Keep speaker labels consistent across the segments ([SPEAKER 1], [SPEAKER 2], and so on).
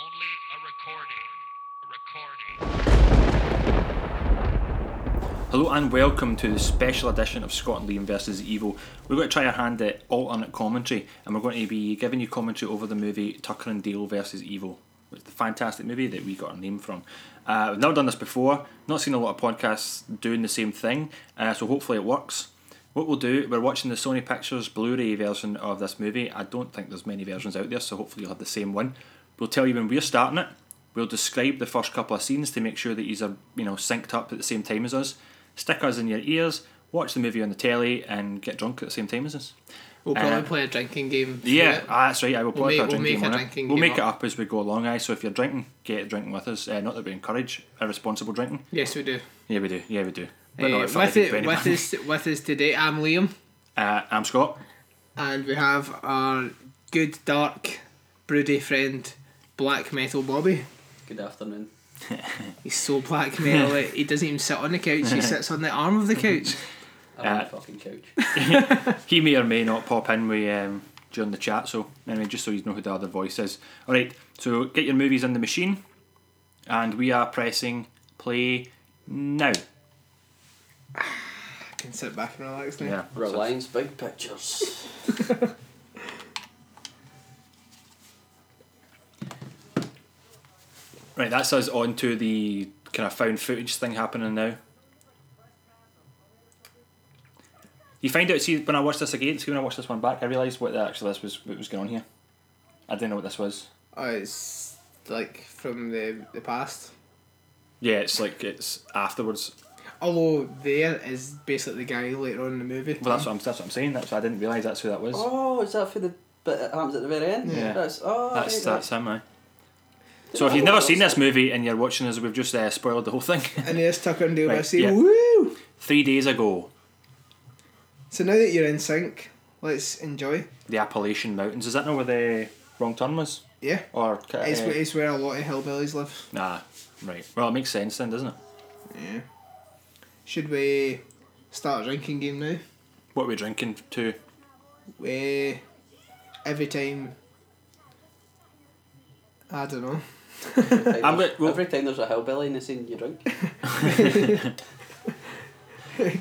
[SPEAKER 1] Only a recording. A recording.
[SPEAKER 2] Hello and welcome to the special edition of Scott and Liam versus Evil. We're going to try our hand at alternate commentary, and we're going to be giving you commentary over the movie Tucker and Dale versus Evil, which is the fantastic movie that we got our name from. Uh, we've never done this before, not seen a lot of podcasts doing the same thing, uh, so hopefully it works. What we'll do, we're watching the Sony Pictures Blu-ray version of this movie. I don't think there's many versions out there, so hopefully you'll have the same one. We'll tell you when we're starting it. We'll describe the first couple of scenes to make sure that these are, you know, synced up at the same time as us. Stick us in your ears, watch the movie on the telly, and get drunk at the same time as us.
[SPEAKER 3] We'll probably
[SPEAKER 2] Uh,
[SPEAKER 3] play a drinking game. through
[SPEAKER 2] Yeah,
[SPEAKER 3] it.
[SPEAKER 2] ah, that's right. I will
[SPEAKER 3] We'll
[SPEAKER 2] play
[SPEAKER 3] make-
[SPEAKER 2] a
[SPEAKER 3] we'll
[SPEAKER 2] drinking
[SPEAKER 3] make a
[SPEAKER 2] game on it.
[SPEAKER 3] drinking
[SPEAKER 2] We'll
[SPEAKER 3] game
[SPEAKER 2] make it
[SPEAKER 3] up.
[SPEAKER 2] up as we go along, aye. So if you're drinking, get drinking with us. Uh, not that we encourage irresponsible drinking.
[SPEAKER 3] Yes, we do.
[SPEAKER 2] Yeah, we do. Yeah, we do. We're
[SPEAKER 3] Uh,
[SPEAKER 2] not
[SPEAKER 3] with,
[SPEAKER 2] offended by
[SPEAKER 3] it, with,
[SPEAKER 2] anyone.
[SPEAKER 3] us, with us today, I'm Liam,
[SPEAKER 2] Uh, I'm Scott.
[SPEAKER 3] and we have our good, dark, broody friend, Black Metal Bobby.
[SPEAKER 4] Good afternoon.
[SPEAKER 3] He's so black metal, it- he doesn't even sit on the couch, he sits on the arm of the couch.
[SPEAKER 4] I'm on
[SPEAKER 2] Uh,
[SPEAKER 4] the fucking couch.
[SPEAKER 2] he may or may not pop in with, um, during the chat. So anyway, just so you know who the other voice is. All right. So get your movies in the machine, and we are pressing play now.
[SPEAKER 3] I can sit back and relax now.
[SPEAKER 2] Yeah.
[SPEAKER 4] Reliance Big Pictures.
[SPEAKER 2] Right. That's us on to the kind of found footage thing happening now. You find out. See, when I watched this again, see when I watched this one back, I realised what the, actually this was. What was going on here? I didn't know what this was.
[SPEAKER 3] Oh, it's like from the, the past.
[SPEAKER 2] Yeah, it's like it's afterwards.
[SPEAKER 3] Although, there is basically the guy later on in the movie.
[SPEAKER 2] Well, that's what I'm. That's what I'm saying. That's I didn't realise that's who that was.
[SPEAKER 4] Oh, is that for the bit that happens at the very end?
[SPEAKER 2] Yeah.
[SPEAKER 4] That's, oh,
[SPEAKER 2] That's
[SPEAKER 4] right,
[SPEAKER 2] that's him, aye. So if you've never seen this movie and you're watching us, we've just uh, spoiled the whole thing.
[SPEAKER 3] and there's Tucker and Dale
[SPEAKER 2] Right,
[SPEAKER 3] Bessie.
[SPEAKER 2] yeah.
[SPEAKER 3] Woo!
[SPEAKER 2] Three days ago,
[SPEAKER 3] So now that you're in sync, let's enjoy.
[SPEAKER 2] the Appalachian Mountains. Is that not where the wrong turn was?
[SPEAKER 3] Yeah.
[SPEAKER 2] Or uh,
[SPEAKER 3] It's, wh- it's where a lot of hillbillies live.
[SPEAKER 2] nah, right. Well, it makes sense then, doesn't it?
[SPEAKER 3] Yeah. Should we start a drinking game now?
[SPEAKER 2] What are we drinking to?
[SPEAKER 3] We every time. I don't know.
[SPEAKER 4] Every time,
[SPEAKER 2] I'm gonna-
[SPEAKER 4] there's-
[SPEAKER 2] well-
[SPEAKER 4] every time there's a hillbilly in the scene, you drink.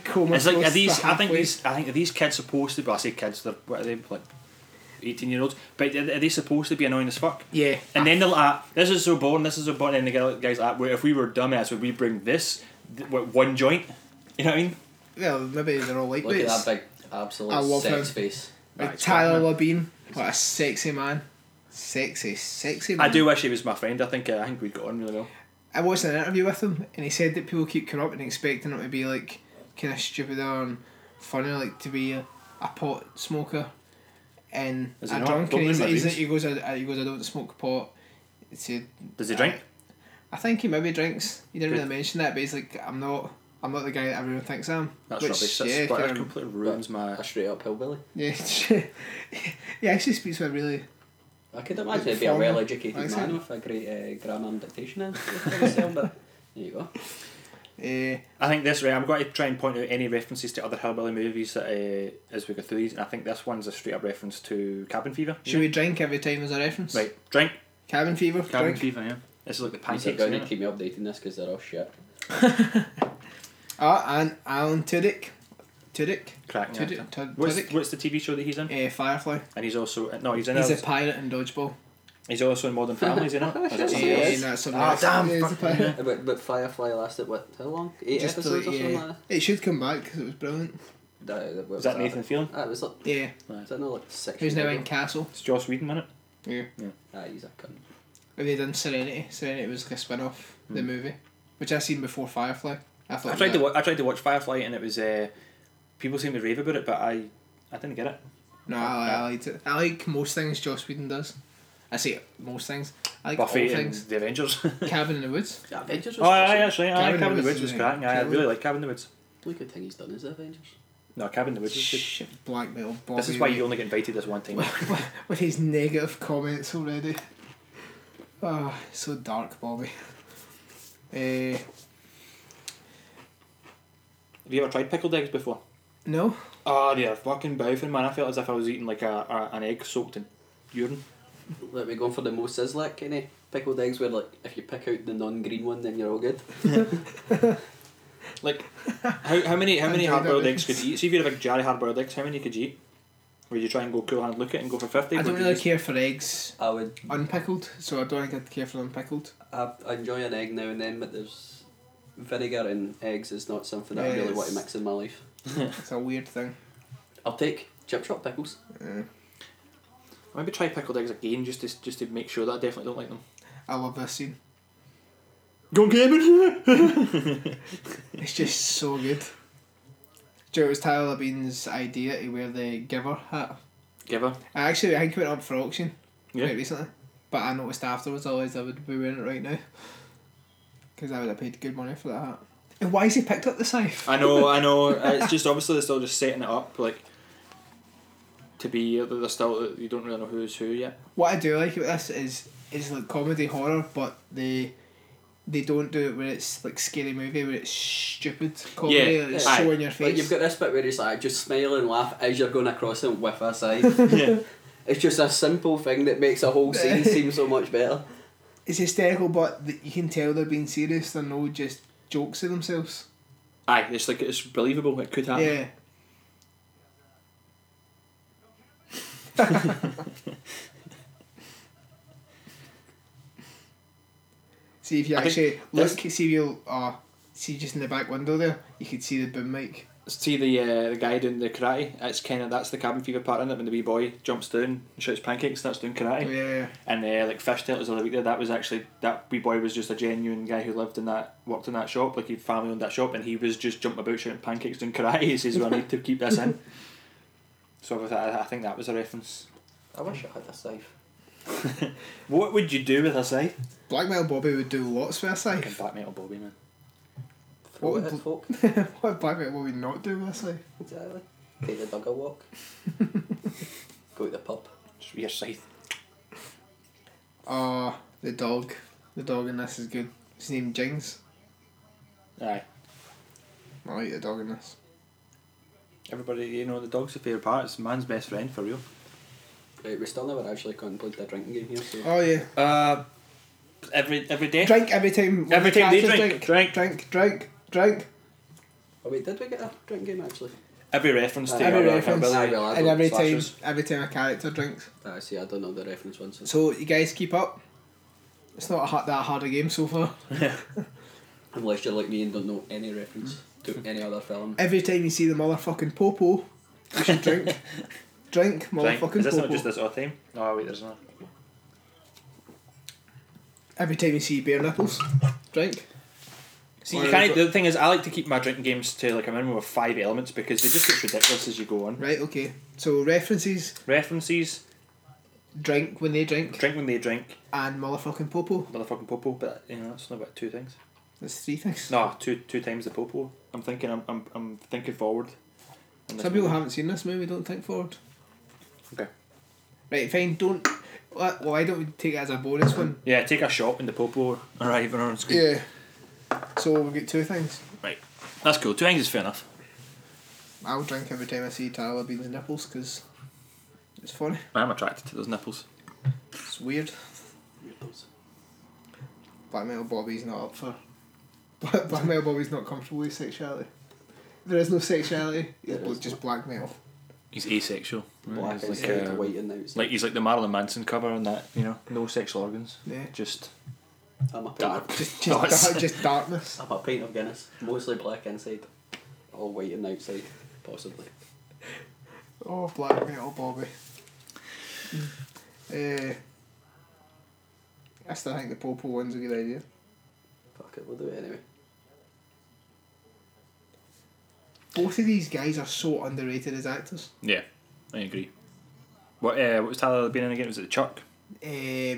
[SPEAKER 3] Coma
[SPEAKER 2] It's like are
[SPEAKER 3] toast
[SPEAKER 2] these?
[SPEAKER 3] the
[SPEAKER 2] I think
[SPEAKER 3] halfway-
[SPEAKER 2] these. I think are these kids supposed to. Well, I say kids. They're what are they like? Eighteen year olds. But are are they supposed to be annoying as fuck?
[SPEAKER 3] Yeah.
[SPEAKER 2] And then they're like, "This is so boring. This is so boring." And the guy- guys like, "Well, "If we were dumbass, would we bring this th- what, one joint?" You know what I mean?
[SPEAKER 3] Well, maybe they're all like
[SPEAKER 4] Look at
[SPEAKER 3] this.
[SPEAKER 4] that big absolute
[SPEAKER 3] I love
[SPEAKER 4] sex
[SPEAKER 3] him.
[SPEAKER 4] face.
[SPEAKER 3] Like
[SPEAKER 2] That's
[SPEAKER 3] Tyler Labine, what a sexy man. Sexy, sexy man.
[SPEAKER 2] I do wish he was my friend. I think uh, I think we got on really well.
[SPEAKER 3] I watched an interview with him, and he said that people keep coming up and expecting him to be like kind of stupider and funny, like to be a, a pot smoker and
[SPEAKER 2] Is he
[SPEAKER 3] a
[SPEAKER 2] not?
[SPEAKER 3] drunk.
[SPEAKER 2] Don't
[SPEAKER 3] And he's,
[SPEAKER 2] ruin my
[SPEAKER 3] he's,
[SPEAKER 2] dreams.
[SPEAKER 3] he goes, I, I- he goes, I don't smoke pot. He said,
[SPEAKER 2] Does he drink?
[SPEAKER 3] I think he maybe drinks. He didn't
[SPEAKER 2] Good.
[SPEAKER 3] really mention that, but he's like, I'm not, I'm not the guy that everyone thinks I am.
[SPEAKER 2] That's
[SPEAKER 3] Which,
[SPEAKER 2] rubbish. That's,
[SPEAKER 3] yeah,
[SPEAKER 2] but that
[SPEAKER 3] um,
[SPEAKER 2] completely ruins my.
[SPEAKER 4] A straight up hillbilly.
[SPEAKER 3] yeah, he actually speaks with a really
[SPEAKER 4] I could imagine it'd be a
[SPEAKER 3] Formal.
[SPEAKER 4] well educated
[SPEAKER 3] Like I
[SPEAKER 4] man
[SPEAKER 3] said.
[SPEAKER 4] with a great uh, grammar and dictation in his cell, but there you go.
[SPEAKER 3] uh,
[SPEAKER 2] I think this. Right, I'm going to try and point out any references to other hillbilly movies that uh, as we go through these, and I think this one's a straight up reference to Cabin Fever.
[SPEAKER 3] Should we drink every time as a reference?
[SPEAKER 2] Right, drink.
[SPEAKER 3] Cabin fever.
[SPEAKER 2] Cabin
[SPEAKER 3] drink.
[SPEAKER 2] Fever. Yeah. This is like the
[SPEAKER 4] You're
[SPEAKER 2] pancakes.
[SPEAKER 4] going
[SPEAKER 2] innit?
[SPEAKER 4] to keep me updating this because they're all shit.
[SPEAKER 3] Ah, and Alan Tudyk. Tudyk.
[SPEAKER 2] Cracking
[SPEAKER 3] Tudyk-
[SPEAKER 2] actor.
[SPEAKER 3] Tud-
[SPEAKER 2] What's,
[SPEAKER 3] Tudyk?
[SPEAKER 2] what's the TV show that he's in?
[SPEAKER 3] Uh, Firefly.
[SPEAKER 2] And he's also uh, no, he's in.
[SPEAKER 3] He's a
[SPEAKER 2] others.
[SPEAKER 3] pirate in Dodgeball.
[SPEAKER 2] he's also in Modern Family, is he not? Or is that
[SPEAKER 4] Yeah,
[SPEAKER 2] something else?
[SPEAKER 4] yes.
[SPEAKER 3] and that's something
[SPEAKER 2] Ah,
[SPEAKER 3] else.
[SPEAKER 2] damn,
[SPEAKER 3] He's a
[SPEAKER 2] fuck,
[SPEAKER 3] pirate.
[SPEAKER 4] Uh, But, but Firefly lasted what? How long? Eight
[SPEAKER 3] Just
[SPEAKER 4] episodes
[SPEAKER 3] like,
[SPEAKER 4] or something
[SPEAKER 3] yeah.
[SPEAKER 4] like
[SPEAKER 3] It should come back because it was brilliant.
[SPEAKER 4] that? Uh, what
[SPEAKER 2] Was that Nathan Fillion?
[SPEAKER 4] Ah, it was like,
[SPEAKER 3] Yeah.
[SPEAKER 4] is that not like six
[SPEAKER 3] Who's
[SPEAKER 4] years
[SPEAKER 3] now
[SPEAKER 4] ago?
[SPEAKER 3] in Castle?
[SPEAKER 2] It's Joss Whedon in it.
[SPEAKER 3] Yeah.
[SPEAKER 4] Ah, he's a cunt.
[SPEAKER 3] Have they done Serenity? Serenity was like a spin off the
[SPEAKER 2] Hmm.
[SPEAKER 3] movie, which I seen before Firefly. I thought.
[SPEAKER 2] I tried to wa- I tried to watch Firefly and it was uh, people seemed to rave about it, but I I didn't get it.
[SPEAKER 3] No, I, I liked it. I like most things Joss Whedon does. I say most things. I like
[SPEAKER 2] Buffy and
[SPEAKER 3] all things.
[SPEAKER 2] the Avengers.
[SPEAKER 3] Cabin in the Woods.
[SPEAKER 4] Yeah, Avengers was
[SPEAKER 2] Oh, aye,
[SPEAKER 4] awesome.
[SPEAKER 2] that's right. Aye,
[SPEAKER 3] Cabin in
[SPEAKER 2] Cabin in
[SPEAKER 3] the
[SPEAKER 2] the Woods
[SPEAKER 3] Woods
[SPEAKER 2] was
[SPEAKER 3] is
[SPEAKER 2] cracking. aye, I
[SPEAKER 3] killer.
[SPEAKER 2] really like Cabin in the Woods.
[SPEAKER 4] Look good thing he's done is the Avengers.
[SPEAKER 2] No, Cabin in the Woods is good.
[SPEAKER 3] Shit, black metal. Bobby
[SPEAKER 2] This is why you only get invited this one time.
[SPEAKER 3] With his negative comments already. Ah, so dark, Bobby. Uh,
[SPEAKER 2] Have you ever tried pickled eggs before?
[SPEAKER 3] no.
[SPEAKER 2] Ah, Oh, they're fucking boffin, man. I felt as if I was eating like a, a an egg soaked in urine.
[SPEAKER 4] Like, we're going for the Mo Sizzlick kind of pickled eggs where, like, if you pick out the non green one, then you're all good.
[SPEAKER 2] Like, how, how many how many
[SPEAKER 3] Enjoy that
[SPEAKER 2] hard boiled eggs
[SPEAKER 3] reference.
[SPEAKER 2] could you eat? See if you had a big jar of hard boiled eggs, how many could you eat? Would you try and go cool hand look at it and go for fifty?
[SPEAKER 3] I don't
[SPEAKER 2] Would you
[SPEAKER 3] really
[SPEAKER 2] just-
[SPEAKER 3] care for eggs
[SPEAKER 4] I would
[SPEAKER 3] unpickled, so I don't think I'd care for them pickled.
[SPEAKER 4] I, I enjoy an egg now and then, but there's vinegar and eggs is not something that I
[SPEAKER 3] Yeah,
[SPEAKER 4] really want to
[SPEAKER 3] it's-
[SPEAKER 4] mix in my life.
[SPEAKER 3] It's a weird thing. Eh,
[SPEAKER 4] I'll take chip shop pickles.
[SPEAKER 3] Yeah.
[SPEAKER 2] Maybe try pickled eggs again just to just to make sure that I definitely don't like them.
[SPEAKER 3] I love this scene.
[SPEAKER 2] Go gaming.
[SPEAKER 3] It's just so good. Do you know it was Tyler Bean's idea to wear the giver hat?
[SPEAKER 2] Give her.
[SPEAKER 3] I actually I think it went up for auction
[SPEAKER 2] Yeah.
[SPEAKER 3] quite recently, but I noticed afterwards otherwise I would be wearing it right now because I would have paid good money for that hat. And why has he picked up the scythe?
[SPEAKER 2] I know, I know. Uh, It's just obviously they're still just setting it up, like to be. uh, They're still. You don't really know who's who yet.
[SPEAKER 3] What I do like about this is is like comedy horror, but they they don't do it where it's like scary movie where it's stupid comedy.
[SPEAKER 2] Yeah,
[SPEAKER 3] like, it's
[SPEAKER 2] aye.
[SPEAKER 3] so in your face.
[SPEAKER 4] Like you've got this bit where it's like just smile and laugh as you're going across and whiff a side.
[SPEAKER 2] yeah.
[SPEAKER 4] it's just a simple thing that makes a whole scene seem so much better.
[SPEAKER 3] it's hysterical, but th- you can tell they're being serious. They're no just jokes to themselves.
[SPEAKER 2] Aye, it's like it's believable. It could happen.
[SPEAKER 3] Yeah. see if you
[SPEAKER 2] I think
[SPEAKER 3] actually
[SPEAKER 2] this-
[SPEAKER 3] look. See if you uh, see just in the back window there, you could see the boom mic.
[SPEAKER 2] See the uh, the guy doing the karate. It's kind of that's the cabin fever part in it when the wee boy jumps down, and shouts pancakes, starts doing karate,
[SPEAKER 3] Yeah, yeah,
[SPEAKER 2] and uh, like fishtail was the other week there. That was actually that wee boy was just a genuine guy who lived in that worked in that shop. Like he family owned that shop, and he was just jumping about shouting pancakes doing karate. He says, "Well, I need to keep this in." So obviously, I, I think that was a reference.
[SPEAKER 4] I wish I had a scythe.
[SPEAKER 2] What would you do with a scythe?
[SPEAKER 3] Blackmail Bobby would do lots with a
[SPEAKER 2] Fucking
[SPEAKER 3] scythe.
[SPEAKER 2] black metal Bobby man.
[SPEAKER 4] Throw
[SPEAKER 3] What
[SPEAKER 4] it
[SPEAKER 3] would-
[SPEAKER 4] at folk.
[SPEAKER 3] what would Blackmail Bobby not do with a scythe?
[SPEAKER 4] Exactly. Take the dog a walk. Go to the pub.
[SPEAKER 2] Just with your scythe.
[SPEAKER 3] Oh, the dog. The dog in this is good. His name Jings.
[SPEAKER 2] Aye.
[SPEAKER 3] I like the dog in this.
[SPEAKER 2] Everybody, you know, the dog's the favourite part. It's man's best friend for real.
[SPEAKER 4] Right, we still never actually contemplated a drinking game here, so
[SPEAKER 3] Oh yeah.
[SPEAKER 2] Uh, every every day.
[SPEAKER 3] Drink every time.
[SPEAKER 2] Every time they drink.
[SPEAKER 3] Drink. Drink. Drink. Drink.
[SPEAKER 4] Oh wait, did we get a drinking game actually?
[SPEAKER 2] Every reference to
[SPEAKER 4] Yeah,
[SPEAKER 3] every
[SPEAKER 4] yeah,
[SPEAKER 3] reference,
[SPEAKER 4] yeah, yeah,
[SPEAKER 3] and every time,
[SPEAKER 2] slashes.
[SPEAKER 3] every time a character drinks.
[SPEAKER 4] Ah, see, I don't know the reference one. So.
[SPEAKER 3] So you guys keep up. It's not a, ha- that hard a game so far.
[SPEAKER 4] Unless you're like me and don't know any reference to
[SPEAKER 2] Mm.
[SPEAKER 4] any other film.
[SPEAKER 3] Every time you see the motherfucking popo, you should drink. drink
[SPEAKER 2] Drink.
[SPEAKER 3] motherfucking
[SPEAKER 2] Is this
[SPEAKER 3] popo.
[SPEAKER 2] not just this odd time? Oh wait, there's not.
[SPEAKER 3] Every time you see bare nipples, drink.
[SPEAKER 2] See,
[SPEAKER 3] Or
[SPEAKER 2] you
[SPEAKER 3] is
[SPEAKER 2] can't.
[SPEAKER 3] it-
[SPEAKER 2] The thing is, I like to keep my drinking games to like a minimum of five elements because they just get ridiculous as you go on.
[SPEAKER 3] Right. Okay. So references,
[SPEAKER 2] References,
[SPEAKER 3] drink when they drink,
[SPEAKER 2] drink when they drink,
[SPEAKER 3] and motherfucking popo.
[SPEAKER 2] motherfucking popo. But you know, that's not about two things.
[SPEAKER 3] That's three things.
[SPEAKER 2] No, two two times the popo. I'm thinking. I'm I'm, I'm thinking forward. in this
[SPEAKER 3] Some people
[SPEAKER 2] moment.
[SPEAKER 3] haven't seen this movie. Don't think forward.
[SPEAKER 2] Okay.
[SPEAKER 3] Right. Fine. Don't. Well, why don't we take it as a bonus one?
[SPEAKER 2] Yeah, take a shot when the popo arriving on screen.
[SPEAKER 3] Yeah. So we get two things.
[SPEAKER 2] Right. That's cool. Two things is fair enough.
[SPEAKER 3] I'll drink every time I see Tyler Bean's nipples because it's funny.
[SPEAKER 2] I'm attracted to those nipples.
[SPEAKER 3] It's weird.
[SPEAKER 2] Eh.
[SPEAKER 3] Black Metal Bobby's not up for. Black Black Metal Bobby's not comfortable with sexuality. There is no sexuality. It's
[SPEAKER 4] There
[SPEAKER 3] bl-
[SPEAKER 4] is
[SPEAKER 3] just
[SPEAKER 4] not.
[SPEAKER 3] blackmail.
[SPEAKER 2] He's asexual.
[SPEAKER 4] Black
[SPEAKER 2] he's
[SPEAKER 4] is
[SPEAKER 2] like,
[SPEAKER 4] like,
[SPEAKER 2] uh,
[SPEAKER 4] white and now it's
[SPEAKER 2] like he's like the Marilyn Manson cover on that, you know, no sexual organs.
[SPEAKER 3] Yeah.
[SPEAKER 2] Just
[SPEAKER 4] I'm a painter.
[SPEAKER 2] dark.
[SPEAKER 3] Just, just,
[SPEAKER 2] thoughts.
[SPEAKER 3] dark, just darkness.
[SPEAKER 4] I'm a pint of Guinness. Mostly black inside, all white and outside, possibly.
[SPEAKER 3] Oh, Black Metal Bobby. Mm. Uh, I still think the Popo one's a good idea.
[SPEAKER 4] Fuck it, we'll do it anyway.
[SPEAKER 3] Both of these guys are so underrated as actors.
[SPEAKER 2] Yeah, I agree. What uh, what was Tyler been in again? Was it the Chuck?
[SPEAKER 3] Uh,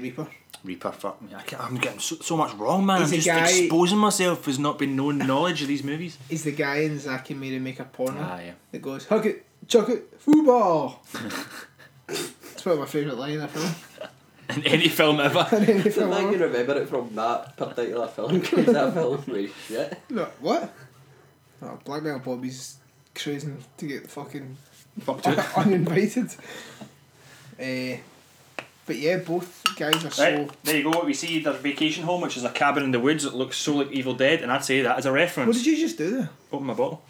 [SPEAKER 3] Reaper.
[SPEAKER 2] Reaper, fuck me. I can't, I'm getting so, so much wrong, man.
[SPEAKER 3] He's
[SPEAKER 2] I'm
[SPEAKER 3] a
[SPEAKER 2] just
[SPEAKER 3] guy-
[SPEAKER 2] exposing myself as not being known knowledge of these movies.
[SPEAKER 3] He's the guy in Zack and Mary Make a Porno.
[SPEAKER 2] Ah, yeah.
[SPEAKER 3] It goes, hug it, chuck it, football. That's probably my favourite line in a film.
[SPEAKER 2] In any film ever.
[SPEAKER 3] In any
[SPEAKER 4] The
[SPEAKER 3] film
[SPEAKER 4] man
[SPEAKER 3] ever.
[SPEAKER 4] you remember it from that particular film because that film was shit.
[SPEAKER 3] No, what? Oh, Blackmail Bobby's cruising to get fucking
[SPEAKER 2] Fuck to it.
[SPEAKER 3] uninvited. Uh, But yeah, both guys are so.
[SPEAKER 2] Right, there you go. We see their vacation home, which is a cabin in the woods that looks so like Evil Dead, and I'd say that as a reference.
[SPEAKER 3] What did you just do there?
[SPEAKER 2] Open my bottle.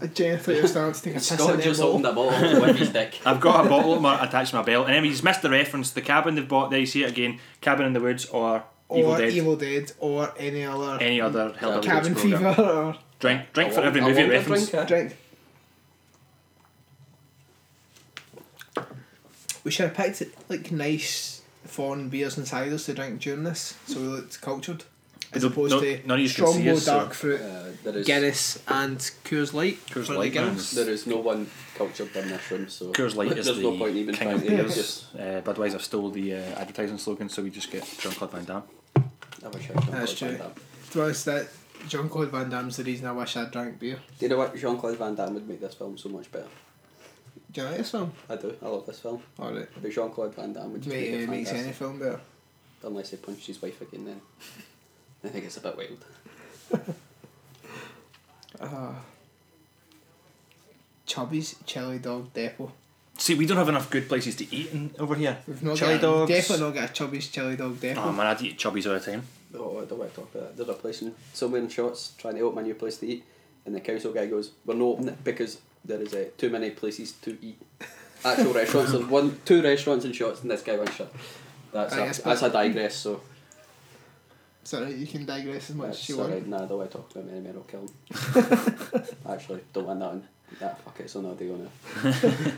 [SPEAKER 3] I genuinely was starting to take a piss
[SPEAKER 4] Scott
[SPEAKER 3] in
[SPEAKER 4] just
[SPEAKER 3] there,
[SPEAKER 4] opened a bottle of Wimpy's dick.
[SPEAKER 2] I've got a bottle my, attached to my belt, and then he's missed the reference. The cabin they've bought there, you see it again. Cabin in the woods or
[SPEAKER 3] or
[SPEAKER 2] Evil Dead.
[SPEAKER 3] Evil Dead, or any other
[SPEAKER 2] Any other held
[SPEAKER 3] cabin fever or
[SPEAKER 2] Drink, drink
[SPEAKER 4] I
[SPEAKER 2] for
[SPEAKER 4] want-
[SPEAKER 2] every
[SPEAKER 4] I
[SPEAKER 2] movie
[SPEAKER 4] want a
[SPEAKER 2] reference.
[SPEAKER 4] drink, eh?
[SPEAKER 3] drink. We should have picked like nice foreign beers and ciders to drink during this, so we looked cultured, as
[SPEAKER 2] No-
[SPEAKER 3] opposed
[SPEAKER 2] no-
[SPEAKER 3] to
[SPEAKER 2] none of you can
[SPEAKER 3] strong
[SPEAKER 2] see
[SPEAKER 3] low
[SPEAKER 2] us, so-
[SPEAKER 3] dark fruit,
[SPEAKER 4] Uh, there is
[SPEAKER 3] Guinness, and Coors Light.
[SPEAKER 2] Coors
[SPEAKER 3] for the
[SPEAKER 2] Light,
[SPEAKER 3] Guinness.
[SPEAKER 2] man.
[SPEAKER 4] there is no one cultured in this room, so
[SPEAKER 2] Coors Light is
[SPEAKER 4] there's
[SPEAKER 2] the
[SPEAKER 4] no point even
[SPEAKER 2] king
[SPEAKER 4] trying
[SPEAKER 2] of
[SPEAKER 4] to
[SPEAKER 2] beers.
[SPEAKER 4] just.
[SPEAKER 2] Uh, Budweiser stole the uh, advertising slogan, so we just get Jean Claude Van Damme.
[SPEAKER 4] I wish I could
[SPEAKER 3] That's
[SPEAKER 4] Jean-Claude
[SPEAKER 3] true.
[SPEAKER 4] Van Damme.
[SPEAKER 3] To be honest, that John Claude Van Damme's the reason I wish I drank beer.
[SPEAKER 4] Do you know what Jean Claude Van Damme would make this film so much better?
[SPEAKER 3] Do you like this film?
[SPEAKER 4] I do. I love this film.
[SPEAKER 3] All right.
[SPEAKER 4] But Jean Claude Van Damme would just make
[SPEAKER 3] Mate,
[SPEAKER 4] it
[SPEAKER 3] it makes any
[SPEAKER 4] fantastic.
[SPEAKER 3] film better.
[SPEAKER 4] Unless he punched his wife again, then I think it's a bit wild.
[SPEAKER 3] Chubby's Chili Dog Depot.
[SPEAKER 2] See, we don't have enough good places to eat in, over here.
[SPEAKER 3] We've not
[SPEAKER 2] Chili
[SPEAKER 3] got
[SPEAKER 2] dogs.
[SPEAKER 3] definitely not got a Chubby's Chili Dog Depot.
[SPEAKER 2] Oh man, I'd eat chubbies all the time.
[SPEAKER 4] Oh, I don't want to talk about that. There's a place in somewhere in Shorts trying to open a new place to eat, and the council guy goes, "We're not opening it because there is uh, too many places to eat." Actual restaurants. There's one, two restaurants in Shorts, and this guy went shut. That's
[SPEAKER 3] I guess,
[SPEAKER 4] a, that's a digress. So
[SPEAKER 3] It's alright, you can digress as much as
[SPEAKER 4] that's
[SPEAKER 3] you
[SPEAKER 4] all
[SPEAKER 3] want.
[SPEAKER 4] right. Nah, I don't want to talk about many men will kill him. Actually, don't want that. On. Yeah, fuck it. It's another day on it.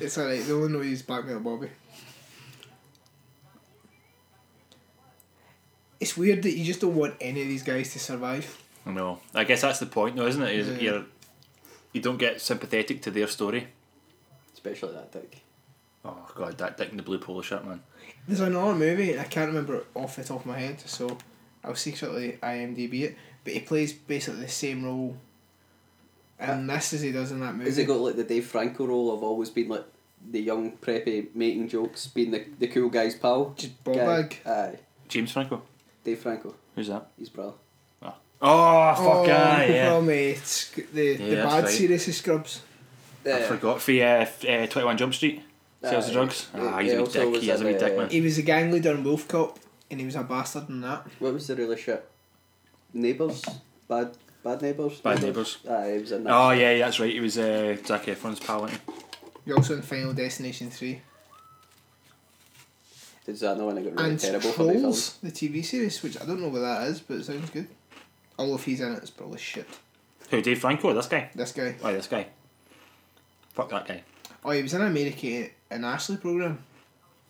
[SPEAKER 3] It's alright, the only know he's blackmail Bobby. It's weird that you just don't want any of these guys to survive.
[SPEAKER 2] No, I guess that's the point, though, isn't it? Is
[SPEAKER 3] Yeah.
[SPEAKER 2] you're, you don't get sympathetic to their story.
[SPEAKER 4] especially that dick.
[SPEAKER 2] Oh god, that dick in the blue polo shirt, man.
[SPEAKER 3] There's another movie, and I can't remember it off the top of my head, so I'll secretly IMDb it, but he plays basically the same role in
[SPEAKER 2] Uh,
[SPEAKER 3] this as he does in that movie.
[SPEAKER 4] Has it got like the Dave Franco role of always being like the young preppy making jokes, being the, the cool guy's pal?
[SPEAKER 3] Just ball
[SPEAKER 4] guy?
[SPEAKER 3] bag.
[SPEAKER 4] Aye,
[SPEAKER 2] James Franco,
[SPEAKER 4] Dave Franco,
[SPEAKER 2] who's that?
[SPEAKER 4] he's bro.
[SPEAKER 2] Oh
[SPEAKER 3] Oh,
[SPEAKER 2] fuck aye, yeah.
[SPEAKER 3] Well, mate, sc- the, the
[SPEAKER 2] Yeah, that's
[SPEAKER 3] bad
[SPEAKER 2] right.
[SPEAKER 3] series of Scrubs.
[SPEAKER 2] I forgot for uh, f- uh, Twenty One Jump Street. Sales
[SPEAKER 4] Aye.
[SPEAKER 2] of drugs. Ah,
[SPEAKER 4] He-
[SPEAKER 2] he's
[SPEAKER 4] he
[SPEAKER 2] a wee
[SPEAKER 4] also
[SPEAKER 2] dick.
[SPEAKER 4] was
[SPEAKER 2] He is a
[SPEAKER 4] in,
[SPEAKER 2] wee dick,
[SPEAKER 4] uh,
[SPEAKER 2] man.
[SPEAKER 3] He was a gang leader in Wolf Cop, and he was a bastard in that.
[SPEAKER 4] What was the really shit? Neighbours, bad, bad neighbours.
[SPEAKER 2] Bad
[SPEAKER 4] Aye, he was in that.
[SPEAKER 2] Oh yeah, yeah, that's right. He was uh, Zac Efron's pal. wasn't he?
[SPEAKER 3] You're also in Final Destination 3.
[SPEAKER 4] Is that the one that got really
[SPEAKER 3] And
[SPEAKER 4] terrible for the film?
[SPEAKER 3] Trolls, the TV series, which I don't know what that is, but it sounds good. Although if he's in it, it's probably shit.
[SPEAKER 2] Who? Dave Franco? This guy.
[SPEAKER 3] This guy.
[SPEAKER 2] Oh, this guy. Fuck that guy.
[SPEAKER 3] Oh, he was in America in Ashley program.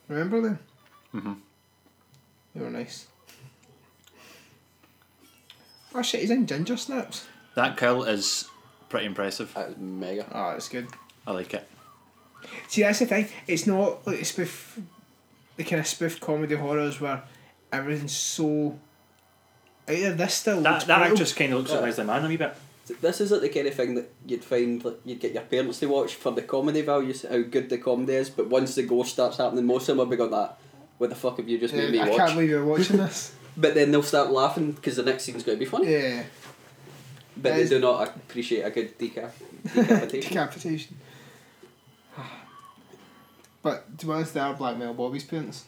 [SPEAKER 3] Remember them?
[SPEAKER 2] Mhm.
[SPEAKER 3] They were nice. Oh shit, he's in Ginger Snaps.
[SPEAKER 2] That kill is pretty impressive.
[SPEAKER 4] That was mega.
[SPEAKER 3] Oh, that's good.
[SPEAKER 2] I like it.
[SPEAKER 3] See, that's the thing. It's not like the spoof, the kind of spoof comedy horrors where everything's so. Out there. This still. looks
[SPEAKER 2] That that
[SPEAKER 3] brutal.
[SPEAKER 2] actress kind of looks like
[SPEAKER 4] Yeah.
[SPEAKER 2] Leslie Mann a wee bit.
[SPEAKER 4] This isn't the kind of thing that you'd find like, you'd get your parents to watch for the comedy value, how good the comedy is. But once the gore starts happening, most of them will be going that. What the fuck have you just made me
[SPEAKER 3] Yeah, I
[SPEAKER 4] watch?
[SPEAKER 3] can't believe you're watching this.
[SPEAKER 4] But then they'll start laughing because the next scene's going to be funny.
[SPEAKER 3] yeah.
[SPEAKER 4] But they do not appreciate a good decaf. decapitation.
[SPEAKER 3] Decapitation. But to be honest, they are blackmail Bobby's parents.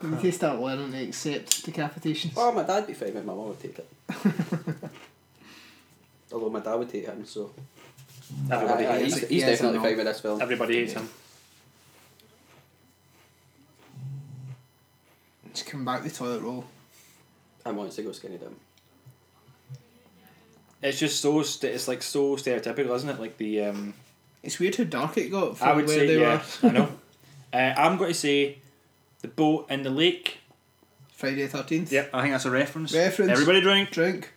[SPEAKER 3] If they start learning to accept decapitations.
[SPEAKER 4] Oh, my dad'd be fine, but my mum would take it. Although my dad would hate him, so
[SPEAKER 2] Everybody
[SPEAKER 4] Aye, aye,
[SPEAKER 2] hates
[SPEAKER 4] he's,
[SPEAKER 2] him.
[SPEAKER 4] he's
[SPEAKER 3] Yeah,
[SPEAKER 4] definitely
[SPEAKER 3] I know.
[SPEAKER 4] fine with this film.
[SPEAKER 2] Everybody hates him.
[SPEAKER 3] Just come back the toilet roll.
[SPEAKER 4] I want to go skinny down.
[SPEAKER 2] It's just so st- it's like so stereotypical, isn't it? Like the um,
[SPEAKER 3] It's weird how dark it got. From
[SPEAKER 2] I would
[SPEAKER 3] where
[SPEAKER 2] say
[SPEAKER 3] they
[SPEAKER 2] yeah,
[SPEAKER 3] were.
[SPEAKER 2] I know. Uh, I'm going to say the boat in the lake.
[SPEAKER 3] Friday the thirteenth.
[SPEAKER 2] Yep, I think that's a reference.
[SPEAKER 3] Reference.
[SPEAKER 2] Everybody drink.
[SPEAKER 3] Drink.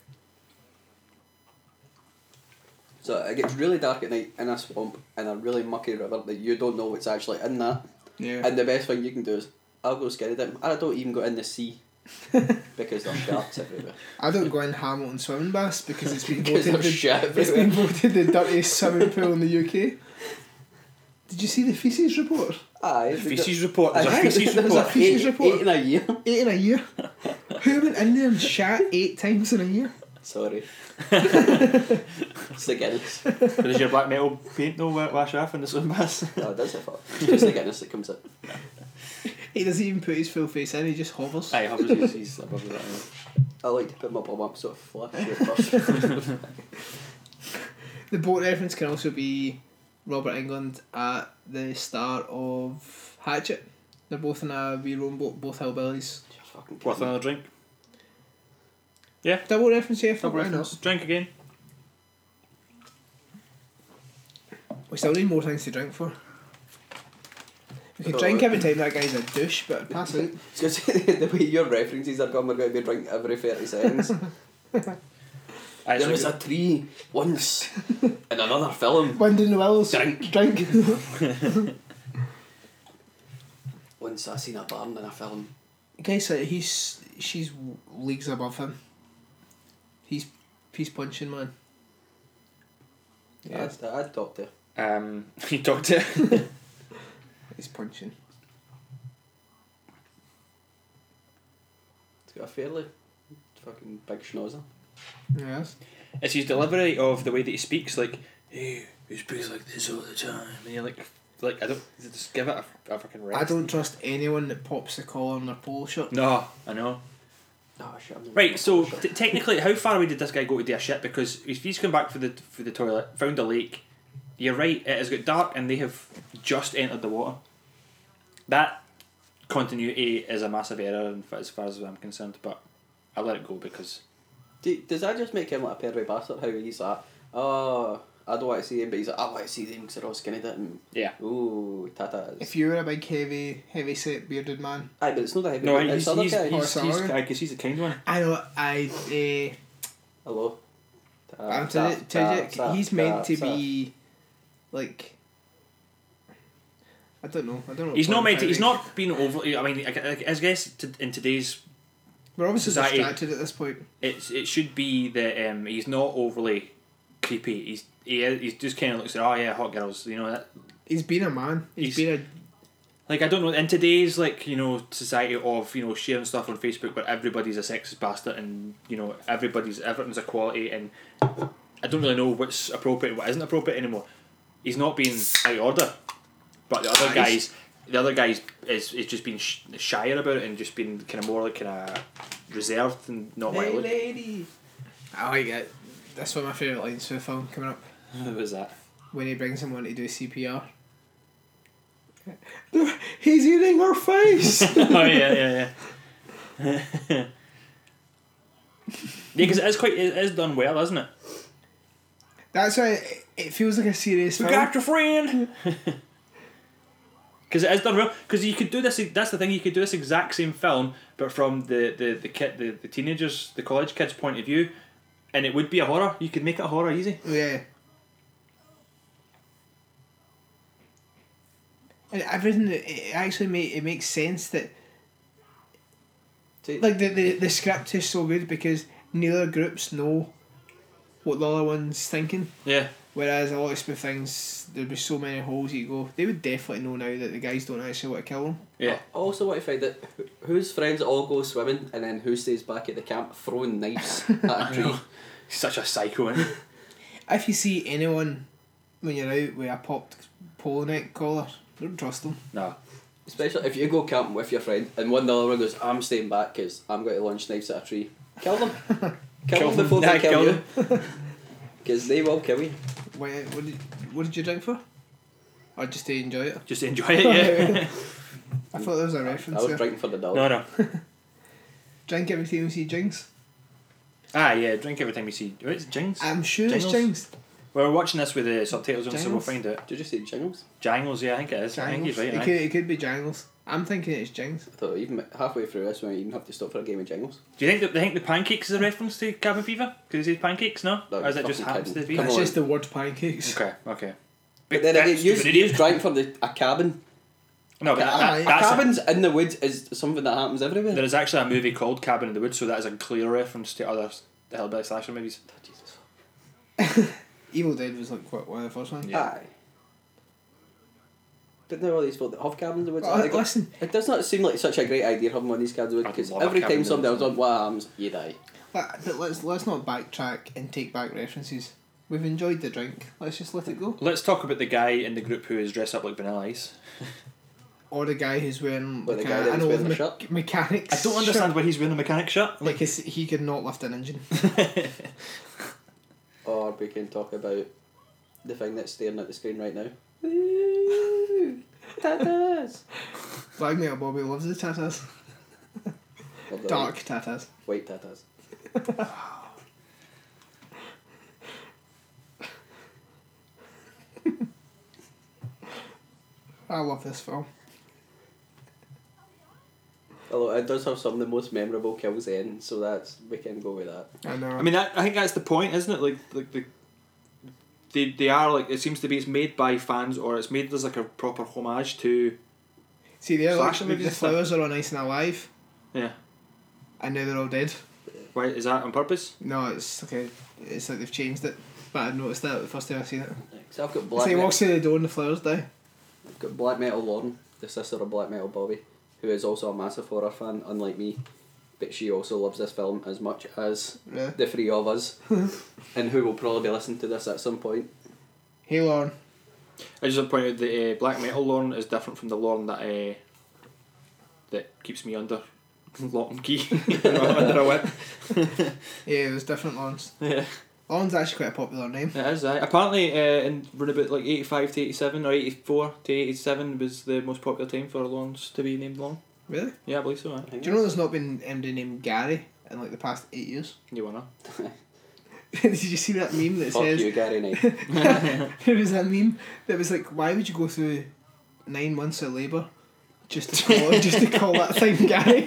[SPEAKER 4] So it gets really dark at night in a swamp in a really mucky river that you don't know what's actually in that.
[SPEAKER 3] Yeah.
[SPEAKER 4] And the best thing you can do is I'll go skinny down. I don't even go in the sea because there's sharks everywhere.
[SPEAKER 3] I don't go in Hamilton swimming baths because it's been
[SPEAKER 4] Because
[SPEAKER 3] voted
[SPEAKER 4] there's
[SPEAKER 3] the,
[SPEAKER 4] shit
[SPEAKER 3] it's been
[SPEAKER 4] everywhere.
[SPEAKER 3] voted the dirtiest swimming pool in the UK. Did you see the feces report?
[SPEAKER 4] Aye,
[SPEAKER 2] Feces report. There's a
[SPEAKER 4] Aye,
[SPEAKER 2] feces
[SPEAKER 4] there's
[SPEAKER 2] report.
[SPEAKER 4] a
[SPEAKER 3] Feces
[SPEAKER 4] eight-
[SPEAKER 3] report.
[SPEAKER 4] eight in a year.
[SPEAKER 3] Eight in a year. Who went in there and shat eight times in a year?
[SPEAKER 4] Sorry. it's the Guinness.
[SPEAKER 2] But Does your black metal paint no wa- wash off in the swim bath?
[SPEAKER 4] No, it does it fuck. It's just the Guinness that comes out.
[SPEAKER 3] He doesn't even put his full face in, he just hovers.
[SPEAKER 5] Aye, obviously he's above that.
[SPEAKER 4] I like to put my bum up so it flaps your first.
[SPEAKER 3] The boat reference can also be Robert England at the start of Hatchet. They're both in a wee rowing boat, both hillbillies.
[SPEAKER 4] Fucking
[SPEAKER 2] Worth another drink. Yeah,
[SPEAKER 3] Double reference here,
[SPEAKER 2] double
[SPEAKER 3] why
[SPEAKER 2] reference. Drink again.
[SPEAKER 3] not? We still need more things to drink for. We could
[SPEAKER 4] Oh,
[SPEAKER 3] drink
[SPEAKER 4] right.
[SPEAKER 3] every time that guy's a douche, but it'd pass out.
[SPEAKER 4] Because the way your references are going, we're going to be drinking every 30 seconds.
[SPEAKER 2] Aye, it's
[SPEAKER 4] there
[SPEAKER 2] like
[SPEAKER 4] was a tree once in another film.
[SPEAKER 3] Wind in the willows.
[SPEAKER 4] Drink.
[SPEAKER 3] Drink.
[SPEAKER 4] Once I seen a barn in a film.
[SPEAKER 3] Guys, like, he's she's leagues above him. He's he's punching man.
[SPEAKER 4] Yeah.
[SPEAKER 3] Yeah,
[SPEAKER 4] I'd, I'd talk to her.
[SPEAKER 5] Um, he talked to.
[SPEAKER 3] he's punching.
[SPEAKER 4] It's got a fairly fucking big schnauzer.
[SPEAKER 3] Yes.
[SPEAKER 2] It's his delivery of the way that he speaks, like, hey, he speaks like this all the time. And you're like, like I don't, just give it a, a fucking rest.
[SPEAKER 3] I don't trust anyone that pops the collar on their polo shirt.
[SPEAKER 2] No, I know.
[SPEAKER 4] Oh shit. I'm
[SPEAKER 2] Right, so t- technically, how far away did this guy go to do a shit? Because if he's come back for the for the toilet, found a lake, you're right, it has got dark and they have just entered the water. That continuity is a massive error in- as far as I'm concerned, but I let it go because
[SPEAKER 4] Do, does that just make him like a pervy bastard? How he's like, oh, I don't want to see him, but he's like, I want to see them because they're all skinny dipping. and
[SPEAKER 2] yeah.
[SPEAKER 4] ooh, tata.
[SPEAKER 3] If you were a big, heavy, heavy set bearded man,
[SPEAKER 4] Aye, but it's not the heavy.
[SPEAKER 2] No,
[SPEAKER 4] one,
[SPEAKER 2] he's
[SPEAKER 4] it's other
[SPEAKER 2] he's,
[SPEAKER 4] guy.
[SPEAKER 2] he's,
[SPEAKER 3] Oh,
[SPEAKER 2] he's,
[SPEAKER 3] sorry.
[SPEAKER 2] I guess he's the kind one.
[SPEAKER 3] I know I. Uh,
[SPEAKER 4] Hello. Ta-
[SPEAKER 3] I'm
[SPEAKER 4] ta-
[SPEAKER 3] Tadek.
[SPEAKER 4] ta- ta-
[SPEAKER 3] he's
[SPEAKER 4] ta-
[SPEAKER 3] meant to
[SPEAKER 4] ta.
[SPEAKER 3] be like. I don't know. I don't know.
[SPEAKER 2] He's
[SPEAKER 3] what
[SPEAKER 2] not meant to, he's
[SPEAKER 3] qualifies it.
[SPEAKER 2] not being overly. I mean, I, I- I guess to, in today's,
[SPEAKER 3] We're obviously
[SPEAKER 2] society.
[SPEAKER 3] distracted at this point.
[SPEAKER 2] it's it should be that um, he's not overly creepy. He's he, is- he's just kind of looks like oh yeah, hot girls. You know that.
[SPEAKER 3] He's been a man. he's
[SPEAKER 2] He's-
[SPEAKER 3] been
[SPEAKER 2] Like I don't know in today's like you know society of you know sharing stuff on Facebook where everybody's a sexist bastard and you know everybody's everything's equality and I don't really know what's appropriate and what isn't appropriate anymore. He's not being out of order, but the other
[SPEAKER 3] Aye.
[SPEAKER 2] guys, the other guys is is just been sh- shyer about it and just been kind of more like kind of reserved and
[SPEAKER 3] a.
[SPEAKER 2] not wild.
[SPEAKER 3] lady. I like it. That's one of my favourite lines for the film coming up
[SPEAKER 2] What was that?
[SPEAKER 3] when he brings someone to do CPR. He's eating her face.
[SPEAKER 2] oh yeah, yeah, yeah. yeah, because it is quite it is done well, isn't it?
[SPEAKER 3] That's why it- it feels like a serious
[SPEAKER 2] We
[SPEAKER 3] film.
[SPEAKER 2] got your friend. Because it is done well. Because you could do this. That's the thing. You could do this exact same film, but from the the the kid, the, the teenagers, the college kids' point of view, and it would be a horror. You could make it a horror easy.
[SPEAKER 3] Yeah. And everything it- it actually make it makes sense that
[SPEAKER 4] See,
[SPEAKER 3] like the, the the script is so good because neither groups know what the other one's thinking.
[SPEAKER 2] Yeah.
[SPEAKER 3] Whereas a lot of Smith things, there'd be so many holes you go. They would definitely know now that the guys don't actually want to kill them.
[SPEAKER 2] Yeah.
[SPEAKER 4] I also want to find out wh- whose friends all go swimming and then who stays back at the camp throwing knives at a tree.
[SPEAKER 2] Such a psycho. Isn't
[SPEAKER 3] If you see anyone when you're out with a popped polo neck collar, don't trust them.
[SPEAKER 2] no.
[SPEAKER 4] Especially if you go camping with your friend and one the other one goes, I'm staying back because I'm going to launch knives at a tree. Kill them. Kill,
[SPEAKER 2] Kill
[SPEAKER 4] them
[SPEAKER 2] them.
[SPEAKER 4] before
[SPEAKER 2] Nah,
[SPEAKER 4] they kill,
[SPEAKER 2] kill
[SPEAKER 4] you. Because they will kill you.
[SPEAKER 3] What, what did what did you drink for? Or just to enjoy it?
[SPEAKER 2] Just enjoy it. Yeah.
[SPEAKER 3] I thought there was a
[SPEAKER 4] I
[SPEAKER 3] reference.
[SPEAKER 4] was
[SPEAKER 3] there.
[SPEAKER 4] drinking for the dog.
[SPEAKER 2] no, no.
[SPEAKER 3] Drink everything we see Jinx.
[SPEAKER 2] Ah, yeah. Drink every time you see. It's Jings.
[SPEAKER 3] I'm sure it's
[SPEAKER 2] Jingles?
[SPEAKER 3] Jinx.
[SPEAKER 2] Well, we're watching this with the subtitles on, so we'll
[SPEAKER 3] Jangles?
[SPEAKER 2] find out.
[SPEAKER 4] Did you say jingles?
[SPEAKER 2] Jangles, yeah, I think it is. I think he's right.
[SPEAKER 3] Jangles. It
[SPEAKER 2] aye.
[SPEAKER 3] could, it could be Jangles. I'm thinking it's Jinx.
[SPEAKER 4] I thought even halfway through this one, you even have to stop for a game of jingles.
[SPEAKER 2] Do you think that they think the pancakes is a reference to cabin fever? Because he says pancakes, no?
[SPEAKER 4] No,
[SPEAKER 2] or is it
[SPEAKER 4] you're
[SPEAKER 2] just
[SPEAKER 4] fucking
[SPEAKER 2] happens to be?
[SPEAKER 4] kidding. Come
[SPEAKER 3] That's
[SPEAKER 4] on.
[SPEAKER 3] just the word pancakes.
[SPEAKER 2] Okay, okay.
[SPEAKER 4] But then again, you,
[SPEAKER 2] Stupid
[SPEAKER 4] you
[SPEAKER 2] idiot.
[SPEAKER 4] drank for the, a cabin.
[SPEAKER 2] No, but that,
[SPEAKER 3] Aye.
[SPEAKER 2] that,
[SPEAKER 4] A
[SPEAKER 2] that's a-
[SPEAKER 4] cabins in the woods is something that happens everywhere.
[SPEAKER 2] there is actually a movie called Cabin in the Woods, so that is a clear reference to other s- hillbilly slasher movies.
[SPEAKER 4] Jesus.
[SPEAKER 3] Evil Dead was like what, one of the first ones.
[SPEAKER 2] Yeah.
[SPEAKER 4] Aye. But now all these people that have cabins in the woods.
[SPEAKER 3] Well,
[SPEAKER 4] I think it-
[SPEAKER 3] listen.
[SPEAKER 4] It does not seem like such a great idea having one of these cabins in the woods
[SPEAKER 2] I'd
[SPEAKER 4] because
[SPEAKER 2] love a
[SPEAKER 4] every
[SPEAKER 2] cabin in
[SPEAKER 4] time
[SPEAKER 2] the
[SPEAKER 4] somebody else
[SPEAKER 2] woods.
[SPEAKER 4] on what happens, you die.
[SPEAKER 3] But, but let's let's not backtrack and take back references. We've enjoyed the drink. Let's just let it go.
[SPEAKER 2] Let's talk about the guy in the group who is dressed up like Vanilla Ice.
[SPEAKER 3] or the guy who's wearing
[SPEAKER 4] Or the
[SPEAKER 3] like
[SPEAKER 4] guy
[SPEAKER 3] a-
[SPEAKER 4] that
[SPEAKER 3] an
[SPEAKER 4] was
[SPEAKER 3] old
[SPEAKER 4] wearing the
[SPEAKER 3] me-
[SPEAKER 4] shirt?
[SPEAKER 3] mechanics.
[SPEAKER 6] I don't
[SPEAKER 3] shirt.
[SPEAKER 6] understand why he's wearing a mechanic shirt.
[SPEAKER 3] Like his, he could not lift an engine.
[SPEAKER 4] Or we can talk about the thing that's staring at the screen right now. Tatas.
[SPEAKER 3] Blackmail Bobby loves the tatas.
[SPEAKER 4] Love that
[SPEAKER 3] Dark tatas.
[SPEAKER 4] one. White tatas.
[SPEAKER 3] I love this film.
[SPEAKER 4] Although it does have some of the most memorable kills in, so that's we can go with that.
[SPEAKER 3] I know.
[SPEAKER 2] I mean, that, I think that's the point, isn't it? Like, like the, they, they are like it seems to be it's made by fans or it's made as like a proper homage to
[SPEAKER 3] see, they're like,
[SPEAKER 2] slasher
[SPEAKER 3] the
[SPEAKER 2] movies and stuff.
[SPEAKER 3] flowers are all nice and alive,
[SPEAKER 2] yeah.
[SPEAKER 3] and now they're all dead.
[SPEAKER 2] Why is that on purpose?
[SPEAKER 3] No, it's okay. It's like they've changed it. But I noticed that the first time I seen it.
[SPEAKER 4] So I've got
[SPEAKER 3] So
[SPEAKER 4] black.
[SPEAKER 3] he
[SPEAKER 4] Metal,
[SPEAKER 3] walks through the door and the flowers die.
[SPEAKER 4] I've got black metal Lauren, the sister of black metal Bobby, who is also a massive horror fan, unlike me, but she also loves this film as much as
[SPEAKER 3] Yeah.
[SPEAKER 4] the three of us, and who will probably be listening to this at some point.
[SPEAKER 3] Hey Lauren.
[SPEAKER 2] I just want to point out that uh, black metal Lorne is different from the Lorne that uh, that keeps me under lock and key under a whip.
[SPEAKER 3] Yeah, there's different Laurens.
[SPEAKER 2] Yeah.
[SPEAKER 3] Lauren's actually quite a popular name.
[SPEAKER 2] It is, aye. Apparently, uh, in around about like 85 to 87 or 84 to 87 was the most popular time for lawns to be named long.
[SPEAKER 3] Really?
[SPEAKER 2] Yeah, I believe so, aye.
[SPEAKER 3] Do you know there's not been anybody named Gary in like the past eight years?
[SPEAKER 2] You wanna?
[SPEAKER 3] Did you see that meme that
[SPEAKER 4] Fuck
[SPEAKER 3] says
[SPEAKER 4] you, Gary Knight.
[SPEAKER 3] There was a meme that was like, why would you go through nine months of labour just to call, just to call that thing Gary?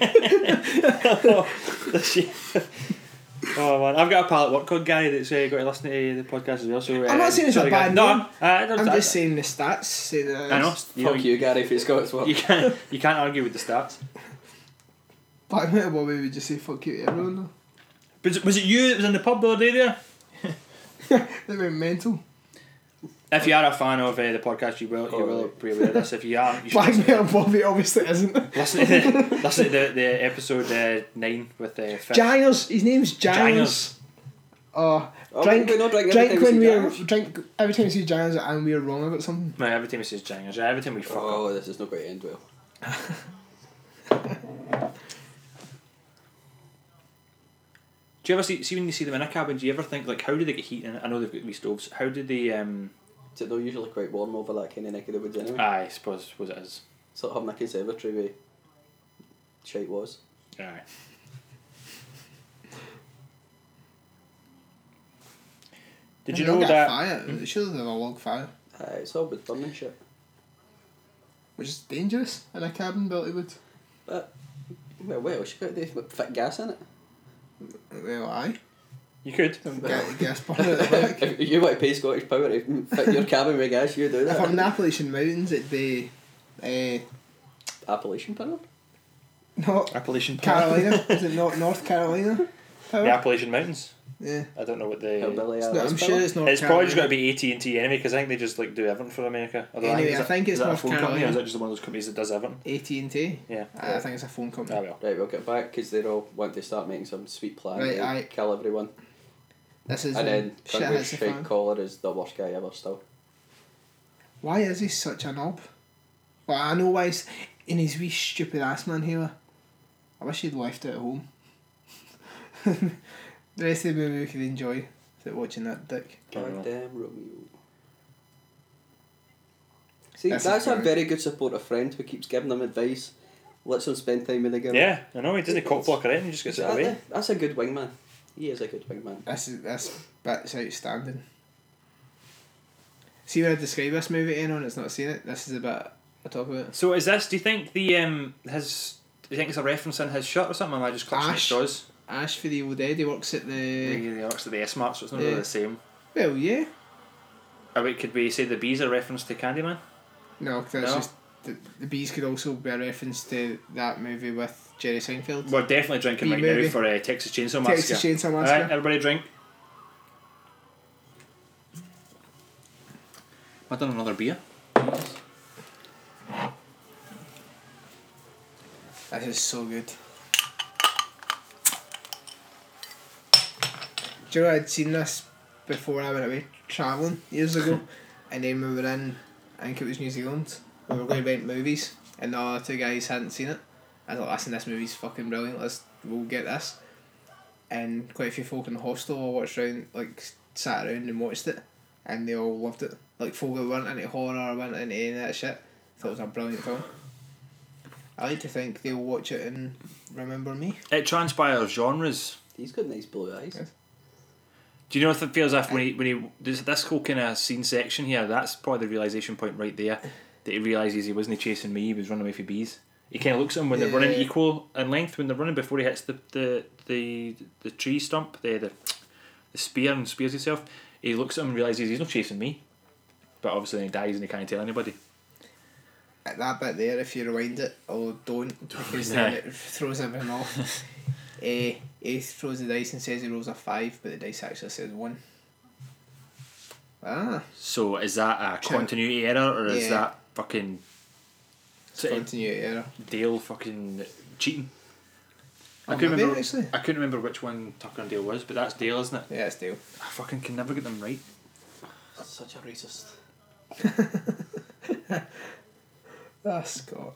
[SPEAKER 2] Oh man, I've got a pal at work called Gary that's uh, got to listen to the podcast as well. So uh,
[SPEAKER 3] I'm not saying it's a
[SPEAKER 2] sorry,
[SPEAKER 3] bad
[SPEAKER 2] Gary. No, uh,
[SPEAKER 3] name.
[SPEAKER 2] I don't.
[SPEAKER 3] I'm
[SPEAKER 2] I-
[SPEAKER 3] just saying the stats say that.
[SPEAKER 2] I know. You, know,
[SPEAKER 4] Fuck you, Gary, if it's Scots
[SPEAKER 2] you
[SPEAKER 4] work.
[SPEAKER 2] can't. You can't argue with the stats.
[SPEAKER 3] Black Metal Bobby would just say fuck you to everyone though.
[SPEAKER 2] Was it, was it you that was in the pub the other day there?
[SPEAKER 3] They went mental.
[SPEAKER 2] If you are a fan of uh, the podcast, you will. You
[SPEAKER 4] Oh,
[SPEAKER 2] will
[SPEAKER 4] right.
[SPEAKER 2] be aware of this. If you are, you should
[SPEAKER 3] Black
[SPEAKER 2] listen,
[SPEAKER 3] Metal Bobby obviously isn't.
[SPEAKER 2] listen to the, listen to the, the episode uh, nine with uh, Fitz.
[SPEAKER 3] Gingers, his name's Gingers.
[SPEAKER 2] Jangers.
[SPEAKER 3] Oh,
[SPEAKER 4] Oh,
[SPEAKER 3] drink,
[SPEAKER 4] we don't drink every time
[SPEAKER 3] drink
[SPEAKER 4] we
[SPEAKER 3] when
[SPEAKER 4] see
[SPEAKER 3] we're
[SPEAKER 4] Gingers.
[SPEAKER 3] drink every time we see Gingers and we're wrong about something.
[SPEAKER 2] No, every time he says Jangers, yeah, every time we fuck up.
[SPEAKER 4] Oh, this is not going to end well.
[SPEAKER 2] Do you ever see see when you see them in a cabin? Do you ever think like how do they get heat in it? I know they've got wee stoves. How did they? um
[SPEAKER 4] So they're usually quite warm over that kind of neck of the woods anyway.
[SPEAKER 2] I suppose was it is.
[SPEAKER 4] Sort of having a conservatory way. Shite was.
[SPEAKER 2] Aye. Did you
[SPEAKER 3] They'll
[SPEAKER 2] know
[SPEAKER 3] get a
[SPEAKER 2] that?
[SPEAKER 3] Fire. Surely they have a log fire,
[SPEAKER 4] Aye, it's all with burning shit.
[SPEAKER 3] which is dangerous in a cabin built of wood.
[SPEAKER 4] But, well, well, she got the fit gas in it.
[SPEAKER 3] Well, aye.
[SPEAKER 2] You could.
[SPEAKER 3] Some ga- gas burner at the back.
[SPEAKER 4] if you want to pay Scottish Power to fit your cabin with gas, you do
[SPEAKER 3] If I'm in
[SPEAKER 4] that.
[SPEAKER 3] the Appalachian Mountains, it'd be uh,
[SPEAKER 4] Appalachian Power?
[SPEAKER 3] not
[SPEAKER 2] Appalachian
[SPEAKER 3] Carolina. Is it not North Carolina?
[SPEAKER 2] The
[SPEAKER 3] Power?
[SPEAKER 2] Appalachian Mountains.
[SPEAKER 3] Yeah.
[SPEAKER 2] I don't know what they.
[SPEAKER 4] Hillbilly
[SPEAKER 3] It's
[SPEAKER 4] Alice
[SPEAKER 3] not, I'm
[SPEAKER 4] Power?
[SPEAKER 3] sure it's North
[SPEAKER 2] It's probably
[SPEAKER 3] Carolina.
[SPEAKER 2] just got to be AT and T anyway, because I think they just like do everything for America. Although
[SPEAKER 3] Anyway,
[SPEAKER 2] is
[SPEAKER 3] I
[SPEAKER 2] that-
[SPEAKER 3] think it's
[SPEAKER 2] is that a
[SPEAKER 3] North
[SPEAKER 2] phone company, or is
[SPEAKER 3] Carolina.
[SPEAKER 2] that just one of those companies that does everything?
[SPEAKER 3] AT&T.
[SPEAKER 2] Yeah.
[SPEAKER 3] I think it's a phone
[SPEAKER 2] Ah
[SPEAKER 3] company.
[SPEAKER 2] well.
[SPEAKER 4] Right, we'll get back because they all want to start making some sweet plan
[SPEAKER 3] Right,
[SPEAKER 4] to
[SPEAKER 3] aye.
[SPEAKER 4] kill everyone.
[SPEAKER 3] This is
[SPEAKER 4] And then
[SPEAKER 3] shit hits
[SPEAKER 4] Congress
[SPEAKER 3] the
[SPEAKER 4] Strike
[SPEAKER 3] fan.
[SPEAKER 4] Collar is the worst guy ever still.
[SPEAKER 3] Why is he such a knob? Well, I know why he's in his wee stupid ass man here. I wish he'd left it at home. the rest of the movie we could enjoy without watching that dick.
[SPEAKER 2] Don't know.
[SPEAKER 4] Goddamn Romeo. See,
[SPEAKER 3] That's
[SPEAKER 4] that's,
[SPEAKER 3] his
[SPEAKER 4] a
[SPEAKER 3] guy.
[SPEAKER 4] very good supportive friend who keeps giving them advice, lets them spend time with the girl.
[SPEAKER 2] Yeah, I know he doesn't cock block or anything. He just gets it
[SPEAKER 4] That-
[SPEAKER 2] away.
[SPEAKER 4] that- that's a good wingman. He is a good wingman.
[SPEAKER 3] This is this bit's outstanding. See when I describe this movie to anyone that's not seen it, this is the bit I talk about.
[SPEAKER 2] So is this? Do you think the um his? Do you think it's a reference in his shirt or something? Am I just clutching at
[SPEAKER 3] Ash.
[SPEAKER 2] straws?
[SPEAKER 3] Ash for the Evil Dead, he works at the
[SPEAKER 2] Really, works at the S mark, so it's not
[SPEAKER 3] Yeah.
[SPEAKER 2] really the same.
[SPEAKER 3] Well yeah.
[SPEAKER 2] Or wait, could we say the bees are a reference to Candyman?
[SPEAKER 3] No, 'cause that's
[SPEAKER 2] No.
[SPEAKER 3] just the, the bees could also be a reference to that movie with Jerry Seinfeld.
[SPEAKER 2] We're definitely drinking
[SPEAKER 3] Bee
[SPEAKER 2] right
[SPEAKER 3] movie.
[SPEAKER 2] now for uh, Texas Chainsaw Massacre.
[SPEAKER 3] Texas Chainsaw
[SPEAKER 2] All
[SPEAKER 3] Massacre.
[SPEAKER 2] right, everybody drink. I done another beer.
[SPEAKER 3] That is so good. Do you know I'd seen this before I went away travelling years ago, and then we were in, I think it was New Zealand, we were going to rent movies, and the other two guys hadn't seen it. I thought, listen, this movie's fucking brilliant. Let's we'll get this. And quite a few folk in the hostel all watched around, like sat around and watched it, and they all loved it. Like folk that weren't into horror, weren't into any of that shit, thought it was a brilliant film. I like to think they'll watch it and remember me.
[SPEAKER 2] It transpires genres.
[SPEAKER 4] He's got nice blue eyes.
[SPEAKER 3] Yes.
[SPEAKER 2] Do you know if it feels if when he when he this, this whole kind of scene section here? That's probably the realization point right there that he realizes he wasn't chasing me; he was running away for bees. He kind of looks at him when they're running
[SPEAKER 3] Yeah.
[SPEAKER 2] equal in length when they're running before he hits the the the, the tree stump, the, the the spear and spears himself. He looks at him and realizes he's not chasing me, but obviously then he dies and he can't tell anybody.
[SPEAKER 3] At that bit there, if you rewind it, or don't, because then it throws everything off. Eh, he throws the dice and says he rolls a five, but the dice actually says one. Ah,
[SPEAKER 2] So is that a
[SPEAKER 3] Sure.
[SPEAKER 2] continuity error or is
[SPEAKER 3] Yeah.
[SPEAKER 2] that fucking
[SPEAKER 3] it's
[SPEAKER 2] So it-
[SPEAKER 3] continuity error.
[SPEAKER 2] Dale fucking cheating?
[SPEAKER 3] Oh,
[SPEAKER 2] I couldn't
[SPEAKER 3] maybe,
[SPEAKER 2] remember.
[SPEAKER 3] actually.
[SPEAKER 2] I couldn't remember which one Tucker and Dale was, but that's Dale, isn't it?
[SPEAKER 3] Yeah, it's Dale.
[SPEAKER 2] I fucking can never get them right.
[SPEAKER 4] Such a racist.
[SPEAKER 3] Ah, Scott.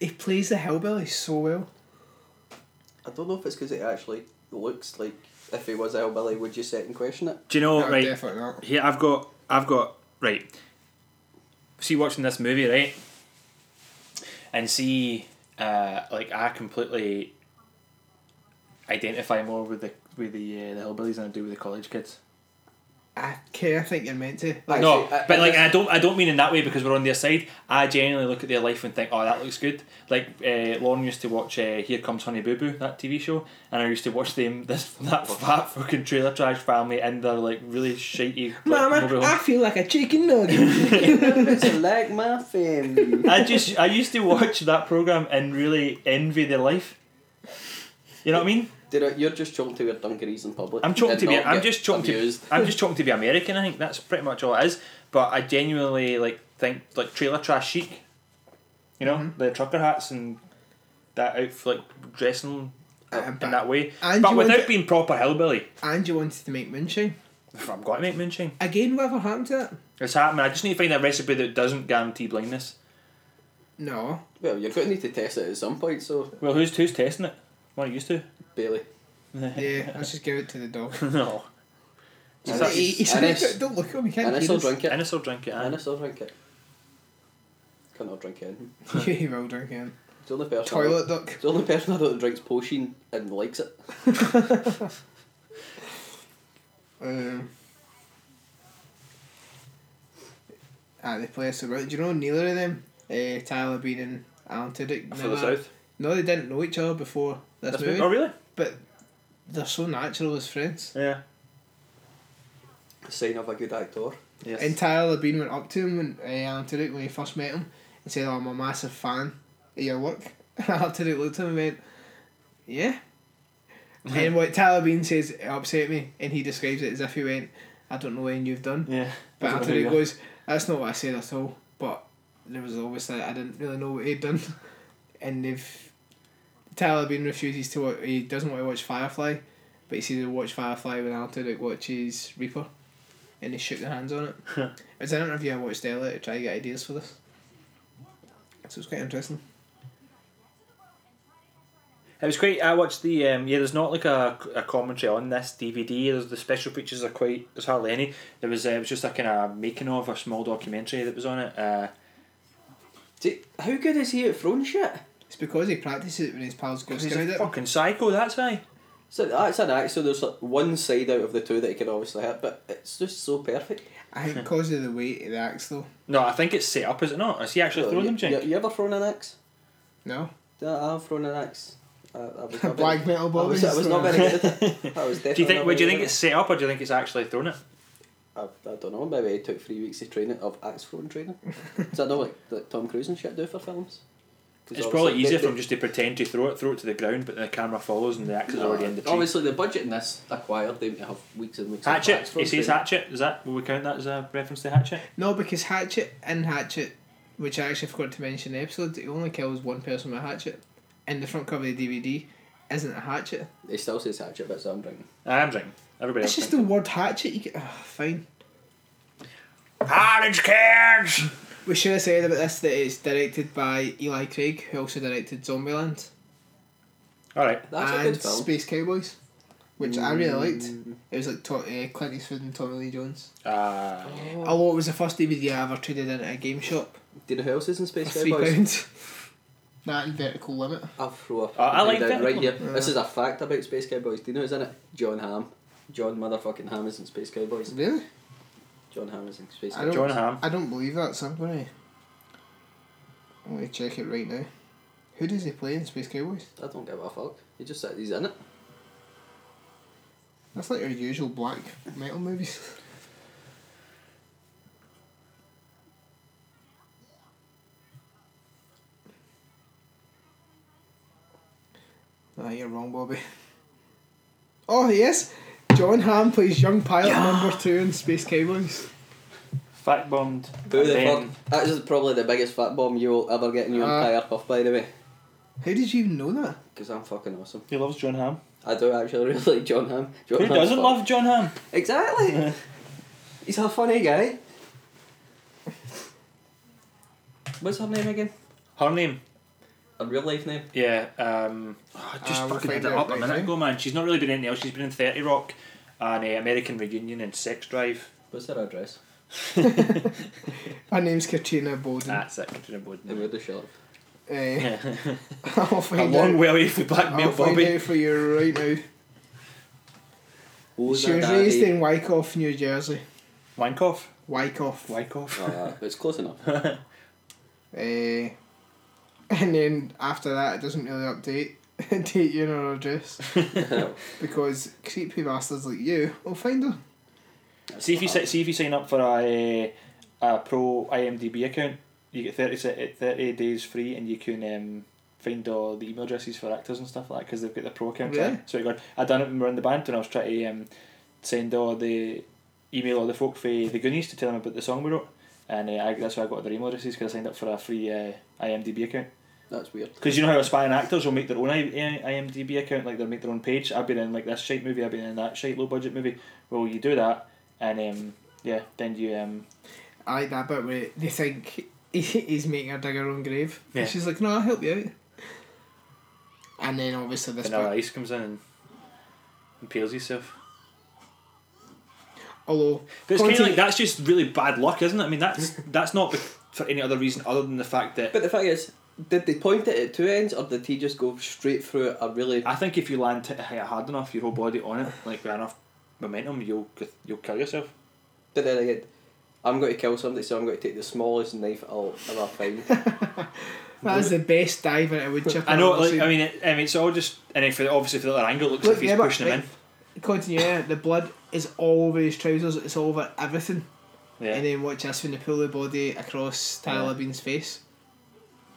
[SPEAKER 3] He plays the hillbilly so well.
[SPEAKER 4] I don't know if it's because it actually looks like if he was a hillbilly, would you set and question it?
[SPEAKER 2] Do you know
[SPEAKER 3] No,
[SPEAKER 2] right?
[SPEAKER 3] Oh, definitely not.
[SPEAKER 2] Here I've got I've got right. See watching this movie, right? And see uh like I completely identify more with the with the uh, the hillbillies than I do with the college kids.
[SPEAKER 3] I care. I think you're meant to. Like,
[SPEAKER 2] No,
[SPEAKER 4] Actually, I-
[SPEAKER 2] but
[SPEAKER 4] I
[SPEAKER 2] like
[SPEAKER 4] just-
[SPEAKER 2] I don't I don't mean in that way because we're on their side. I genuinely look at their life and think, oh, that looks good. Like uh, Lauren used to watch uh, Here Comes Honey Boo Boo that TV show, and I used to watch them this that fat fucking trailer trash family and their like really shitey. Like,
[SPEAKER 3] Mama,
[SPEAKER 2] mobile
[SPEAKER 3] I
[SPEAKER 2] home.
[SPEAKER 3] feel like a chicken nugget.
[SPEAKER 4] it's like my family.
[SPEAKER 2] I just I used to watch that program and really envy their life. You know what I mean?
[SPEAKER 4] Dude, you're just choking to wear dungarees in public.
[SPEAKER 2] I'm choking
[SPEAKER 4] and
[SPEAKER 2] to be.
[SPEAKER 4] not
[SPEAKER 2] I'm
[SPEAKER 4] get
[SPEAKER 2] just choking
[SPEAKER 4] abused.
[SPEAKER 2] to. I'm just choking to be American. I think that's pretty much all it is. But I genuinely like think like trailer trash chic. You know
[SPEAKER 3] Mm-hmm.
[SPEAKER 2] the trucker hats and that outfit, like dressing
[SPEAKER 3] Uh,
[SPEAKER 2] in that way,
[SPEAKER 3] and
[SPEAKER 2] but
[SPEAKER 3] you
[SPEAKER 2] without
[SPEAKER 3] want-
[SPEAKER 2] being proper hillbilly.
[SPEAKER 3] and you wanted to make moonshine.
[SPEAKER 2] I've got to make moonshine.
[SPEAKER 3] Again, whatever happened to that?
[SPEAKER 2] It's happening. I just need to find a recipe that doesn't guarantee blindness.
[SPEAKER 3] No.
[SPEAKER 4] Well, you're going to need to test it at some point, so
[SPEAKER 2] Well, who's who's testing it? What are you used to?
[SPEAKER 4] Bailey.
[SPEAKER 3] Yeah, let's just give it to the dog.
[SPEAKER 2] no.
[SPEAKER 4] And
[SPEAKER 2] that-
[SPEAKER 3] He- he
[SPEAKER 4] it's-
[SPEAKER 3] said,
[SPEAKER 4] and it's-
[SPEAKER 3] don't look at him, he can't
[SPEAKER 4] and I
[SPEAKER 3] hear
[SPEAKER 4] still
[SPEAKER 3] us."
[SPEAKER 4] drink it.
[SPEAKER 2] Ennis will drink it.
[SPEAKER 4] And I
[SPEAKER 2] Ennis.
[SPEAKER 4] still drink it. Cannot drink it. It's
[SPEAKER 3] Yeah, he will drink it.
[SPEAKER 4] the only person. I don't-
[SPEAKER 3] Toilet duck.
[SPEAKER 4] It's the only person I don't drinks potion and likes it.
[SPEAKER 3] Um, ah, they play us around. Do you know neither of them? Uh, Tyler Bean and Alan Tudyk.
[SPEAKER 2] For the
[SPEAKER 3] never-
[SPEAKER 2] south.
[SPEAKER 3] No, they didn't know each other before this
[SPEAKER 2] That's
[SPEAKER 3] movie.
[SPEAKER 2] Oh really?
[SPEAKER 3] But they're so natural as friends.
[SPEAKER 2] Yeah.
[SPEAKER 4] Sign of a good actor.
[SPEAKER 2] Yes.
[SPEAKER 3] And Tyler Bean went up to him when uh, Alan Tudyk when he first met him and said, "Oh, I'm a massive fan of your work." And Alan Tudyk looked at him and went, "Yeah." and what Tyler Bean says it upset me, and he describes it as if he went, "I don't know when you've done."
[SPEAKER 2] yeah.
[SPEAKER 3] But
[SPEAKER 2] That's what
[SPEAKER 3] after
[SPEAKER 2] I
[SPEAKER 3] it
[SPEAKER 2] do.
[SPEAKER 3] goes, that's not what I said at all. But there was obviously I didn't really know what he'd done, and they've Tyler Bean refuses to watch. He doesn't want to watch Firefly, but he says he'll watch Firefly when Alan Tudyk watches Reaper, and they shook their hands on it. it was an interview I watched earlier to try to get ideas for this, so it's quite interesting.
[SPEAKER 2] It was quite. I watched the um, yeah. There's not like a, a commentary on this DVD. There's the special features are quite. There's hardly any. There was uh, it was just a kind of making of a small documentary that was on it. Uh,
[SPEAKER 4] See, how good is he at throwing shit?
[SPEAKER 3] It's because he practices it when his pals go
[SPEAKER 2] he's
[SPEAKER 3] scout
[SPEAKER 2] a
[SPEAKER 3] it.
[SPEAKER 2] fucking psycho. That's why.
[SPEAKER 4] So that's an act. So there's like one side out of the two that he can obviously hit, but it's just so perfect.
[SPEAKER 3] I think because of the weight of the axe though.
[SPEAKER 2] No, I think it's set up. Is it not? Is he actually
[SPEAKER 4] Well,
[SPEAKER 2] throwing
[SPEAKER 4] you,
[SPEAKER 2] them? Jink?
[SPEAKER 4] You, you ever thrown an axe?
[SPEAKER 3] No,
[SPEAKER 4] Yeah, I've thrown an axe. I, I was
[SPEAKER 3] a
[SPEAKER 4] not
[SPEAKER 3] black
[SPEAKER 4] very,
[SPEAKER 3] metal
[SPEAKER 4] I
[SPEAKER 3] body.
[SPEAKER 4] was, I was not very good at it. I was
[SPEAKER 2] Do you
[SPEAKER 4] definitely
[SPEAKER 2] think?
[SPEAKER 4] not
[SPEAKER 2] Would you
[SPEAKER 4] very
[SPEAKER 2] think
[SPEAKER 4] good
[SPEAKER 2] it's set up, or do you think it's actually thrown it?
[SPEAKER 4] at it. I, I don't know. Maybe it took three weeks of training of axe throwing training. Is that not like that Tom Cruise and shit do for films? 'Cause
[SPEAKER 2] It's
[SPEAKER 4] obviously
[SPEAKER 2] probably
[SPEAKER 4] they-
[SPEAKER 2] easier
[SPEAKER 4] they-
[SPEAKER 2] for him just to pretend to throw it, throw it to the ground, but the camera follows and the axe is already in the tree.
[SPEAKER 4] Obviously, the budget in this acquired them to have weeks and weeks. of
[SPEAKER 2] hatchet.
[SPEAKER 4] axe
[SPEAKER 2] He
[SPEAKER 4] throwing
[SPEAKER 2] says
[SPEAKER 4] training.
[SPEAKER 2] hatchet. Is that? Will we count that as a reference to hatchet?
[SPEAKER 3] No, because Hatchet and Hatchet, which I actually forgot to mention in the episode, it only kills one person with a hatchet. And the front cover of the DVD isn't a hatchet.
[SPEAKER 4] He still says hatchet, but so I'm drinking.
[SPEAKER 2] I am drinking. Everybody
[SPEAKER 3] It's
[SPEAKER 2] else.
[SPEAKER 3] ah, just the word hatchet. You get, ugh, fine.
[SPEAKER 2] Orange cans!
[SPEAKER 3] We should have said about this that it's directed by Eli Craig, who also directed Zombieland
[SPEAKER 2] Alright.
[SPEAKER 4] That's a
[SPEAKER 3] and
[SPEAKER 4] good film. Mm.
[SPEAKER 3] Space Cowboys, which I really liked. It was like to- uh, Clint Eastwood and Tommy Lee Jones.
[SPEAKER 2] Uh,
[SPEAKER 3] Although it was the first DVD I ever traded in at a game shop
[SPEAKER 4] Do you know who else is in Space
[SPEAKER 3] for three
[SPEAKER 4] Cowboys?
[SPEAKER 3] pounds. that and Vertical Limit.
[SPEAKER 4] I'll throw a
[SPEAKER 2] Uh, I like
[SPEAKER 4] down
[SPEAKER 2] that
[SPEAKER 4] right
[SPEAKER 2] one.
[SPEAKER 4] here. This is a fact about Space Cowboys. Do you know who's in it? John Hamm. John motherfucking Hamm is in Space Cowboys.
[SPEAKER 3] Really?
[SPEAKER 4] John Hamm is in Space
[SPEAKER 3] I
[SPEAKER 4] Cowboys.
[SPEAKER 3] don't.
[SPEAKER 2] John Hamm.
[SPEAKER 3] I don't believe that. So I'm gonna. I'm gonna check it right now. Who does he play in Space Cowboys?
[SPEAKER 4] I don't give a fuck. He just said he's in it.
[SPEAKER 3] That's like your usual black metal movies. Ah, you're wrong, Bobby. Oh, yes. John Hamm plays young pilot number two in Space Cowboys.
[SPEAKER 2] Fact bombed.
[SPEAKER 4] Who
[SPEAKER 2] And
[SPEAKER 4] the
[SPEAKER 2] then-
[SPEAKER 4] fuck? That is probably the biggest fat bomb you will ever get in your
[SPEAKER 3] Uh.
[SPEAKER 4] entire puff, by the way.
[SPEAKER 3] How did you even know that?
[SPEAKER 4] Because I'm fucking awesome.
[SPEAKER 2] He loves John Ham.
[SPEAKER 4] I do actually really like John Hamm. John
[SPEAKER 2] Who
[SPEAKER 4] Hamm's
[SPEAKER 2] doesn't
[SPEAKER 4] fun.
[SPEAKER 2] love John Ham?
[SPEAKER 4] Exactly. he's a funny guy. What's her name again?
[SPEAKER 2] Her name?
[SPEAKER 4] A real life name.
[SPEAKER 2] Yeah. Um, oh, I just
[SPEAKER 3] Uh, we'll
[SPEAKER 2] fucking
[SPEAKER 3] find
[SPEAKER 2] had it
[SPEAKER 3] out
[SPEAKER 2] up a
[SPEAKER 3] right
[SPEAKER 2] minute
[SPEAKER 3] now.
[SPEAKER 2] ago, man. She's not really been in anything else. She's been in 30 Rock and uh, American Reunion and Sex Drive.
[SPEAKER 4] What's her address?
[SPEAKER 3] My name's Katrina Bowden.
[SPEAKER 2] That's it, Katrina
[SPEAKER 4] And
[SPEAKER 2] Bowden.
[SPEAKER 4] where the shop.
[SPEAKER 3] Eh,
[SPEAKER 2] Yeah.
[SPEAKER 3] I'll
[SPEAKER 2] a
[SPEAKER 3] find
[SPEAKER 2] long
[SPEAKER 3] out.
[SPEAKER 2] way away from
[SPEAKER 3] I'll
[SPEAKER 2] blackmail
[SPEAKER 3] find
[SPEAKER 2] Bobby.
[SPEAKER 3] out for Oh, you right now.
[SPEAKER 4] Who's
[SPEAKER 3] she
[SPEAKER 4] her
[SPEAKER 3] was raised
[SPEAKER 4] daddy?
[SPEAKER 3] in Wyckoff, New Jersey.
[SPEAKER 2] Wankoff.
[SPEAKER 3] Wyckoff.
[SPEAKER 2] Wyckoff.
[SPEAKER 4] Oh, uh, it's close enough.
[SPEAKER 3] Eh, and then after that, it doesn't really update date you in her address because creepy bastards like you will find her.
[SPEAKER 2] See if you si- see if you sign up for a eh, a pro IMDb account, you get thirty se- eh, thirty days free, and you can um, find all the email addresses for actors and stuff like that because they've got the pro account.
[SPEAKER 3] Really?
[SPEAKER 2] So I got I done it when we were in the band when I was trying to um, send all the email all the folk for the Goonies to tell them about the song we wrote, and uh, I, that's why I got their email addresses because I signed up for a free uh, IMDb account.
[SPEAKER 4] That's weird.
[SPEAKER 2] Because you know how aspiring actors will make their own I- I- IMDb account, like they'll make their own page. I've been in like this shite movie, I've been in that shite low budget movie. Well, you do that, and um, yeah, then you um,
[SPEAKER 3] I like that bit where they think he- he's making her dig her own grave.
[SPEAKER 2] Yeah.
[SPEAKER 3] And she's like, no, I'll help you out. And then obviously this
[SPEAKER 2] vanilla
[SPEAKER 3] bit,
[SPEAKER 2] ice comes in and impales yourself.
[SPEAKER 3] although
[SPEAKER 2] But it's kind of
[SPEAKER 3] Conti-
[SPEAKER 2] like that's just really bad luck, isn't it? I mean, that's that's not for any other reason other than the fact that
[SPEAKER 4] But the thing is, did they point it at two ends or did he just go straight through a really.
[SPEAKER 2] I think if you land t- hard enough, your whole body on it, like with enough momentum, you'll you'll kill yourself.
[SPEAKER 4] Did it again? I'm going to kill somebody, so I'm going to take the smallest knife I'll ever find.
[SPEAKER 3] that is the best dive into a wood chip.
[SPEAKER 2] I know,
[SPEAKER 3] I've ever
[SPEAKER 2] like
[SPEAKER 3] seen.
[SPEAKER 2] I mean, it, I mean, it's all just and if obviously for the other angle, it looks
[SPEAKER 3] Look,
[SPEAKER 2] like he's
[SPEAKER 3] yeah, but,
[SPEAKER 2] pushing him
[SPEAKER 3] like, Continue, yeah, the blood is all over his trousers, it's all over everything.
[SPEAKER 2] in. Yeah.
[SPEAKER 3] And then watch this when they pull the body across Tyler Bean's face.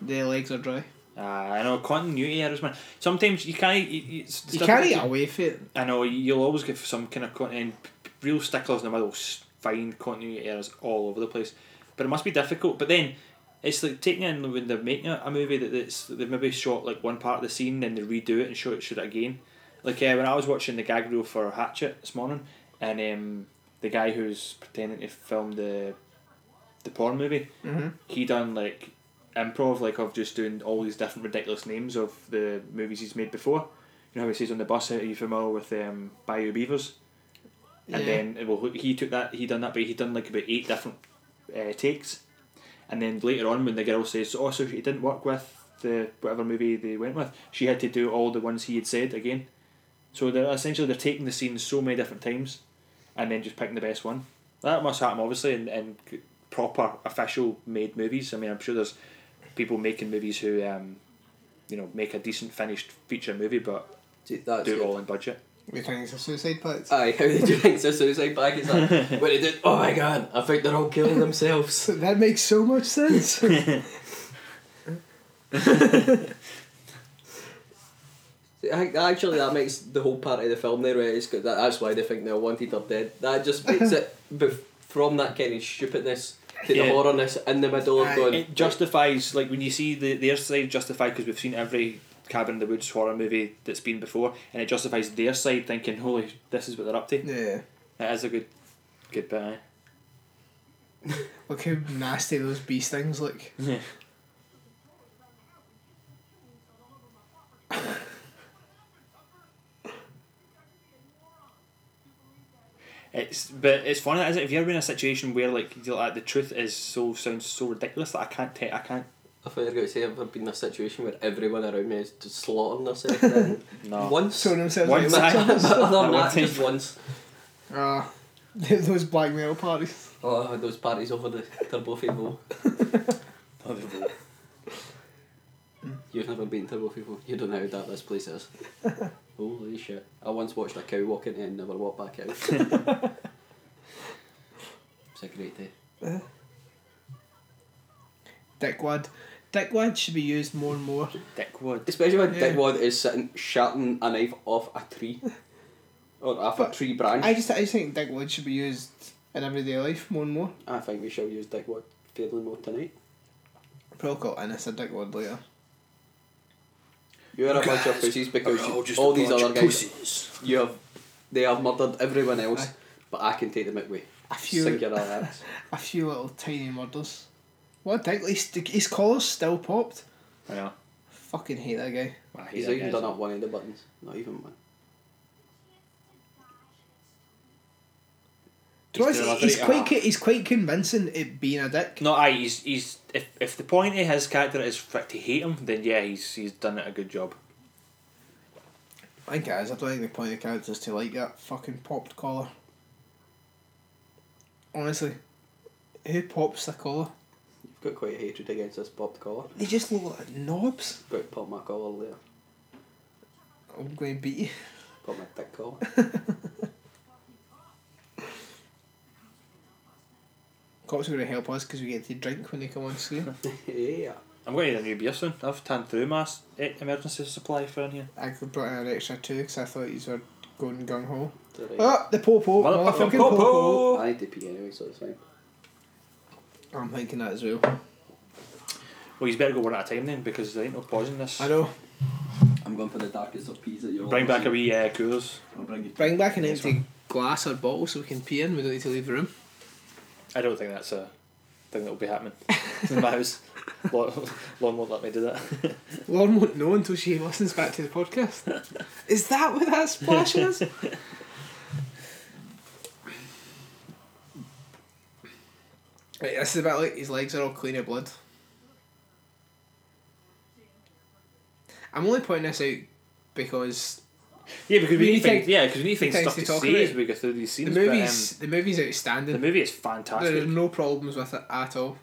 [SPEAKER 3] The legs are dry.
[SPEAKER 2] Uh, I know continuity errors, man. Sometimes you can't. You, you, it's
[SPEAKER 3] You
[SPEAKER 2] stuff
[SPEAKER 3] can't
[SPEAKER 2] that
[SPEAKER 3] get away from it.
[SPEAKER 2] I know you- you'll always get some kind of continuity. Real sticklers in the middle s- find continuity errors all over the place, but it must be difficult. But then it's like taking in when they're making a, a movie that that's, they've maybe shot like one part of the scene, then they redo it and show it shoot it again. Like uh, when I was watching the gag reel for Hatchet this morning, and um, the guy who's pretending to film the the porn movie,
[SPEAKER 3] Mm-hmm.
[SPEAKER 2] he done like improv like of just doing all these different ridiculous names of the movies he's made before. You know how he says on the bus, "Are you familiar with um, Bayou Beavers?" And then well, he took that he done that, but he done like about eight different uh, takes. And then later on, when the girl says, "Oh, so he didn't work with the whatever movie they went with," she had to do all the ones he had said again. So they're essentially they're taking the scene so many different times, and then just picking the best one. That must happen obviously in, in c- proper official made movies. I mean, I'm sure there's people making movies who, um, you know, make a decent finished feature movie, but
[SPEAKER 4] See, that's
[SPEAKER 2] do it
[SPEAKER 4] it.
[SPEAKER 2] all in budget.
[SPEAKER 3] We think it's a suicide pact.
[SPEAKER 4] Aye, how did you think so suicide pack is that? When he did, oh my god, I think they're all killing themselves.
[SPEAKER 3] So that makes so much sense.
[SPEAKER 4] See, I- Actually, that makes the whole part of the film there. Right? It's got that, that's why they think they're wanted or dead. That just makes it bef- from that kind of stupidness to the
[SPEAKER 2] Yeah.
[SPEAKER 4] horrorness in the middle of
[SPEAKER 3] Aye,
[SPEAKER 4] going.
[SPEAKER 2] It justifies, like when you see the their side justified because we've seen every Cabin in the Woods horror movie that's been before, and it justifies their side thinking, "Holy, this is what they're up to."
[SPEAKER 3] yeah.
[SPEAKER 2] That is a good, good bit. Aye.
[SPEAKER 3] Look how nasty those bee stings look.
[SPEAKER 2] Yeah. It's but it's funny, is it? If you're in a situation where like you're like the truth is so sounds so ridiculous that I can't te- I can't
[SPEAKER 4] I thought you were going to say I've been in a situation where everyone around me is just slaughtering themselves. then.
[SPEAKER 2] no.
[SPEAKER 4] Once.
[SPEAKER 3] Showing themselves
[SPEAKER 2] One
[SPEAKER 3] like
[SPEAKER 2] side.
[SPEAKER 3] victims.
[SPEAKER 4] But other than
[SPEAKER 2] That
[SPEAKER 4] that,
[SPEAKER 2] one
[SPEAKER 4] just once.
[SPEAKER 3] Ah, those black metal parties.
[SPEAKER 4] Oh, I had those parties over the Turbo Fable. You've never been to Turbo Fable. You don't know how dark this place is. Holy shit. I once watched a cow walk in and never walk back out. it's a great day.
[SPEAKER 3] Dickwad. Dickwad should be used more and more.
[SPEAKER 2] Dickwood.
[SPEAKER 4] Especially when
[SPEAKER 3] Yeah.
[SPEAKER 4] Dickwad is sitting sharpening a knife off a tree. Or off
[SPEAKER 3] But
[SPEAKER 4] a tree branch.
[SPEAKER 3] I
[SPEAKER 4] I,
[SPEAKER 3] just I just think Dickwad should be used in everyday life more and more.
[SPEAKER 4] think we shall use Dickwad fairly more tonight.
[SPEAKER 3] Probably call Innes a Dickwad later.
[SPEAKER 4] You're a bunch of pussies because you- all these other guys, you have, they have murdered everyone else,
[SPEAKER 3] Aye.
[SPEAKER 4] but I can take them out with
[SPEAKER 3] A few
[SPEAKER 4] singular acts.
[SPEAKER 3] a few little tiny murders. What a dick? His, his collar's still popped.
[SPEAKER 2] I know.
[SPEAKER 3] Fucking hate that guy.
[SPEAKER 2] I hate
[SPEAKER 4] He's
[SPEAKER 2] that
[SPEAKER 4] not even
[SPEAKER 2] guy.
[SPEAKER 4] done up one of the buttons. Not even one.
[SPEAKER 3] To be
[SPEAKER 2] He's
[SPEAKER 3] honest,
[SPEAKER 2] doing a
[SPEAKER 3] he's
[SPEAKER 2] great
[SPEAKER 3] quite
[SPEAKER 2] act.
[SPEAKER 3] co- he's quite convincing at being a dick.
[SPEAKER 2] No, aye, he's he's if, if the point of his character is for it to hate him, then yeah, he's he's done it a good job.
[SPEAKER 3] I think it is. I don't think the point of the characters to like that fucking popped collar. Honestly, who pops the collar?
[SPEAKER 4] You've got quite a hatred against this popped collar.
[SPEAKER 3] They just look like knobs.
[SPEAKER 4] Got to pop my collar later.
[SPEAKER 3] I'm going to beat you.
[SPEAKER 4] Pop my thick collar.
[SPEAKER 3] Cops are going to help us because we get to drink when they come on screen.
[SPEAKER 4] yeah.
[SPEAKER 2] I'm going to need a new beer soon. I've tanned through my s- eh, emergency supply for in here.
[SPEAKER 3] I brought in an extra two because I thought you were going gung ho.
[SPEAKER 4] It's alright.
[SPEAKER 3] Ah, the popo,
[SPEAKER 2] Motherfucking
[SPEAKER 3] motherfucking popo.
[SPEAKER 2] popo.
[SPEAKER 4] I need to pee anyway, so it's fine.
[SPEAKER 3] I'm thinking that as well.
[SPEAKER 2] Well, he's better go one at a time then because there ain't no pausing this.
[SPEAKER 3] I know.
[SPEAKER 4] I'm going for the darkest of peas that you'll
[SPEAKER 2] Bring
[SPEAKER 4] ever
[SPEAKER 2] back a
[SPEAKER 4] see.
[SPEAKER 2] wee uh, coolers.
[SPEAKER 4] I'll bring you
[SPEAKER 3] Bring back an empty glass or bottle so we can pee in. We don't need to leave the room.
[SPEAKER 2] I don't think that's a thing that will be happening in my house. Lon Lon won't let me do that.
[SPEAKER 3] Lauren won't know until she listens back to the podcast. Is that what that splash was? Right, this is about like his legs are all clean of blood. I'm only pointing this out because
[SPEAKER 2] Yeah, because we,
[SPEAKER 3] We
[SPEAKER 2] need
[SPEAKER 3] need
[SPEAKER 2] to think,
[SPEAKER 3] to-
[SPEAKER 2] yeah, because we need to think
[SPEAKER 3] things
[SPEAKER 2] stuff
[SPEAKER 3] to
[SPEAKER 2] to,
[SPEAKER 3] talk
[SPEAKER 2] see
[SPEAKER 3] about.
[SPEAKER 2] as we go through these
[SPEAKER 3] the
[SPEAKER 2] scenes.
[SPEAKER 3] movie's um, the movie's outstanding.
[SPEAKER 2] but, um, the movie is
[SPEAKER 3] there are
[SPEAKER 2] fantastic.
[SPEAKER 3] no problems with it at all.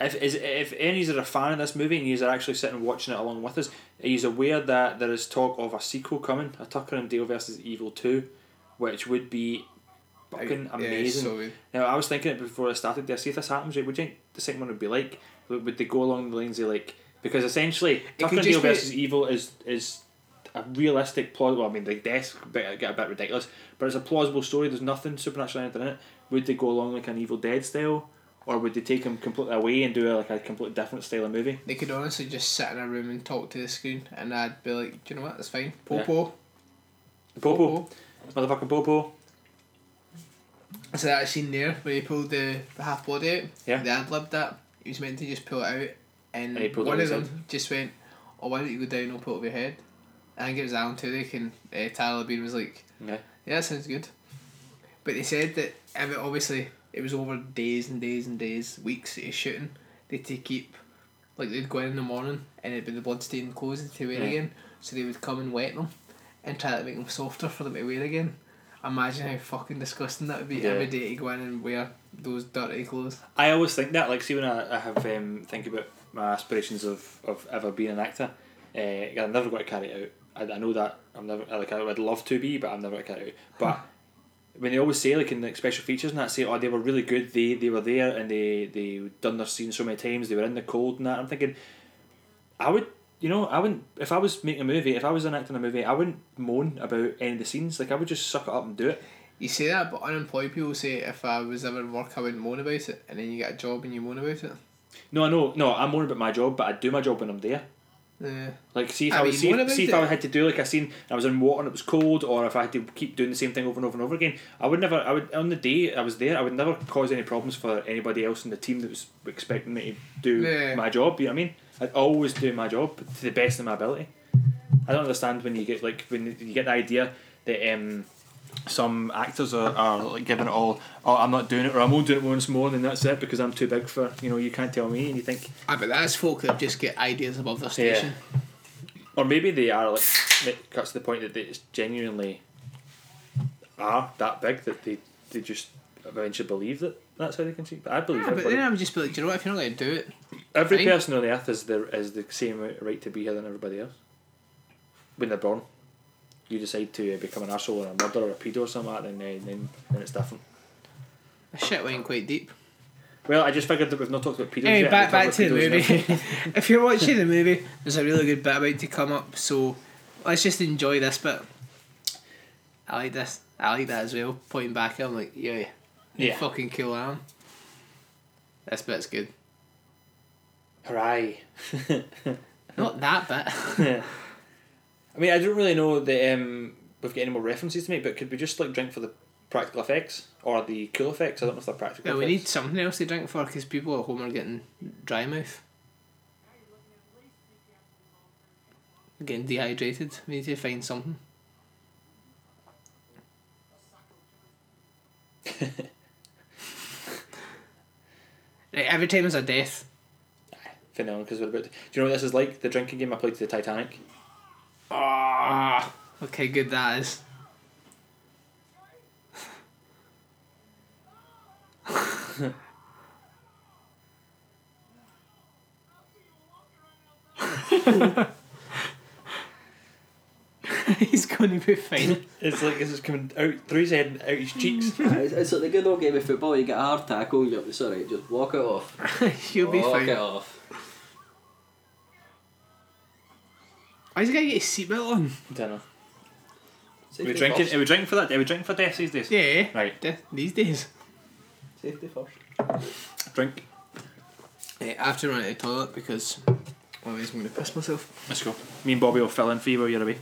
[SPEAKER 2] If is if any are a fan of this movie and you are actually sitting watching it along with us, he's aware that there is talk of a sequel coming, a Tucker and Dale versus Evil Two, which would be fucking
[SPEAKER 3] Yeah, it's
[SPEAKER 2] amazing.
[SPEAKER 3] so good.
[SPEAKER 2] Now I was thinking it before I started there. See if this happens, right? Would you think the second one would be like? Would would they go along the lines of like? Because essentially, Tucker
[SPEAKER 3] could
[SPEAKER 2] and Dale
[SPEAKER 3] just be-
[SPEAKER 2] versus Evil is is a realistic plot. Well, I mean the deaths bit get a bit ridiculous, but it's a plausible story. There's nothing supernatural or anything in it. Would they go along like an Evil Dead style, or would they take him completely away and do a, like a completely different style of movie?
[SPEAKER 3] They could honestly just sit in a room and talk to the screen, and I'd be like, do you know what? That's fine. Popo.
[SPEAKER 2] Popo, motherfucking Popo.
[SPEAKER 3] So that scene there where he pulled the, the half body out,
[SPEAKER 2] Yeah.
[SPEAKER 3] they ad libbed that. He was meant to just pull it out, and,
[SPEAKER 2] And he pulled it
[SPEAKER 3] one
[SPEAKER 2] out
[SPEAKER 3] of them
[SPEAKER 2] his
[SPEAKER 3] just went, "Oh, why don't you go down and pull it over your head?" I think it was Alan Tudyk and uh, Tyler Bean was like,
[SPEAKER 2] Yeah.
[SPEAKER 3] "Yeah, that sounds good," but they said that I mean, obviously it was over days and days and days, weeks that he's shooting. They to keep like they'd go in in the morning and it'd be the bloodstained clothes that they wear
[SPEAKER 2] Yeah.
[SPEAKER 3] again, so they would come and wet them and try to make them softer for them to wear again. Imagine how fucking disgusting that would be
[SPEAKER 2] Yeah.
[SPEAKER 3] every day to go in and wear those dirty clothes.
[SPEAKER 2] I always think that, like, see when I, I have um, think about my aspirations of, of ever being an actor, uh, I'm never going to carry it out. I, I know that I'm never like I would love to be, but I'm never going to carry it out. But when they always say like in the special features and that say, oh, they were really good. They they were there and they they done their scene so many times. They were in the cold and that. I'm thinking, I would. You know, I wouldn't. If I was making a movie, if I was an actor in a movie, I wouldn't moan about any of the scenes. Like I would just suck it up and do it.
[SPEAKER 3] You say that, but unemployed people say if I was ever in work, I wouldn't moan about it, and then you get a job and you moan about it.
[SPEAKER 2] No, I know. No, I'm moaning about my job, but I do my job when I'm there.
[SPEAKER 3] Yeah.
[SPEAKER 2] Like, see if
[SPEAKER 3] I
[SPEAKER 2] I,
[SPEAKER 3] mean,
[SPEAKER 2] was, see,
[SPEAKER 3] what
[SPEAKER 2] if-
[SPEAKER 3] about
[SPEAKER 2] see if
[SPEAKER 3] it?
[SPEAKER 2] I had to do like I seen, and I was in water and it was cold, or if I had to keep doing the same thing over and over and over again, I would never. I would on the day I was there, I would never cause any problems for anybody else in the team that was expecting me to do
[SPEAKER 3] Yeah.
[SPEAKER 2] my job. You know what I mean? I'd always do my job to the best of my ability. I don't understand when you get like when you get the idea that um, some actors are, are like giving it all. Oh, I'm not doing it, or I'm only doing it once more, and then that's it because I'm too big for you know. You can't tell me, and you think
[SPEAKER 3] I bet Ah, that's folk that just get ideas above their station.
[SPEAKER 2] or maybe they are like it cuts to the point that they it's genuinely are that big that they, they just eventually believe that that's how they can see. But I believe
[SPEAKER 3] Yeah, but
[SPEAKER 2] everybody,
[SPEAKER 3] then I'm just be like, do you know what? If you're not going to do it,
[SPEAKER 2] every
[SPEAKER 3] fine.
[SPEAKER 2] person on the earth is the is the same right to be here than everybody else. When they're born, you decide to uh, become an asshole or a murderer or a pedo or something, like that, then uh, then then it's different.
[SPEAKER 3] the shit went quite deep.
[SPEAKER 2] Well, I just figured that we've not talked about pedos
[SPEAKER 3] Anyway,
[SPEAKER 2] yet.
[SPEAKER 3] back,
[SPEAKER 2] We'll
[SPEAKER 3] back
[SPEAKER 2] talk
[SPEAKER 3] to the
[SPEAKER 2] about pedos now.
[SPEAKER 3] movie. if you're watching the movie, there's a really good bit about to come up, so let's just enjoy this bit. I like this. I like that as well. Pointing back, I'm like, yeah,
[SPEAKER 2] Yeah.
[SPEAKER 3] fucking cool, I am. This bit's good.
[SPEAKER 2] Hooray.
[SPEAKER 3] Not that bit.
[SPEAKER 2] I mean, I don't really know that um, we've got any more references to make, but could we just like drink for the practical effects or the cool effects? I don't know if they're practical.
[SPEAKER 3] well, we need
[SPEAKER 2] effects.
[SPEAKER 3] something else to drink for because people at home are getting dry mouth. Getting dehydrated. We need to find something. right, every time there's a death.
[SPEAKER 2] for now because we're about. To... Do you know what this is like? The drinking game I played to the Titanic.
[SPEAKER 3] Ah, look how good that is. He's going to be fine.
[SPEAKER 2] It's like this is coming out through his head, and out his cheeks.
[SPEAKER 4] it's, it's like the good old game of football. You get a hard tackle, and you're like, sorry, just walk it off.
[SPEAKER 3] He'll be
[SPEAKER 4] walk
[SPEAKER 3] fine.
[SPEAKER 4] it off.
[SPEAKER 3] Why's he going to get his seatbelt on?
[SPEAKER 2] don't know. Are we
[SPEAKER 4] Safety
[SPEAKER 2] drinking?
[SPEAKER 4] first.
[SPEAKER 2] Are we drinking for that? Are we drinking for death these days?
[SPEAKER 3] Yeah.
[SPEAKER 2] Right.
[SPEAKER 3] Death these days.
[SPEAKER 4] Safety first.
[SPEAKER 2] Drink.
[SPEAKER 3] Right, I have to run to the toilet because otherwise I'm going to piss myself.
[SPEAKER 2] Let's go. Me and Bobby will fill in for you while you're away.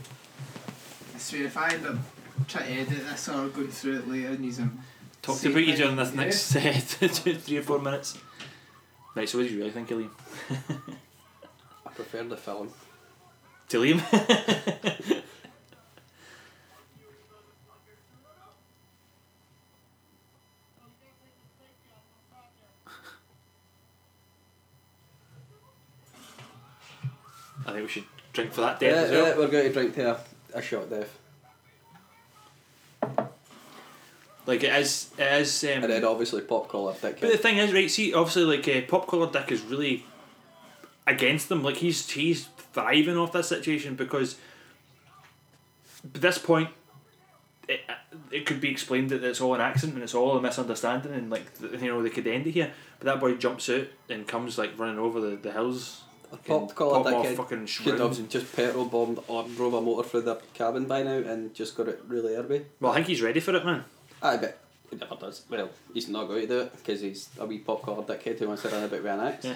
[SPEAKER 3] I swear if I end up trying to edit this or going through it later and using
[SPEAKER 2] Talk to
[SPEAKER 3] See,
[SPEAKER 2] Booty
[SPEAKER 3] I-
[SPEAKER 2] during this
[SPEAKER 3] yeah.
[SPEAKER 2] next uh, two, three or four minutes. Right. So what do you really think, Liam?
[SPEAKER 4] I prefer the film.
[SPEAKER 2] To Liam. I think we should drink for that death as
[SPEAKER 4] Yeah,
[SPEAKER 2] well.
[SPEAKER 4] yeah, we're going to drink to a, a shot death,
[SPEAKER 2] Like it is, it is. Um,
[SPEAKER 4] and then obviously pop collar
[SPEAKER 2] But the
[SPEAKER 4] dickhead.
[SPEAKER 2] thing is, right? See, obviously, like uh, Pop Collar Dick is really against them. Like he's he's thriving off this situation because at this point, it it could be explained that it's all an accident and it's all a misunderstanding and like th- you know they could end it here. But that boy jumps out and comes like running over the the hills.
[SPEAKER 4] Pop
[SPEAKER 2] Pop
[SPEAKER 4] collar
[SPEAKER 2] off
[SPEAKER 4] dickhead.
[SPEAKER 2] fucking
[SPEAKER 4] Should
[SPEAKER 2] shrouds.
[SPEAKER 4] have just petrol bombed or drove a motor through the cabin by now and just got it really early.
[SPEAKER 2] Well, I think he's ready for it, man.
[SPEAKER 4] I bet he never does. Well, he's not going to do it because he's a wee pop collar dickhead who wants to run about with an axe.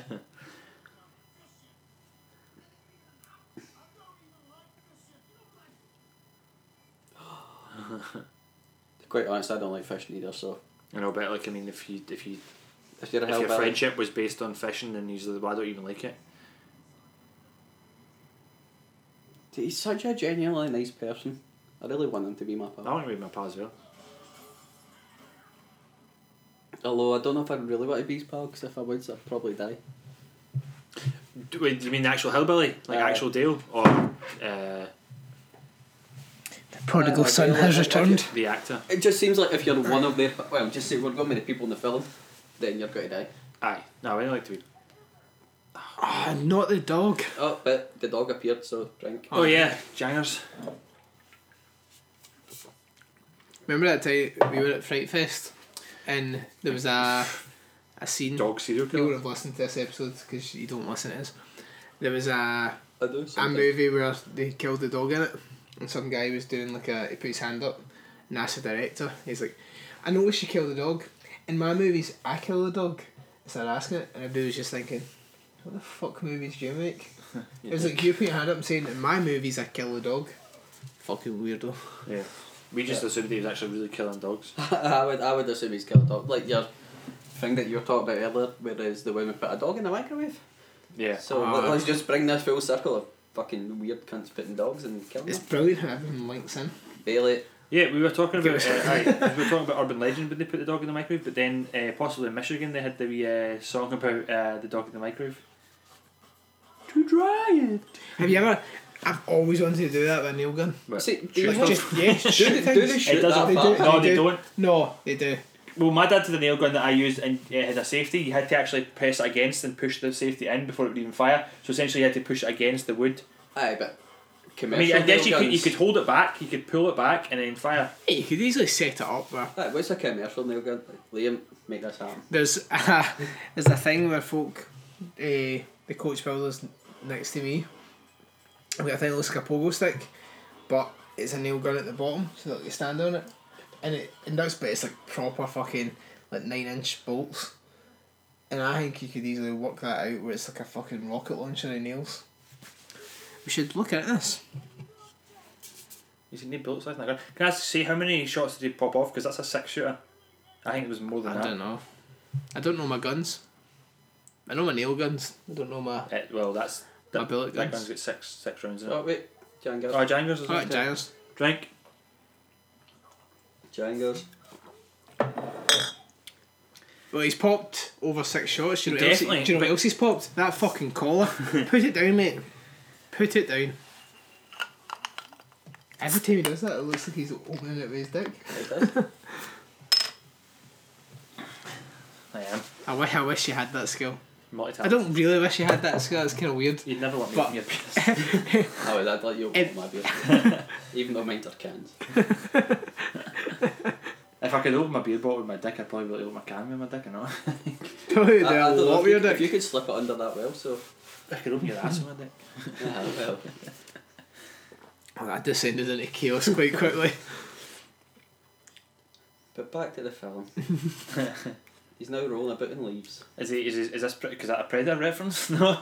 [SPEAKER 4] To be Quite honest, I don't like fishing either. So
[SPEAKER 2] You know, but like I mean, if you if you
[SPEAKER 4] if you're a
[SPEAKER 2] if your
[SPEAKER 4] hellbent,
[SPEAKER 2] friendship was based on fishing, then usually I don't even like it.
[SPEAKER 4] he's such a genuinely nice person. I really want him to be my
[SPEAKER 2] I
[SPEAKER 4] pal.
[SPEAKER 2] want to read my pal as well.
[SPEAKER 4] Although I don't know if I really want to be his pal because if I would, I'd probably die.
[SPEAKER 2] Do, wait, do you mean the actual hillbilly, like
[SPEAKER 4] Uh,
[SPEAKER 2] actual Dale, or uh,
[SPEAKER 3] The prodigal
[SPEAKER 4] Uh,
[SPEAKER 3] son
[SPEAKER 4] okay,
[SPEAKER 3] has
[SPEAKER 4] okay, okay.
[SPEAKER 3] returned.
[SPEAKER 2] the actor?
[SPEAKER 4] It just seems like if you're one of their well, just say we're going with the people in the film, then you're going to die.
[SPEAKER 2] Aye, no, I don't like to be.
[SPEAKER 3] Ah, not the dog.
[SPEAKER 4] Oh, but the dog appeared, so drink.
[SPEAKER 2] Oh yeah, Jangers.
[SPEAKER 3] Remember that time we were at Fright Fest and there was a a scene.
[SPEAKER 2] Dog serial
[SPEAKER 3] You would
[SPEAKER 2] killer.
[SPEAKER 3] have listened to this episode because you don't listen to this. There was a
[SPEAKER 4] I do.
[SPEAKER 3] a
[SPEAKER 4] something.
[SPEAKER 3] movie where they killed the dog in it, and some guy was doing like a he put his hand up, and asked the director, he's like, "I know we should kill the dog. In my movies, I kill the dog." I started asking it, and everybody was just thinking, "What the fuck movies do you make?" It was like you put your hand up and saying, in my movies, I kill a dog. Fucking weirdo.
[SPEAKER 2] Yeah. We just assumed he was actually really killing dogs.
[SPEAKER 4] I would I would assume he's killed a dog. Like your thing that you were talking about earlier, whereas the women put a dog in the microwave.
[SPEAKER 2] Yeah. Uh,
[SPEAKER 4] So
[SPEAKER 3] Ah.
[SPEAKER 4] let, us just bring this full circle of fucking weird cunts putting dogs and killing
[SPEAKER 3] It's
[SPEAKER 4] them.
[SPEAKER 3] brilliant how everything links in.
[SPEAKER 4] Bailey,
[SPEAKER 2] Yeah, we were talking about uh, aye, we were talking about urban legend when they put the dog in the microwave, but then uh, possibly in Michigan they had the wee, uh, song about uh, the dog in the microwave. To dry it.
[SPEAKER 3] Have you ever? I've always wanted to do that with a nail gun.
[SPEAKER 2] But
[SPEAKER 4] See,
[SPEAKER 2] shoot
[SPEAKER 4] do you
[SPEAKER 3] Like
[SPEAKER 2] stuff.
[SPEAKER 4] want-
[SPEAKER 3] just yeah, shoot
[SPEAKER 4] do, do
[SPEAKER 3] things.
[SPEAKER 4] they shoot
[SPEAKER 2] doesn't-
[SPEAKER 3] They
[SPEAKER 4] that
[SPEAKER 3] do-
[SPEAKER 4] far?
[SPEAKER 2] No,
[SPEAKER 3] They
[SPEAKER 2] they
[SPEAKER 3] do.
[SPEAKER 2] don't.
[SPEAKER 3] No, they do.
[SPEAKER 2] Well, my dad did the nail gun that I used and uh, had a safety. You had to actually press it against and push the safety in before it would even fire. So essentially, you had to push it against the wood.
[SPEAKER 4] Aye, but
[SPEAKER 2] I
[SPEAKER 4] commercial
[SPEAKER 2] mean, I guess you
[SPEAKER 4] nail
[SPEAKER 2] could, you
[SPEAKER 4] guns-
[SPEAKER 2] could hold it back, you could pull it back, and then fire.
[SPEAKER 3] You could easily set it up where
[SPEAKER 4] Aye, what's a commercial nail gun? Like, Liam, make this happen.
[SPEAKER 3] there's a, there's a thing where folk, uh, the coach builders next to me, I've got a thing that looks like a pogo stick, but it's a nail gun at the bottom so that you stand on it, and it inducts, but it's like proper fucking like nine inch bolts, and I think you could easily work that out where it's like a fucking rocket launcher of nails. We should look at this.
[SPEAKER 2] You see, need bullets left in that gun. Can I ask, see how many shots did he pop off? Because that's a six shooter. I think it was more than
[SPEAKER 3] I
[SPEAKER 2] that.
[SPEAKER 3] don't know. I don't know my guns. I know my nail guns. I don't know my.
[SPEAKER 2] Eh, well, that's
[SPEAKER 3] My bullet
[SPEAKER 2] that
[SPEAKER 3] guns.
[SPEAKER 2] gun's got six six rounds in it.
[SPEAKER 4] Oh, wait. Django.
[SPEAKER 2] Oh, Django's is
[SPEAKER 3] Alright,
[SPEAKER 2] it?
[SPEAKER 3] Giles.
[SPEAKER 2] Drink.
[SPEAKER 4] Django's.
[SPEAKER 3] Well, he's popped over six shots. Do you know, what else,
[SPEAKER 2] Definitely,
[SPEAKER 3] do you know what
[SPEAKER 2] but-
[SPEAKER 3] else he's popped? That fucking collar. Put it down, mate. Put it down. Every time he does that, it looks like he's opening it with his dick.
[SPEAKER 4] It does.
[SPEAKER 2] I am
[SPEAKER 3] I wish, I wish you had that skill.
[SPEAKER 2] multitasking.
[SPEAKER 3] I don't really wish you had that skill. It's kind of weird.
[SPEAKER 2] You'd never let me
[SPEAKER 3] But-
[SPEAKER 2] open your penis.
[SPEAKER 4] I would, I'd let you
[SPEAKER 3] Em-
[SPEAKER 4] open my beer. Even though mine are cans.
[SPEAKER 2] If I could open my beer bottle with my dick, I'd probably really open my can with my dick. I know.
[SPEAKER 3] Probably
[SPEAKER 4] I, I
[SPEAKER 3] a
[SPEAKER 4] don't know
[SPEAKER 3] lot
[SPEAKER 4] if
[SPEAKER 3] with
[SPEAKER 4] you,
[SPEAKER 3] your
[SPEAKER 4] if you
[SPEAKER 3] dick.
[SPEAKER 4] could slip it under that well, so.
[SPEAKER 2] I could open your ass with my dick.
[SPEAKER 4] Yeah, well.
[SPEAKER 3] Oh, that descended into chaos quite quickly.
[SPEAKER 4] But back to the film. He's now rolling about in leaves.
[SPEAKER 2] Is he? Is, he, is this? pre- Is that a predator reference? No.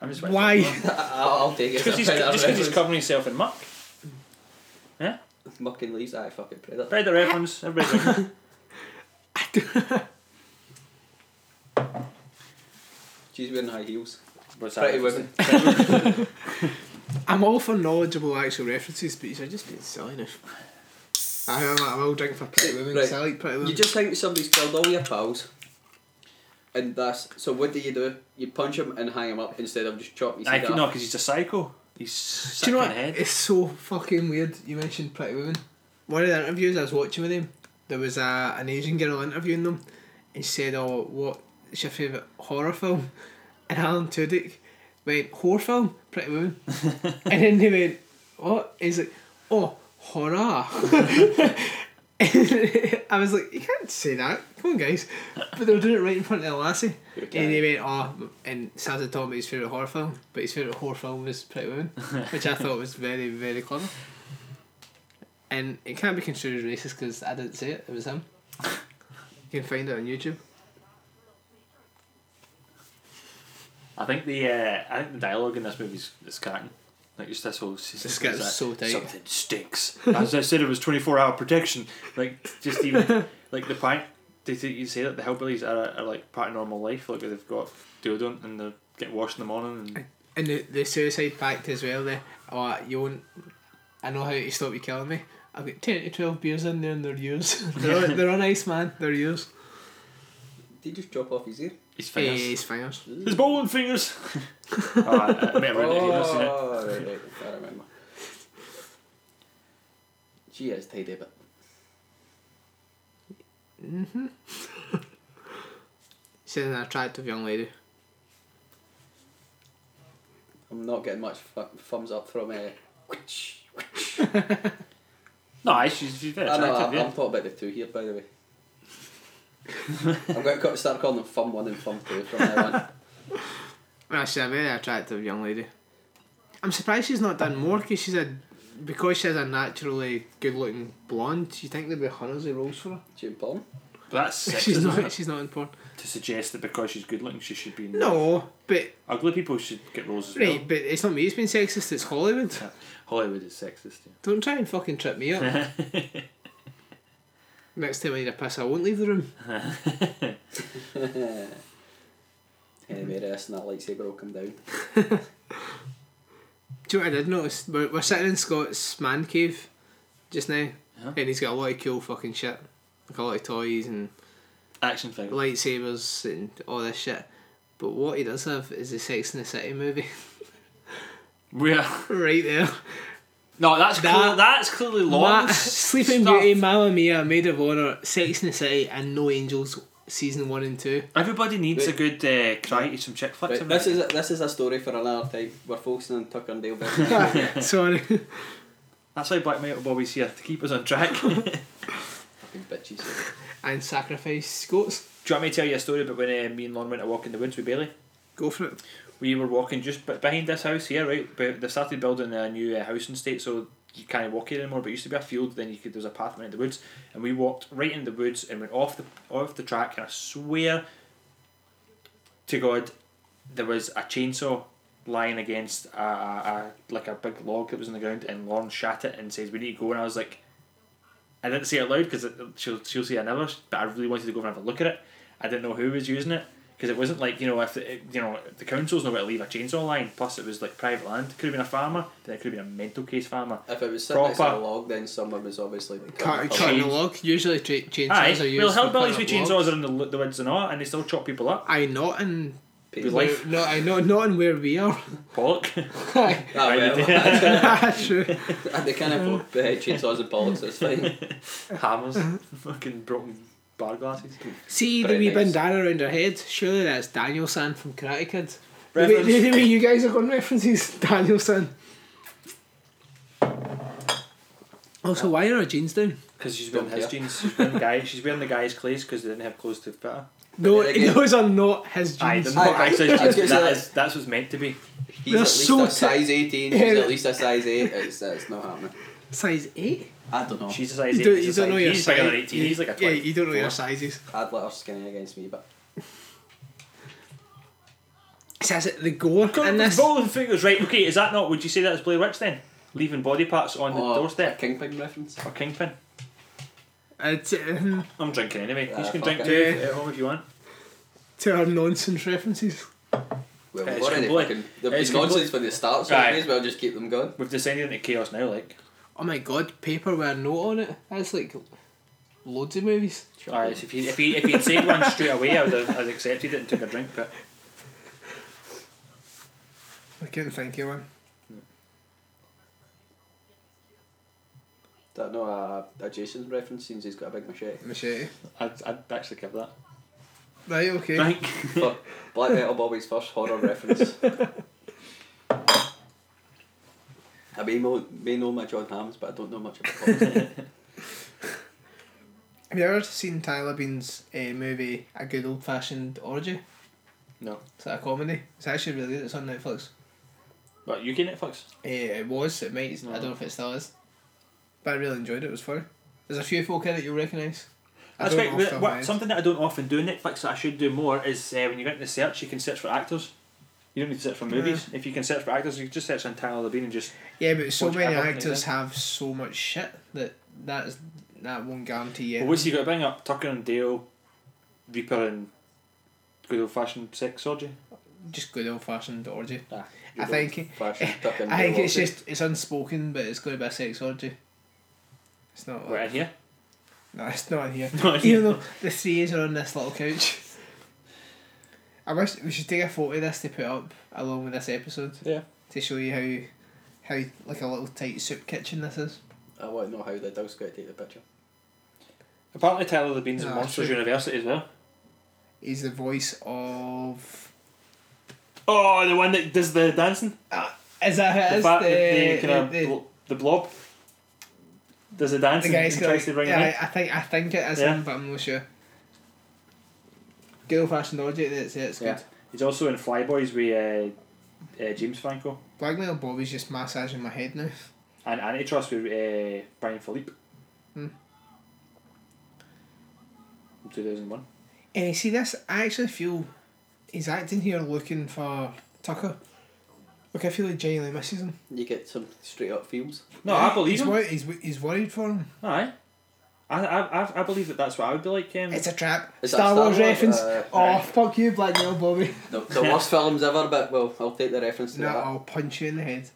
[SPEAKER 2] I'm just.
[SPEAKER 3] Why?
[SPEAKER 4] I- I'll, I'll take it.
[SPEAKER 2] Because he's,
[SPEAKER 4] I'll try that
[SPEAKER 2] just 'cause he's
[SPEAKER 4] reference.
[SPEAKER 2] covering himself in muck.
[SPEAKER 4] Mucking leaves. Aye, fuck it, Predator.
[SPEAKER 2] Predator reference. Everybody. drink.
[SPEAKER 4] She's wearing high heels.
[SPEAKER 2] What's that?
[SPEAKER 4] Pretty women.
[SPEAKER 3] I'm all for knowledgeable actual references, but you're just being silly now. I am. I will drink for pretty women 'cause I like pretty women.
[SPEAKER 4] You just think somebody's killed all your pals. And that's so. What do you do? You punch him and hang him up instead of just chopping his
[SPEAKER 2] I
[SPEAKER 4] head
[SPEAKER 2] could,
[SPEAKER 4] off.
[SPEAKER 2] no, because he's a psycho. He's
[SPEAKER 3] "Oh." Do
[SPEAKER 2] sick
[SPEAKER 3] you know
[SPEAKER 2] in
[SPEAKER 3] what?
[SPEAKER 2] the head.
[SPEAKER 3] It's so fucking weird. You mentioned Pretty Women. One of the interviews I was watching with him, there was a, an Asian girl interviewing them, and she said, "Oh, what's your favourite horror film?" And Alan Tudyk went, "Horror film, Pretty Women," and then they went, "What?" And he's like, "Oh, horror." I was like, "You can't say that. Come on, guys!" But they were doing it right in front of the lassie, and they went, "Oh," and started talking about his favourite horror film, but his favourite horror film was Pretty Women which I thought was very, very clever. And it can't be construed as racist because I didn't say it, it was him. You can find it on YouTube.
[SPEAKER 2] I think the uh, I think the dialogue in this movie is, is cracking. Like just this whole this
[SPEAKER 3] guy's so tight.
[SPEAKER 2] Something stinks. As I said, it was twenty four hour protection. Like just even like the part they say- you say that the hillbillies are, are like part of normal life. Like they've got deodorant and they get washed in the morning. And
[SPEAKER 3] And the, the suicide pact as well, the, oh, you won't, I know how to stop you killing me. I've got 10 to 12 beers in there and they're yours. they're, on, they're on ice, man, they're yours.
[SPEAKER 4] Did you just chop off his ear?
[SPEAKER 2] his fingers,
[SPEAKER 3] Hey, it's fingers.
[SPEAKER 2] his bowling fingers. oh, I, I met a redneck here, I've seen it.
[SPEAKER 4] Oh, right, right, I remember. She is tidy, but
[SPEAKER 3] She's an attractive young lady.
[SPEAKER 4] I'm not getting much fu- thumbs up from. Uh,
[SPEAKER 2] No, aye, she's, she's very
[SPEAKER 4] I know,
[SPEAKER 2] attractive.
[SPEAKER 4] I,
[SPEAKER 2] yeah.
[SPEAKER 4] I'm talking about the two here, by the way. I'm going to start calling them Fum 1 and Fum 2 from now on.
[SPEAKER 3] Well, she's a very attractive young lady. I'm surprised she's not done more because she's a because she's a naturally good looking blonde. You think there'd be hunters who rolls for her?
[SPEAKER 4] Jim Palm.
[SPEAKER 2] But that's sexist,
[SPEAKER 3] she's
[SPEAKER 2] isn't
[SPEAKER 3] not.
[SPEAKER 2] it?
[SPEAKER 3] She's not in porn.
[SPEAKER 2] To suggest that because she's good looking, she should be
[SPEAKER 3] No, but
[SPEAKER 2] Ugly people should get roles as
[SPEAKER 3] right, but it's not me. It's been sexist. It's Hollywood.
[SPEAKER 2] well. Hollywood is sexist. Yeah.
[SPEAKER 3] Don't try and fucking trip me up. Next time I need a piss, I won't leave the room.
[SPEAKER 4] Anyway, rest and that lightsaber will come down.
[SPEAKER 3] Do you know what I did notice? We're, we're sitting in Scott's man cave just now,
[SPEAKER 2] Yeah.
[SPEAKER 3] and he's got a lot of cool fucking shit, like a lot of toys and
[SPEAKER 2] Action figure.
[SPEAKER 3] lightsabers and all this shit. But what he does have is the Sex in the City movie
[SPEAKER 2] Where?
[SPEAKER 3] right there.
[SPEAKER 2] No, that's
[SPEAKER 3] That-
[SPEAKER 2] clear- that's clearly
[SPEAKER 3] Ma-
[SPEAKER 2] long.
[SPEAKER 3] Sleeping Beauty, Mamma Mia, Maid of Honor, Sex in the City, and No Angels season one and two.
[SPEAKER 2] Everybody needs
[SPEAKER 4] Wait.
[SPEAKER 2] a good uh, cry to some chick flicks.
[SPEAKER 4] Right,
[SPEAKER 2] haven't
[SPEAKER 4] this
[SPEAKER 2] they?
[SPEAKER 4] is a, this is a story for another time. We're focusing on Tucker and Dale. Beckman.
[SPEAKER 3] Sorry.
[SPEAKER 2] That's why Black Metal Bobby's here to keep us on track. Do you
[SPEAKER 4] Fucking bitches.
[SPEAKER 3] and Sacrifice Scots.
[SPEAKER 2] want me to tell you a story about when uh, me and Lauren went to walk in the woods with Bailey?
[SPEAKER 3] Go for it.
[SPEAKER 2] we were walking just b- behind this house here, right? But they started building a new uh, house in state, so you can't walk here anymore. But it used to be a field. Then you could there's a path went in the woods, and we walked right in the woods and went off the off the track. And I swear to God, there was a chainsaw lying against a, a, a like a big log that was on the ground, and Lauren shat it and says, "We need to go." And I was like, I didn't say it loud because she'll she'll say I never, but I really wanted to go over and have a look at it. I didn't know who was using it because it wasn't like you know if the, it- you know if the council's not going to leave a chainsaw line. Plus, it was like private land. Could have been a farmer, then it could have been a mental case farmer.
[SPEAKER 4] If it was sitting next to a
[SPEAKER 2] Proper.
[SPEAKER 4] log, then someone was obviously
[SPEAKER 3] Cut,
[SPEAKER 2] Chain-
[SPEAKER 3] cutting the log. Usually tra- chainsaws
[SPEAKER 2] Aye,
[SPEAKER 3] are used.
[SPEAKER 2] well,
[SPEAKER 3] for
[SPEAKER 2] hillbillies
[SPEAKER 3] cutting
[SPEAKER 2] with
[SPEAKER 3] up logs.
[SPEAKER 2] chainsaws are in the, the woods and all, and they still chop people up.
[SPEAKER 3] I not in.
[SPEAKER 2] Be life
[SPEAKER 3] No, I not not in where we are.
[SPEAKER 2] pollock.
[SPEAKER 3] Aye.
[SPEAKER 4] Ah,
[SPEAKER 2] Right,
[SPEAKER 4] well,
[SPEAKER 2] they
[SPEAKER 3] True.
[SPEAKER 4] they can't afford uh, chainsaws and bullets, so it's fine.
[SPEAKER 2] hammers, fucking broken bar glasses.
[SPEAKER 3] See the
[SPEAKER 4] Very
[SPEAKER 3] wee
[SPEAKER 4] nice.
[SPEAKER 3] bandana around her head. Surely that's Daniel San from Karate Kid. The way-
[SPEAKER 2] Reference.
[SPEAKER 3] the way you guys are going references, Daniel San. Also, why are her jeans down?
[SPEAKER 2] Because she's wearing
[SPEAKER 4] Don't
[SPEAKER 2] his
[SPEAKER 4] care.
[SPEAKER 2] jeans. She's wearing, guy, she's wearing the guy's clothes because they didn't have clothes to fit her.
[SPEAKER 3] No,
[SPEAKER 4] then again-
[SPEAKER 3] those are not his
[SPEAKER 2] Aye, they're
[SPEAKER 3] jeans.
[SPEAKER 2] not
[SPEAKER 4] Aye,
[SPEAKER 2] actually
[SPEAKER 4] I was gonna
[SPEAKER 2] jeans.
[SPEAKER 4] say
[SPEAKER 2] That
[SPEAKER 4] that.
[SPEAKER 2] is, that's what's meant to be.
[SPEAKER 4] He's
[SPEAKER 3] They're
[SPEAKER 4] at least
[SPEAKER 3] so
[SPEAKER 4] a
[SPEAKER 3] ti-
[SPEAKER 4] size 18, he's at least a size 8. It's, it's not happening.
[SPEAKER 3] Size eight.
[SPEAKER 4] I don't know.
[SPEAKER 2] She's a size
[SPEAKER 3] You
[SPEAKER 2] 8.
[SPEAKER 3] don't, you
[SPEAKER 2] He's, a
[SPEAKER 3] don't
[SPEAKER 2] size-
[SPEAKER 3] know your
[SPEAKER 2] he's
[SPEAKER 3] size.
[SPEAKER 2] bigger than 18. He's like a
[SPEAKER 3] yeah,
[SPEAKER 2] 20.
[SPEAKER 3] you don't know your sizes.
[SPEAKER 4] I'd let her skinny against me, but
[SPEAKER 3] See, that's it. The gore in
[SPEAKER 2] God,
[SPEAKER 3] this.
[SPEAKER 2] Rolling fingers, right? Okay, is that not? Would you say that's Blair Witch then? Leaving body parts on the
[SPEAKER 4] Oh,
[SPEAKER 2] doorstep.
[SPEAKER 4] Kingpin reference.
[SPEAKER 2] Or kingpin.
[SPEAKER 3] It's, uh,
[SPEAKER 2] I'm drinking anyway.
[SPEAKER 4] Ah,
[SPEAKER 2] you can
[SPEAKER 4] fuck
[SPEAKER 2] drink
[SPEAKER 4] it.
[SPEAKER 2] too if- at home if you want.
[SPEAKER 3] to her nonsense references.
[SPEAKER 4] Well,
[SPEAKER 2] It's
[SPEAKER 4] we've already
[SPEAKER 2] complete.
[SPEAKER 4] fucking. They've
[SPEAKER 2] It's
[SPEAKER 4] been nonsense when they start, so
[SPEAKER 2] Aye.
[SPEAKER 4] we may as well just keep them going.
[SPEAKER 2] We've descended into chaos now. Like,
[SPEAKER 3] Oh my god, paper with a note on it. That's like loads of movies.
[SPEAKER 2] Aye, so Uh, if he if he if he'd said one straight away, I would have I'd accepted it and took a drink. But
[SPEAKER 3] I couldn't think of one.
[SPEAKER 4] Don't know uh, a, a Jason reference since he's got a big machete.
[SPEAKER 3] Machete.
[SPEAKER 2] I'd, I'd actually give that.
[SPEAKER 3] Right, okay.
[SPEAKER 2] Drink.
[SPEAKER 4] For Black Metal Bobby's first horror reference. I may know, may know my John Hams, but I don't know much about horror.
[SPEAKER 3] Have you ever seen Tyler Bean's uh, movie A Good Old Fashioned Orgy?
[SPEAKER 2] No,
[SPEAKER 3] Is that a comedy? It's actually really good. It's on Netflix.
[SPEAKER 2] but you get Netflix.
[SPEAKER 3] Uh, it was. It might. I don't know if it still is. But I really enjoyed it. It was funny. There's a few folk in it you'll recognise. I
[SPEAKER 2] That's
[SPEAKER 3] don't
[SPEAKER 2] right.
[SPEAKER 3] know off the top
[SPEAKER 2] What,
[SPEAKER 3] of my head.
[SPEAKER 2] something that I don't often do on Netflix that I should do more is uh, when you go into the search, you can search for actors. You don't need to search for movies. If you can search for actors, you can just search on Tyler Bean and just
[SPEAKER 3] Yeah, but so
[SPEAKER 2] Watch
[SPEAKER 3] many
[SPEAKER 2] Apple
[SPEAKER 3] actors
[SPEAKER 2] Music.
[SPEAKER 3] have so much shit that that is that won't guarantee you.
[SPEAKER 2] Well, what's he got to bring up? Tucker and Dale, Reaper and good old fashioned sex orgy.
[SPEAKER 3] Just good old fashioned orgy.
[SPEAKER 2] Ah,
[SPEAKER 3] I think
[SPEAKER 4] Fashion tuck in
[SPEAKER 3] I think it's
[SPEAKER 4] Milwaukee.
[SPEAKER 3] just it's unspoken, but it's going to be a sex orgy. It's not.
[SPEAKER 2] we're
[SPEAKER 3] Like,
[SPEAKER 2] in here.
[SPEAKER 3] no, it's not in here.
[SPEAKER 2] Not in
[SPEAKER 3] Even though the three is are on this little couch. I wish we should take a photo of this to put up along with this episode
[SPEAKER 2] Yeah.
[SPEAKER 3] to show you how, how like a little tight soup kitchen this is.
[SPEAKER 4] I want to know how the dog's going to take the picture.
[SPEAKER 2] Apparently, Tyler the Beans
[SPEAKER 3] Ah,
[SPEAKER 2] and Monsters
[SPEAKER 3] true.
[SPEAKER 2] University as well.
[SPEAKER 3] He's the voice of.
[SPEAKER 2] Oh, the one that does the dancing.
[SPEAKER 3] uh, Is that who it
[SPEAKER 2] The
[SPEAKER 3] is?
[SPEAKER 2] fat,
[SPEAKER 3] The-
[SPEAKER 2] the, the, kinda
[SPEAKER 3] the- the-
[SPEAKER 2] blo- the blob. Does the dance
[SPEAKER 3] The
[SPEAKER 2] and
[SPEAKER 3] guy's
[SPEAKER 2] and tries to
[SPEAKER 3] got
[SPEAKER 2] bring
[SPEAKER 3] like,
[SPEAKER 2] him in.
[SPEAKER 3] yeah, I I think I think it is
[SPEAKER 2] Yeah.
[SPEAKER 3] him, but I'm not sure. Good old fashioned logic, that's it, it's
[SPEAKER 2] Yeah.
[SPEAKER 3] good.
[SPEAKER 2] He's also in Flyboys with uh, uh, James Franco
[SPEAKER 3] Blackmail Bobby's just massaging my head now.
[SPEAKER 2] and Antitrust with uh, Brian Philippe.
[SPEAKER 3] Hmm.
[SPEAKER 2] from 2001.
[SPEAKER 3] And you see this, I actually feel he's acting here looking for Tucker. Look, I feel he genuinely misses him.
[SPEAKER 4] You get some straight up feels.
[SPEAKER 2] No, Oh, I believe
[SPEAKER 3] he's
[SPEAKER 2] him.
[SPEAKER 3] wor- he's, w- he's worried for him.
[SPEAKER 2] Aye. I, I, I- I believe that that's what I would be like. Um,
[SPEAKER 3] It's a trap.
[SPEAKER 4] Is that
[SPEAKER 3] Star,
[SPEAKER 4] Star
[SPEAKER 3] Wars
[SPEAKER 4] Wars?
[SPEAKER 3] reference.
[SPEAKER 4] Uh,
[SPEAKER 3] oh,
[SPEAKER 2] right.
[SPEAKER 3] fuck you, Black Nail Bobby.
[SPEAKER 4] The, the worst films ever, but well, I'll take the reference to
[SPEAKER 3] No,
[SPEAKER 4] that.
[SPEAKER 3] I'll punch you in the head.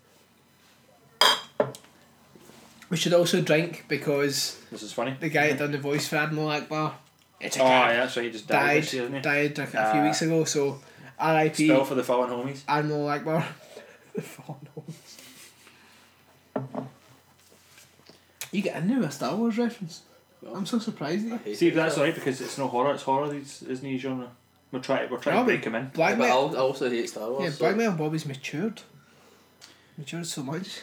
[SPEAKER 3] We should also drink because
[SPEAKER 2] this is funny.
[SPEAKER 3] the guy that done the voice for Admiral Akbar, it's a
[SPEAKER 2] Oh,
[SPEAKER 3] trap,
[SPEAKER 2] yeah, that's right. He just died.
[SPEAKER 3] died,
[SPEAKER 2] this year, didn't
[SPEAKER 3] died like a few
[SPEAKER 2] Uh,
[SPEAKER 3] weeks ago, so
[SPEAKER 2] he?
[SPEAKER 3] R.I.P.
[SPEAKER 2] Spell for the fallen homies.
[SPEAKER 3] Admiral Akbar. The fallen homies. You get in there with a Star Wars reference.
[SPEAKER 4] Well,
[SPEAKER 3] I'm so surprised at
[SPEAKER 4] I
[SPEAKER 3] you.
[SPEAKER 4] hate
[SPEAKER 2] See if
[SPEAKER 4] it.
[SPEAKER 2] that's alright because it's no horror. It's horror. It's, isn't he genre? We're trying. We're trying
[SPEAKER 3] No,
[SPEAKER 2] to break him in.
[SPEAKER 4] Yeah, but I
[SPEAKER 3] Blackmail.
[SPEAKER 4] al- I also hate Star Wars.
[SPEAKER 3] Yeah,
[SPEAKER 4] so-
[SPEAKER 3] Blackmail Bobby's matured. Matured so much.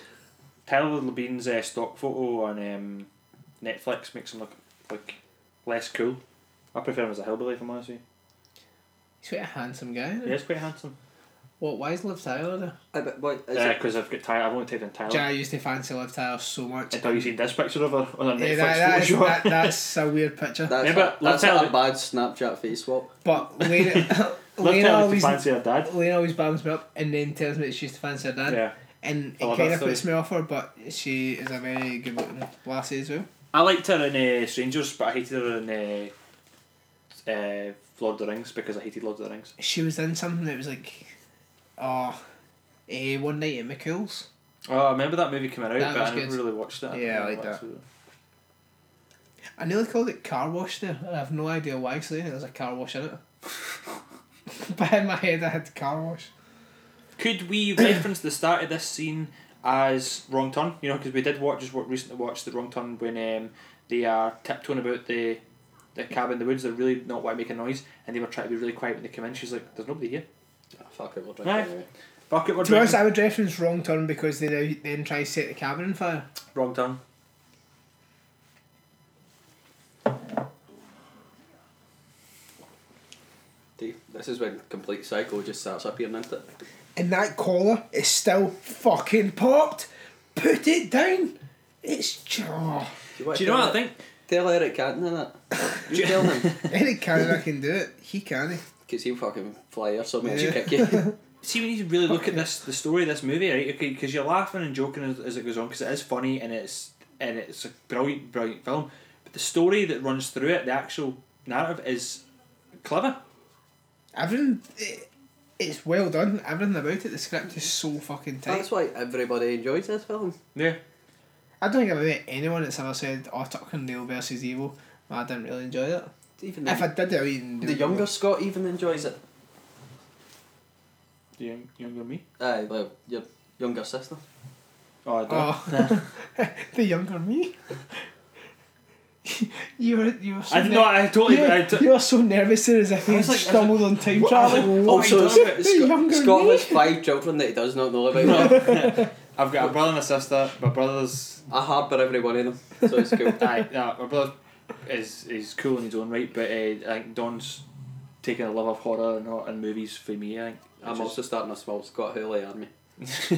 [SPEAKER 2] Tyler Levine's uh, stock photo on um, Netflix makes him look like less cool. I prefer him as a hillbilly, if I'm honest with
[SPEAKER 3] He's quite a handsome guy. isn't
[SPEAKER 2] you.
[SPEAKER 3] he?
[SPEAKER 2] He is quite handsome.
[SPEAKER 3] What? Why is Liv Tyler there?
[SPEAKER 4] Aye, but what is it?
[SPEAKER 2] Because I've got Tyler. I've only taken in Tyler.
[SPEAKER 3] Jay, I used to fancy Liv Tyler so much.
[SPEAKER 2] Until you seen this picture of her on a
[SPEAKER 3] Yeah,
[SPEAKER 2] Netflix
[SPEAKER 3] that, that
[SPEAKER 2] photo
[SPEAKER 3] is,
[SPEAKER 2] shoot.
[SPEAKER 3] that, that's a weird picture.
[SPEAKER 4] That's,
[SPEAKER 2] Yeah,
[SPEAKER 4] a,
[SPEAKER 2] but let's
[SPEAKER 4] that's a
[SPEAKER 2] have it.
[SPEAKER 4] bad Snapchat face swap.
[SPEAKER 3] But Lena,
[SPEAKER 2] Liv
[SPEAKER 3] Lena
[SPEAKER 2] Tyler's
[SPEAKER 3] always
[SPEAKER 2] to fancy her dad.
[SPEAKER 3] Lena always bums me up and then tells me that she used to fancy her dad.
[SPEAKER 2] Yeah.
[SPEAKER 3] And
[SPEAKER 2] I
[SPEAKER 3] it
[SPEAKER 2] love
[SPEAKER 3] kind
[SPEAKER 2] that
[SPEAKER 3] of
[SPEAKER 2] story.
[SPEAKER 3] puts me off her, but she is a very good looking lassie as well.
[SPEAKER 2] I liked her in uh, Strangers, but I hated her in uh, uh, Lord of the Rings because I hated Lord of the Rings.
[SPEAKER 3] She was in something that was like, oh, eh, One Night at McCool's.
[SPEAKER 2] Oh, I remember that movie coming out,
[SPEAKER 3] That
[SPEAKER 2] but
[SPEAKER 3] was
[SPEAKER 2] I never
[SPEAKER 3] good.
[SPEAKER 2] really watched it.
[SPEAKER 3] Yeah, I
[SPEAKER 2] don't know
[SPEAKER 3] like
[SPEAKER 2] what's-
[SPEAKER 3] I nearly called it Car Wash there, and I have no idea why, because there was a car wash in it. but in my head, I had Car Wash.
[SPEAKER 2] Could we reference the start of this scene as Wrong Turn? You know, because we did watch just what recently watched the Wrong Turn when um, they are tiptoeing about the the cabin in the woods. They're really not want to make a noise, and they were trying to be really quiet when they come in. She's like, "There's nobody here."
[SPEAKER 4] Ah, fuck it, we'll drink
[SPEAKER 2] Aye.
[SPEAKER 4] anyway.
[SPEAKER 2] Fuck it, we're
[SPEAKER 3] To be honest,
[SPEAKER 2] drinking.
[SPEAKER 3] I would reference Wrong Turn because they now then try to set the cabin on fire.
[SPEAKER 2] Wrong Turn.
[SPEAKER 4] Dave, This is when complete psycho just starts appearing into it.
[SPEAKER 3] and that collar is still fucking popped. Put it down. It's oh,
[SPEAKER 2] Do you know what I
[SPEAKER 4] tell
[SPEAKER 2] think?
[SPEAKER 4] Eric- Tell Eric Cantona that. You tell him.
[SPEAKER 3] Eric Canada can do it. He can. he.
[SPEAKER 4] Because he'll fucking fly or something
[SPEAKER 3] Yeah.
[SPEAKER 4] yeah. kick you.
[SPEAKER 2] See, we need to really look at this, the story of this movie, right? Okay, because you're laughing and joking as, as it goes on, because it is funny and it's and it's a brilliant, brilliant film. But the story that runs through it, the actual narrative, is clever.
[SPEAKER 3] Everything. It, it's well done. Everything about it. The script is so fucking tight.
[SPEAKER 4] That's why everybody enjoys this film.
[SPEAKER 2] Yeah.
[SPEAKER 3] I don't think I've met anyone that's ever said, "Oh, Tucker and Dale versus Evil." I didn't really enjoy it.
[SPEAKER 4] Even
[SPEAKER 3] If I
[SPEAKER 4] the,
[SPEAKER 3] did, I wouldn't. do
[SPEAKER 4] the
[SPEAKER 3] it.
[SPEAKER 4] younger Scott even enjoys it.
[SPEAKER 2] You younger than me?
[SPEAKER 4] Aye, well, your younger sister.
[SPEAKER 2] Oh, I don't.
[SPEAKER 3] Oh. the younger me. you were you were so
[SPEAKER 2] I no, I totally.
[SPEAKER 3] you,
[SPEAKER 2] I t-
[SPEAKER 3] you were so nervous there as if
[SPEAKER 2] I
[SPEAKER 3] you
[SPEAKER 2] was
[SPEAKER 3] had
[SPEAKER 2] like- I was
[SPEAKER 3] stumbled on time travel.
[SPEAKER 2] What Oh, are you
[SPEAKER 4] also,
[SPEAKER 2] talking about?
[SPEAKER 4] Sc-
[SPEAKER 3] Younger
[SPEAKER 4] Oh, Scott
[SPEAKER 3] me?
[SPEAKER 4] has five children that he does not know about.
[SPEAKER 2] I've got a brother and a sister. My brother's
[SPEAKER 4] I harbour every one of them, so it's cool.
[SPEAKER 2] aye, nah, my brother is is cool in his own right, but uh, I think Don's taking a love of horror and, and movies for me. I think.
[SPEAKER 4] I'm
[SPEAKER 2] Which
[SPEAKER 4] also starting a small Scott Hurley army.
[SPEAKER 2] is-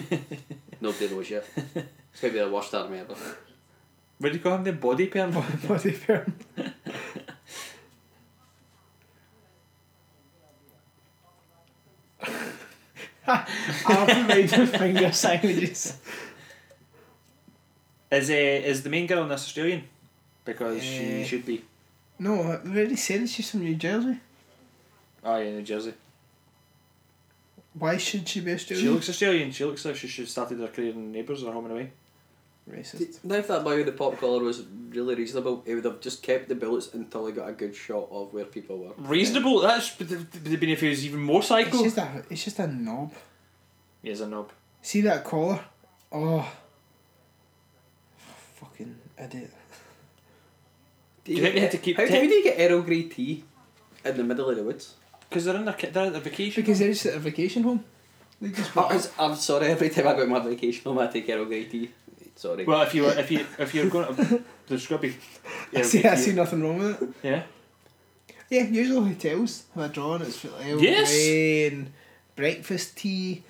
[SPEAKER 4] Nobody knows yet. It's going to be the worst army ever.
[SPEAKER 2] what do you call him? The body perm.
[SPEAKER 3] Body firm. I'll provide the finger sandwiches.
[SPEAKER 2] Is uh, is the main girl in this Australian? Because she
[SPEAKER 3] Eh.
[SPEAKER 2] should be.
[SPEAKER 3] No, I already said that she's from New Jersey.
[SPEAKER 2] Oh yeah, New Jersey.
[SPEAKER 3] Why should she be
[SPEAKER 2] She
[SPEAKER 3] Australian?
[SPEAKER 2] looks Australian. She looks like she should have started her career in Neighbours or Home and Away.
[SPEAKER 3] Racist.
[SPEAKER 4] Now, if that boy with the pop collar was really reasonable, he would have just kept the bullets until he got a good shot of where people were.
[SPEAKER 2] Reasonable. That's but th- th- been if he was even more
[SPEAKER 3] It's
[SPEAKER 2] psycho.
[SPEAKER 3] just a, it's just a knob.
[SPEAKER 2] He is a knob.
[SPEAKER 3] See that collar? Oh. Fucking idiot.
[SPEAKER 4] Do
[SPEAKER 2] you think they had to keep
[SPEAKER 4] How, do-
[SPEAKER 2] ten-
[SPEAKER 4] how do you get Earl Grey tea in the middle of the woods?
[SPEAKER 2] Because they're in their ki- they're at their vacation.
[SPEAKER 3] Because they're just at a vacation home. They just
[SPEAKER 4] I was- I'm sorry, every time I go on my vacation, home, I take Earl Grey tea. Sorry.
[SPEAKER 2] Well, if you were, if you if you're going to there's got to be.
[SPEAKER 3] I see, I see nothing wrong with it.
[SPEAKER 2] Yeah.
[SPEAKER 3] Yeah, usual hotels have a draw and it's for like Earl
[SPEAKER 2] Yes.
[SPEAKER 3] Grey and breakfast tea,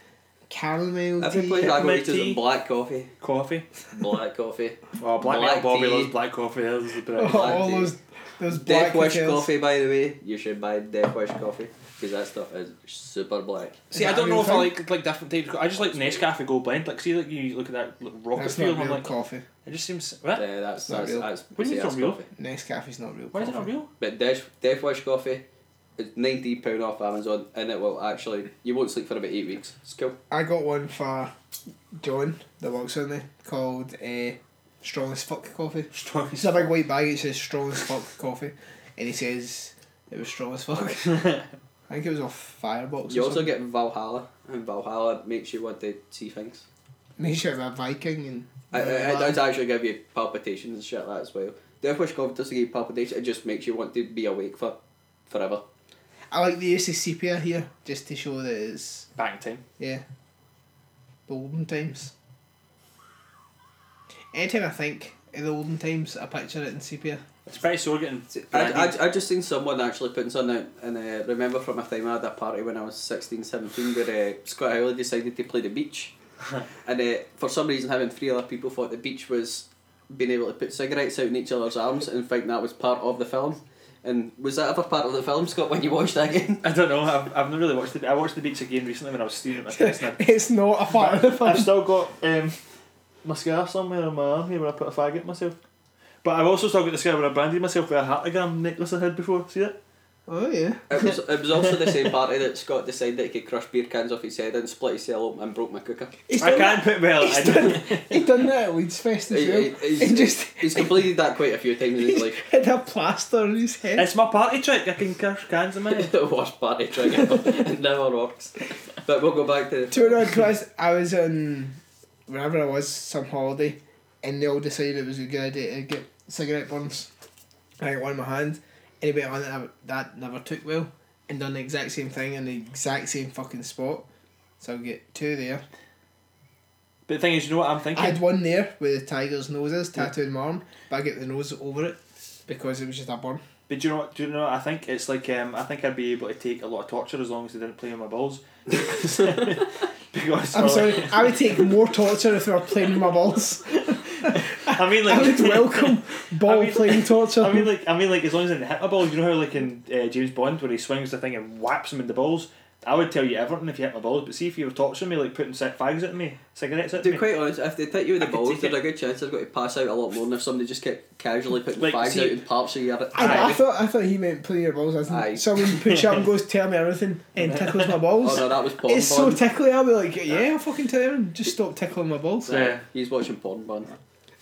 [SPEAKER 3] chamomile
[SPEAKER 4] Every
[SPEAKER 3] tea.
[SPEAKER 4] place I go
[SPEAKER 2] peppermint
[SPEAKER 4] to
[SPEAKER 2] tea.
[SPEAKER 4] is black coffee.
[SPEAKER 2] Coffee.
[SPEAKER 4] Black coffee.
[SPEAKER 2] Oh, black,
[SPEAKER 4] Black
[SPEAKER 2] Bobby
[SPEAKER 4] tea.
[SPEAKER 2] loves black coffee. That was the bit.
[SPEAKER 3] Oh,
[SPEAKER 4] Black
[SPEAKER 3] all
[SPEAKER 4] tea.
[SPEAKER 3] those There's black
[SPEAKER 4] Death Wish
[SPEAKER 3] hotels.
[SPEAKER 4] coffee, by the way. You should buy Death Wish coffee because that stuff is super black.
[SPEAKER 2] See,
[SPEAKER 3] Is
[SPEAKER 2] I
[SPEAKER 3] that
[SPEAKER 2] don't
[SPEAKER 3] a
[SPEAKER 2] know
[SPEAKER 3] real
[SPEAKER 2] if I
[SPEAKER 3] thing?
[SPEAKER 2] like like different types. Of, co- I just like Nescafe Gold Blend. Like, see, like you look at that like, rocket
[SPEAKER 3] That's
[SPEAKER 2] fuel.
[SPEAKER 3] not
[SPEAKER 2] I'm
[SPEAKER 3] real
[SPEAKER 2] like,
[SPEAKER 3] coffee.
[SPEAKER 2] it just seems.
[SPEAKER 4] Yeah,
[SPEAKER 2] What?
[SPEAKER 4] that's
[SPEAKER 3] not
[SPEAKER 4] that's,
[SPEAKER 3] real.
[SPEAKER 4] that's,
[SPEAKER 2] What do you mean
[SPEAKER 4] see,
[SPEAKER 2] it's
[SPEAKER 4] that's
[SPEAKER 2] not real?
[SPEAKER 4] coffee.
[SPEAKER 3] Nescafe's not real.
[SPEAKER 2] Why is it
[SPEAKER 3] coffee.
[SPEAKER 2] not real?
[SPEAKER 4] But Death, Death Wish coffee is nineteen pound off Amazon, and it will actually you won't sleep for about eight weeks. It's cool.
[SPEAKER 3] I got one for John that works with me called uh, Strong as Fuck Coffee.
[SPEAKER 2] Strong.
[SPEAKER 3] It's a big white bag. It says Strong as Fuck Coffee, and he says it was strong as fuck. I think it was a firebox.
[SPEAKER 4] You
[SPEAKER 3] or
[SPEAKER 4] also
[SPEAKER 3] something.
[SPEAKER 4] get Valhalla, and Valhalla makes you want to see things.
[SPEAKER 3] make sure I'm a Viking and.
[SPEAKER 4] It, it, it does actually give you palpitations and shit like that as well. Death Wish coffee doesn't give you palpitations. It just makes you want to be awake for forever.
[SPEAKER 3] I like the use of sepia here just to show that it's
[SPEAKER 2] Back in time.
[SPEAKER 3] yeah. The olden times. Anytime I think of the olden times, I picture it in sepia.
[SPEAKER 2] It's pretty sore getting.
[SPEAKER 4] I, I, I just seen someone actually putting something out, and uh, remember from a time I had a party when I was 16, 17, where uh, Scott Howley decided to play the beach. and uh, for some reason, having three other people thought the beach was being able to put cigarettes out in each other's arms and think that was part of the film. And was that ever part of the film, Scott, when you watched that again?
[SPEAKER 2] I don't know. I've, I've not really watched it. I watched the beach again recently when I was stealing my test. and I-
[SPEAKER 3] it's not a part of the film.
[SPEAKER 2] I've still got um, my scar somewhere on my arm here where I put a faggot myself. But I've also still got the scar where I branded myself with a heartogram necklace I had before. See it?
[SPEAKER 3] Oh yeah.
[SPEAKER 4] It was, it was also the same party that Scott decided that he could crush beer cans off his head and split his cell open and broke my cooker.
[SPEAKER 3] He's
[SPEAKER 2] I
[SPEAKER 3] done
[SPEAKER 2] can't put well.
[SPEAKER 3] He's
[SPEAKER 2] I
[SPEAKER 3] done,
[SPEAKER 2] don't.
[SPEAKER 3] he done that at Leeds Fest as
[SPEAKER 4] He-
[SPEAKER 3] well.
[SPEAKER 4] he- he's-
[SPEAKER 3] He just
[SPEAKER 4] He's completed that quite a few times in his
[SPEAKER 3] he's
[SPEAKER 4] life.
[SPEAKER 3] had a plaster on his head.
[SPEAKER 2] It's my party trick. I can crush cans in my head.
[SPEAKER 4] the worst party trick ever. it never works. But we'll go back to
[SPEAKER 3] To an odd class, I was on wherever I was, some holiday, and they all decided it was a good idea to get cigarette burns. I got one in my hand, and he went on that, that never took well, and done the exact same thing in the exact same fucking spot. So I'll get two there.
[SPEAKER 2] But the thing is, you know what I'm thinking?
[SPEAKER 3] I had one there with the tiger's noses tattooed on my arm, but I get the nose over it because it was just a burn.
[SPEAKER 2] But do you know what? Do you know? What I think it's like um, I think I'd be able to take a lot of torture as long as they didn't play with my balls. because
[SPEAKER 3] I'm
[SPEAKER 2] or
[SPEAKER 3] sorry,
[SPEAKER 2] like-
[SPEAKER 3] I would take more torture if they were playing with my balls.
[SPEAKER 2] I mean, like
[SPEAKER 3] I would welcome ball
[SPEAKER 2] I mean-
[SPEAKER 3] playing torture.
[SPEAKER 2] I mean, like I mean, like as long as they didn't hit my balls. You know how like in uh, James Bond where he swings the thing and whaps him in the balls. I would tell you everything if you hit my balls. But see if you were torturing me, like putting cig- fags at me, cigarettes at
[SPEAKER 4] To
[SPEAKER 2] me.
[SPEAKER 4] be quite honest, if they hit you with the
[SPEAKER 2] I could
[SPEAKER 4] balls,
[SPEAKER 2] take
[SPEAKER 4] there's
[SPEAKER 2] it.
[SPEAKER 4] a good chance they've got to pass out a lot more than if somebody just kept casually putting
[SPEAKER 2] Like,
[SPEAKER 4] fags
[SPEAKER 2] see-
[SPEAKER 4] out in parts of your
[SPEAKER 3] I, I
[SPEAKER 2] Aye.
[SPEAKER 3] thought I thought he meant playing your balls. As
[SPEAKER 4] Aye.
[SPEAKER 3] in someone push up and goes, "Tell me everything," and tickles my
[SPEAKER 4] Oh
[SPEAKER 3] balls.
[SPEAKER 4] no, that was porn
[SPEAKER 3] it's so
[SPEAKER 4] bond.
[SPEAKER 3] tickly. I'll be like, "Yeah, I'll fucking tell him. Just stop tickling my balls."
[SPEAKER 2] Yeah.
[SPEAKER 4] He's watching porn bond.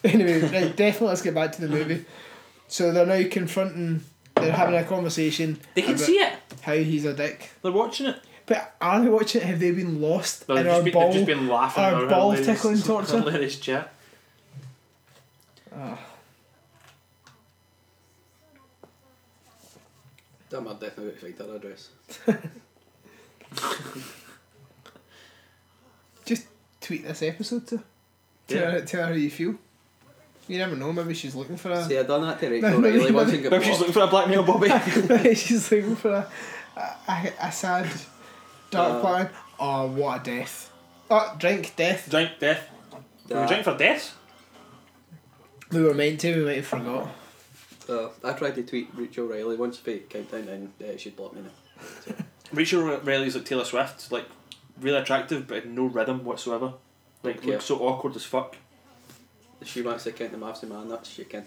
[SPEAKER 3] anyway, right, definitely let's get back to the movie. So they're now confronting. They're having a conversation.
[SPEAKER 2] They can
[SPEAKER 3] about
[SPEAKER 2] see it.
[SPEAKER 3] how he's a dick.
[SPEAKER 2] They're watching it.
[SPEAKER 3] But are they watching? it? Have they been lost
[SPEAKER 2] They've
[SPEAKER 3] in our
[SPEAKER 2] just, been,
[SPEAKER 3] ball?
[SPEAKER 2] they've just been laughing.
[SPEAKER 3] our
[SPEAKER 2] at
[SPEAKER 3] ball
[SPEAKER 2] hilarious-
[SPEAKER 3] tickling torture.
[SPEAKER 2] Hilarious chat.
[SPEAKER 4] That man definitely got to fight that address.
[SPEAKER 3] Just tweet this episode to tell,
[SPEAKER 2] Yeah.
[SPEAKER 3] her, tell her how you feel. You never know. Maybe she's looking for a.
[SPEAKER 4] See, I done that to
[SPEAKER 3] No,
[SPEAKER 4] Rachel
[SPEAKER 3] no,
[SPEAKER 4] Riley
[SPEAKER 3] no,
[SPEAKER 4] once
[SPEAKER 3] no.
[SPEAKER 4] and
[SPEAKER 2] Maybe
[SPEAKER 4] got
[SPEAKER 2] she's
[SPEAKER 4] blocked.
[SPEAKER 2] looking for a blackmail, Bobby.
[SPEAKER 3] She's looking for a, a, a, a sad, dark
[SPEAKER 4] Uh,
[SPEAKER 3] line. Oh, what a death. Oh, drink, death.
[SPEAKER 2] drink death. Were we
[SPEAKER 4] Nah.
[SPEAKER 2] drink for death?
[SPEAKER 3] We were meant to, we might have forgot.
[SPEAKER 4] Uh, I tried to tweet Rachel Riley once for countdown and uh, she blocked me. now.
[SPEAKER 2] Rachel Ra- Riley's like Taylor Swift, like really attractive but had no rhythm whatsoever. Like
[SPEAKER 4] Yeah.
[SPEAKER 2] looks so awkward as fuck.
[SPEAKER 4] If she wants to count them after my nuts, she can.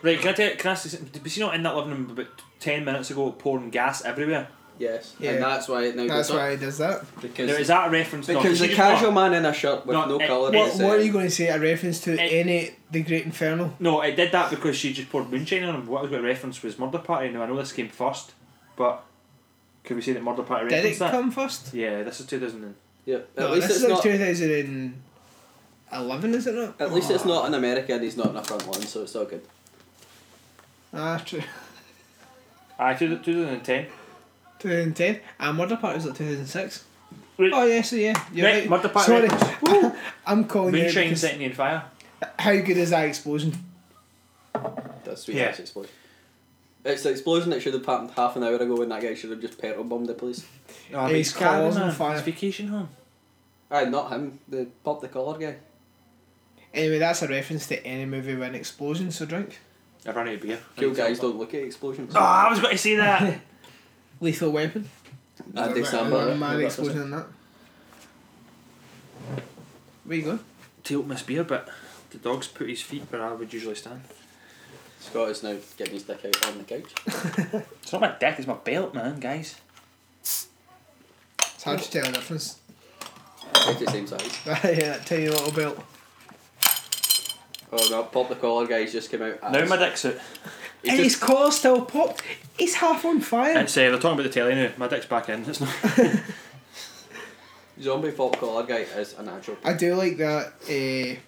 [SPEAKER 2] Right, can I tell? Can I say something? Did you not in that living room about ten minutes ago pouring gas everywhere?
[SPEAKER 4] Yes,
[SPEAKER 3] Yeah.
[SPEAKER 4] and that's why it now
[SPEAKER 3] That's
[SPEAKER 4] goes up.
[SPEAKER 3] why he does that.
[SPEAKER 4] Because,
[SPEAKER 2] Now is that a reference? No,
[SPEAKER 4] because
[SPEAKER 2] she
[SPEAKER 4] the
[SPEAKER 2] just-
[SPEAKER 4] casual man in a shirt with
[SPEAKER 2] No,
[SPEAKER 4] no
[SPEAKER 2] it-
[SPEAKER 4] colour
[SPEAKER 3] What,
[SPEAKER 4] is,
[SPEAKER 3] what
[SPEAKER 4] uh,
[SPEAKER 3] are you going to say? A reference to
[SPEAKER 2] eh.
[SPEAKER 3] any The Great Inferno?
[SPEAKER 2] No, it did that because she just poured moonshine on him. What I was going to reference was Murder Party. Now I know this came first, but could we say that Murder Party
[SPEAKER 3] Did it
[SPEAKER 2] referenced that?
[SPEAKER 3] come first?
[SPEAKER 2] Yeah, this is two thousand and.
[SPEAKER 4] Yeah, at
[SPEAKER 3] no,
[SPEAKER 4] least
[SPEAKER 3] this is
[SPEAKER 4] it's
[SPEAKER 3] like
[SPEAKER 4] not.
[SPEAKER 3] 2011, is it not?
[SPEAKER 4] At least it's not in America and he's not in a front line, so it's all good.
[SPEAKER 3] Ah, true.
[SPEAKER 2] Aye, two thousand and ten.
[SPEAKER 3] 2010. And Murder Party was like 2006.
[SPEAKER 2] Right.
[SPEAKER 3] Oh, yeah, so yeah. You're
[SPEAKER 2] Right,
[SPEAKER 3] right.
[SPEAKER 2] Murder Party
[SPEAKER 3] Sorry.
[SPEAKER 2] reference.
[SPEAKER 3] I'm calling you.
[SPEAKER 2] Moonshine
[SPEAKER 3] Oh, because-
[SPEAKER 2] setting you on fire.
[SPEAKER 3] How good is that explosion?
[SPEAKER 4] That's sweet.
[SPEAKER 2] Yeah.
[SPEAKER 4] That's explosion. It's the explosion that should have happened half an hour ago when that guy should have just petrol bombed the police.
[SPEAKER 2] Oh,
[SPEAKER 3] His
[SPEAKER 2] he's carrying
[SPEAKER 3] claws on
[SPEAKER 2] on
[SPEAKER 3] fire.
[SPEAKER 2] His vacation home.
[SPEAKER 4] Aye, not him, the pop the collar guy.
[SPEAKER 3] Anyway, that's a reference to any movie with an explosion, so drink.
[SPEAKER 7] I ran out of beer.
[SPEAKER 4] Cool guys don't look at explosions.
[SPEAKER 2] Oh, I was going to say that.
[SPEAKER 3] Lethal Weapon.
[SPEAKER 4] Andy
[SPEAKER 3] Uh,
[SPEAKER 4] Samberg.
[SPEAKER 3] Mad
[SPEAKER 7] Yeah,
[SPEAKER 3] explosion in that. Where you going?
[SPEAKER 7] to open this beer, but the dog's put his feet where I would usually stand.
[SPEAKER 4] Scott is now getting his dick out on the couch.
[SPEAKER 2] It's not my dick, it's my belt, man, guys.
[SPEAKER 3] It's hard to tell the difference.
[SPEAKER 4] It's the same size.
[SPEAKER 3] yeah, tell you a little bit.
[SPEAKER 4] Oh no, Pop the Collar guys just came out. as-
[SPEAKER 2] Now my dick's out.
[SPEAKER 4] he
[SPEAKER 3] and his
[SPEAKER 4] just-
[SPEAKER 3] collar still popped. He's half on fire.
[SPEAKER 2] It's, uh, they're talking about the telly now. My dick's back in. It's not.
[SPEAKER 4] Zombie Pop the Collar guy is an actual.
[SPEAKER 3] I do like that uh,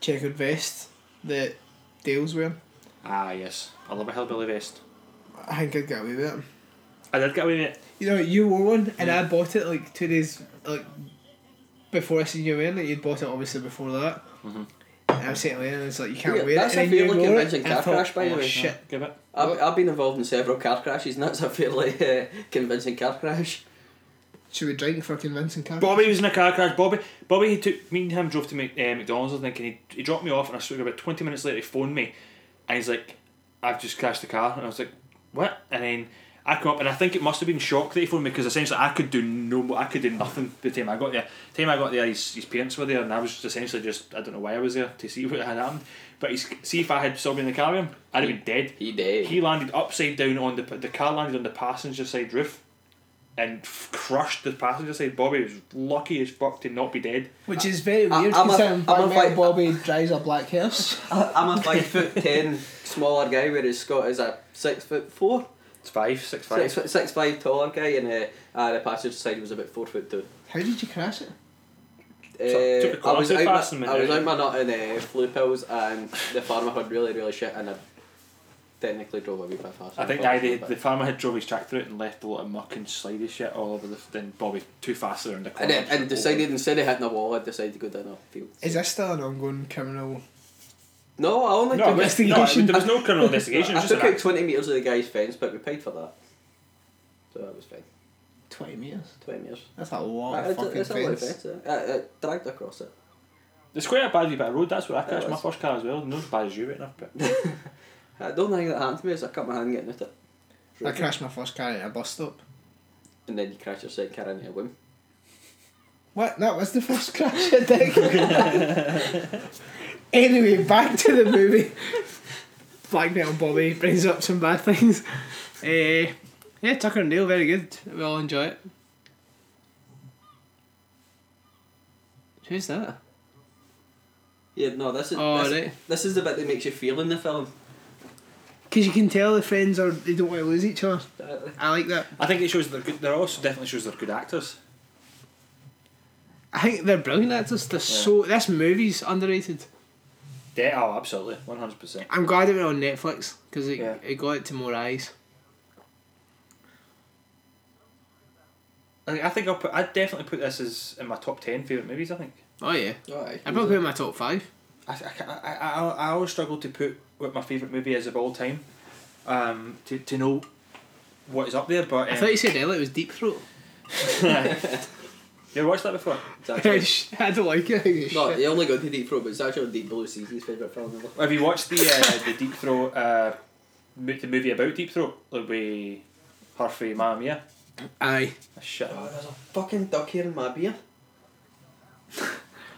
[SPEAKER 3] checkered vest that Dale's wearing.
[SPEAKER 2] Ah, yes. I love a hillbilly vest.
[SPEAKER 3] I think I'd get away with it.
[SPEAKER 2] I did get away with it.
[SPEAKER 3] You know, you wore one, and I bought it like two days like before I seen you wearing it. You'd bought it obviously before that. And I was sitting there, and it's like you can't
[SPEAKER 4] Mm-hmm. Yeah,
[SPEAKER 3] wear it.
[SPEAKER 4] that's
[SPEAKER 3] and
[SPEAKER 4] a
[SPEAKER 3] then you
[SPEAKER 4] fairly
[SPEAKER 3] wore it,
[SPEAKER 4] convincing
[SPEAKER 3] and I
[SPEAKER 4] car
[SPEAKER 3] thought,
[SPEAKER 4] crash, by the
[SPEAKER 3] "Oh,
[SPEAKER 4] way."
[SPEAKER 3] Shit.
[SPEAKER 2] Give it.
[SPEAKER 4] I've, I've been involved in several car crashes, and that's a fairly uh, convincing car crash.
[SPEAKER 3] Should we drink for convincing car?
[SPEAKER 2] Bobby was in a car crash. Bobby, Bobby, he took me and him drove to Mc, uh, McDonald's. I think, and he, he dropped me off, and I swear about twenty minutes later, he phoned me, and he's like, "I've just crashed the car," and I was like, "What?" And then I come up, and I think it must have been shock that he phoned me because essentially I could do no, I could do nothing by the time I got there. The time I got there, his, his parents were there, and I was just essentially just I don't know why I was there to see what had happened. But he's, see if I had still been in the car with him, I'd have been dead.
[SPEAKER 4] He did.
[SPEAKER 2] He landed upside down on the the car landed on the passenger side roof, and f- crushed the passenger side. Bobby was lucky as fuck to not be dead.
[SPEAKER 3] Which is very
[SPEAKER 4] I-
[SPEAKER 3] weird.
[SPEAKER 4] I'm a-
[SPEAKER 3] considering
[SPEAKER 4] I'm a
[SPEAKER 3] Black Metal
[SPEAKER 4] fight-
[SPEAKER 3] Bobby drives a black hearse.
[SPEAKER 4] I- I'm a five foot ten smaller guy, whereas Scott is a six foot four,
[SPEAKER 2] It's five, six five.
[SPEAKER 4] six foot six five taller guy, and uh, uh, the passenger side was about four foot two.
[SPEAKER 3] How did you crash it?
[SPEAKER 2] So- took the
[SPEAKER 4] Uh, I
[SPEAKER 2] car
[SPEAKER 4] was
[SPEAKER 2] too
[SPEAKER 4] out
[SPEAKER 2] fast and
[SPEAKER 4] my,
[SPEAKER 2] went
[SPEAKER 4] I was
[SPEAKER 2] out.
[SPEAKER 4] out my nut and uh, flu pills, and the farmer had really really shit, and I technically drove a wee bit faster.
[SPEAKER 2] I think
[SPEAKER 4] But-
[SPEAKER 2] I the, the farmer had drove his tractor out and left a lot of muck and slidey shit all over the. Then Bobby too fast around the
[SPEAKER 4] And,
[SPEAKER 2] corner.
[SPEAKER 4] then, and decided instead of hitting the wall, I decided to go down a field.
[SPEAKER 3] Is this still an ongoing criminal?
[SPEAKER 4] No, I only
[SPEAKER 2] No,
[SPEAKER 4] took
[SPEAKER 2] it was, no, it was- there was no criminal investigation. It
[SPEAKER 4] I
[SPEAKER 2] was just
[SPEAKER 4] took
[SPEAKER 2] an
[SPEAKER 4] out
[SPEAKER 2] act.
[SPEAKER 4] twenty meters of the guy's fence, but we paid for that, so that was fine.
[SPEAKER 3] 20 metres.
[SPEAKER 4] Twenty meters.
[SPEAKER 3] That's a
[SPEAKER 2] Oh,
[SPEAKER 3] lot
[SPEAKER 4] Uh,
[SPEAKER 3] of
[SPEAKER 4] it's,
[SPEAKER 3] fucking
[SPEAKER 4] it's a lot of
[SPEAKER 3] fence.
[SPEAKER 4] fence, uh, uh, dragged across it.
[SPEAKER 2] It's quite a bad wee bit of road. That's where I crashed my
[SPEAKER 4] was.
[SPEAKER 2] first car as well. Not as bad as you, right enough. But
[SPEAKER 4] Uh, the only thing that happened to me is I cut my hand getting out it.
[SPEAKER 3] I crashed my first car at a bus stop.
[SPEAKER 4] And then you crash your side car into a womb.
[SPEAKER 3] What? That was the first crash I did. anyway, back to the movie. Black Metal Bobby brings up some bad things. Uh, yeah, Tucker and Dale, very good. We all enjoy it. Who's that?
[SPEAKER 4] Yeah, no, this is
[SPEAKER 3] Oh,
[SPEAKER 4] this,
[SPEAKER 3] right.
[SPEAKER 4] this is the bit that makes you feel in the film.
[SPEAKER 3] Because you can tell the friends are they don't want to lose each other.
[SPEAKER 4] Uh,
[SPEAKER 3] I like that.
[SPEAKER 2] I think it shows they're good. They're also definitely shows they're good actors.
[SPEAKER 3] I think they're brilliant actors. They're so this movie's underrated.
[SPEAKER 2] Yeah, oh, absolutely, one hundred percent.
[SPEAKER 3] I'm glad it went on Netflix because it,
[SPEAKER 4] Yeah.
[SPEAKER 3] it got it to more eyes.
[SPEAKER 2] I think- I think I'll put. I definitely put this as in my top ten favorite movies. I think.
[SPEAKER 3] Oh yeah,
[SPEAKER 4] Alright.
[SPEAKER 3] I probably put it in my top five.
[SPEAKER 2] I, I, ca- I, I, I always struggle to put what my favourite movie is of all time um, to, to know what is up there, but. Um,
[SPEAKER 3] I thought you said Elliot was deep throat.
[SPEAKER 2] you ever watched that before?
[SPEAKER 4] It's actually-
[SPEAKER 3] I don't like it. I think it's
[SPEAKER 4] no,
[SPEAKER 3] shit.
[SPEAKER 4] you only got to Deep Throat, but it's actually Deep Blue Sea's his favourite film ever.
[SPEAKER 2] Have you watched the uh, the Deep Throat, uh, mo- the movie about Deep Throat? Like with Herfey, Mamma Mia?
[SPEAKER 3] Aye.
[SPEAKER 2] Shit.
[SPEAKER 4] Oh, there's a fucking duck here in my beer.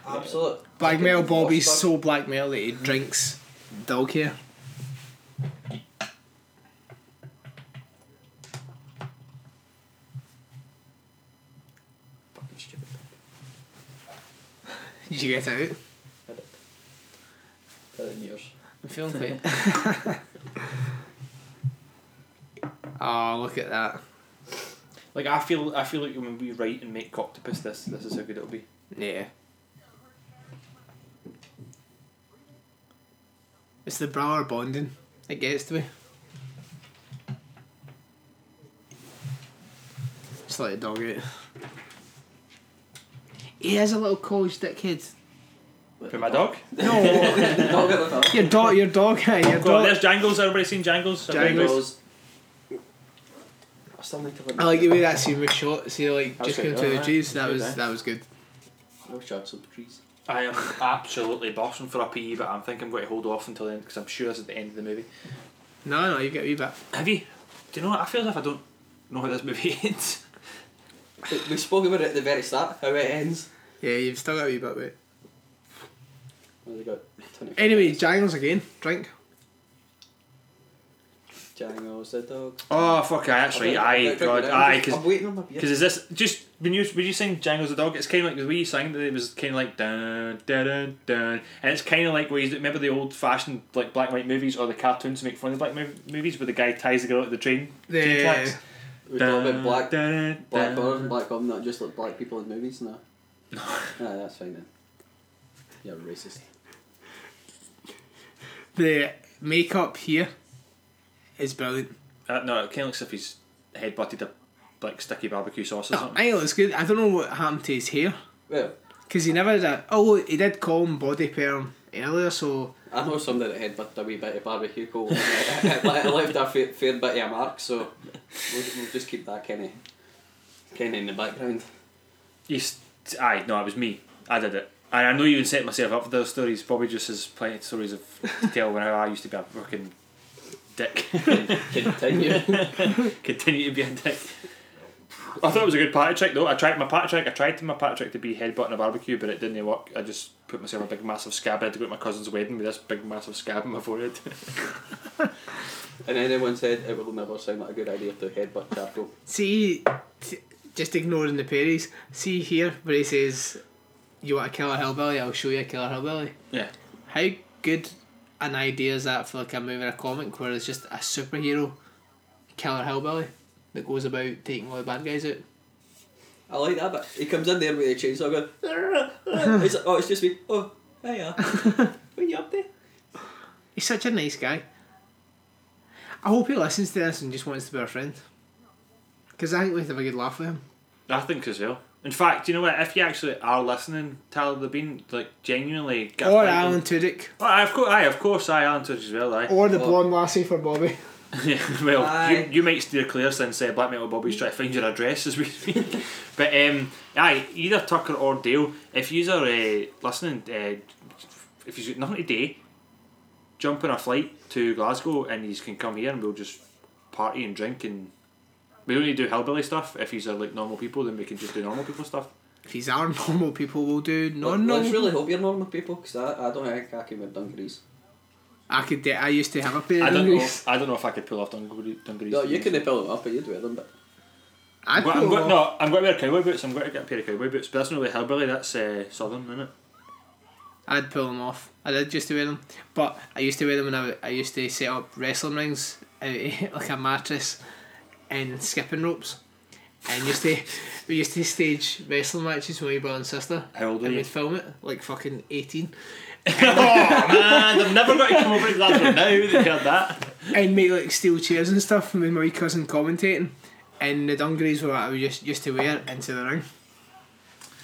[SPEAKER 4] Absolute.
[SPEAKER 3] Blackmail
[SPEAKER 4] fucking
[SPEAKER 3] Bobby's
[SPEAKER 4] bastard.
[SPEAKER 3] so blackmail that he drinks dog hair.
[SPEAKER 4] Fucking stupid.
[SPEAKER 3] Did you get it out?
[SPEAKER 4] Better than yours.
[SPEAKER 3] I'm feeling quite. oh, look at that.
[SPEAKER 2] Like, I feel I feel like when we write and make Coctopus, this this is how good it'll be.
[SPEAKER 3] Yeah. It's the brower bonding. It gets to me. Just let the dog out. He is a little college dickhead.
[SPEAKER 2] For my dog?
[SPEAKER 3] No,
[SPEAKER 4] Not good enough.
[SPEAKER 3] your dog, your dog, hey, your
[SPEAKER 2] Go on,
[SPEAKER 3] dog.
[SPEAKER 2] there's Jangles. Everybody seen Jangles?
[SPEAKER 3] Jangles.
[SPEAKER 4] Goes- I still need to learn.
[SPEAKER 3] I like the way that scene was shot. See, like
[SPEAKER 2] That was
[SPEAKER 3] just
[SPEAKER 2] good,
[SPEAKER 3] going through the
[SPEAKER 2] alright.
[SPEAKER 3] trees. That
[SPEAKER 2] Good,
[SPEAKER 3] was
[SPEAKER 2] eh?
[SPEAKER 3] that was good.
[SPEAKER 4] No chance of trees.
[SPEAKER 2] I am absolutely bursting for a PE, but I'm thinking I'm going to hold off until then because I'm sure this is the end of the movie.
[SPEAKER 3] No, no, you get a wee bit.
[SPEAKER 2] Have you? Do you know what? I feel as if I don't know how this movie ends.
[SPEAKER 4] We- We spoke about it at the very start, how it ends.
[SPEAKER 3] Yeah, you've still got a wee bit. Wait.
[SPEAKER 4] What have we got? 25
[SPEAKER 3] Anyway, Jangles again. Drink.
[SPEAKER 4] Django's the dog.
[SPEAKER 2] Oh fuck! I actually, aye, God, aye,
[SPEAKER 4] I'm
[SPEAKER 2] because
[SPEAKER 4] waiting on my beer.
[SPEAKER 2] is this just when you when you sing Django's the dog? It's kind of like the way you sang it. It was kind of like dun dun dun, dun. and it's kind of like where you remember the old fashioned like black and white movies or the cartoons to make fun of the black mov- movies where the guy ties the girl out the train. train
[SPEAKER 3] Yeah.
[SPEAKER 2] tracks.
[SPEAKER 4] We talk about black,
[SPEAKER 2] Dun, dun,
[SPEAKER 4] black
[SPEAKER 2] dun.
[SPEAKER 4] birds and black women, not just like black people in movies. No. No, that's fine then. You're racist.
[SPEAKER 3] The makeup here is brilliant.
[SPEAKER 2] Uh, no, it kind of looks as if he's head butted a like sticky barbecue sauce or
[SPEAKER 3] No,
[SPEAKER 2] something.
[SPEAKER 3] I think Oh, it looks good. I don't know what happened to his hair.
[SPEAKER 4] Well,
[SPEAKER 3] Because he never did a. Oh, he did call him body perm earlier, so.
[SPEAKER 4] I know somebody that headbutted a wee bit of barbecue coal. and it- it left a fair, fair bit of a mark, so we'll, we'll just keep that Kenny, Kenny in the background.
[SPEAKER 2] He's aye, no, it was me. I did it. And I know you even set myself up for those stories. Bobby just has plenty of stories of to tell when I used to be a fucking dick.
[SPEAKER 4] Continue.
[SPEAKER 2] Continue to be a dick. I thought it was a good party trick though. I tried my party trick. I tried to my party trick to be headbutting a barbecue, but it didn't work. I just put myself a big massive scab. I had to go to my cousin's wedding with this big massive scab on my forehead.
[SPEAKER 4] and anyone said it will never sound like a good idea to headbutt charcoal.
[SPEAKER 3] See, t- just ignoring the Perry's. See here where he says, "You want a killer hillbilly? I'll show you a killer hillbilly."
[SPEAKER 2] yeah.
[SPEAKER 3] How good an idea is that for like a movie or a comic where it's just a superhero killer hillbilly that goes about taking all the bad guys out?
[SPEAKER 4] I like that bit. He comes in there with a chainsaw going, "Arr, arr." He's like, oh, it's just me. Oh, hiya. what you up there?
[SPEAKER 3] He's such a nice guy. I hope he listens to this and just wants to be our friend. Because I think we'd have a good laugh with him.
[SPEAKER 2] I think as well. In fact, you know what? If you actually are listening, Tyler the Bean, like genuinely, get
[SPEAKER 3] Or
[SPEAKER 2] like-
[SPEAKER 3] Alan Tudyk.
[SPEAKER 2] Oh, aye, of course, aye, of course, aye, Alan Tudyk as well, aye.
[SPEAKER 3] Or the
[SPEAKER 4] Oh.
[SPEAKER 3] blonde lassie for Bobby.
[SPEAKER 2] yeah, well,
[SPEAKER 4] Aye.
[SPEAKER 2] you, you might steer clear since uh, Black Metal Bobby's trying to find your address as we speak. but um, aye, either Tucker or Dale, if you are uh, listening, uh, if you've got nothing to do, jump on a flight to Glasgow and you can come here and we'll just party and drink and we don't need to do hillbilly stuff. If you are like normal people, then we can just do normal people stuff.
[SPEAKER 3] If these are normal people, we'll do
[SPEAKER 4] No,
[SPEAKER 3] non
[SPEAKER 4] no. Let's
[SPEAKER 3] normal.
[SPEAKER 4] really hope you're normal people, because I, I don't think I can wear dungarees.
[SPEAKER 3] I could. do- I used to have a pair
[SPEAKER 2] I
[SPEAKER 3] of
[SPEAKER 2] don't know.
[SPEAKER 3] dungarees.
[SPEAKER 2] I don't know if I could pull off dungaree- dungarees.
[SPEAKER 4] No,
[SPEAKER 2] to
[SPEAKER 4] you
[SPEAKER 2] be
[SPEAKER 4] could
[SPEAKER 2] honest.
[SPEAKER 4] pull them up, but you'd wear them. But
[SPEAKER 3] I'd
[SPEAKER 2] Well, I'm
[SPEAKER 3] pull
[SPEAKER 2] going,
[SPEAKER 3] off.
[SPEAKER 2] no, I'm going to wear cowboy boots. I'm going to get a pair of cowboy boots. But that's not really hillbilly. That's uh, southern, isn't it?
[SPEAKER 3] I'd pull them off. I did used to wear them, but I used to wear them when I, I used to set up wrestling rings out of- like a mattress and skipping ropes. And used to we used to stage wrestling matches with my brother and sister.
[SPEAKER 2] How old were
[SPEAKER 3] And
[SPEAKER 2] you?
[SPEAKER 3] we'd film it like fucking eighteen,
[SPEAKER 2] Man, they've never got to come over to Glasgow now. They heard that.
[SPEAKER 3] and make like steel chairs and stuff with my wee cousin commentating. And the dungarees were what I used used to wear into the ring.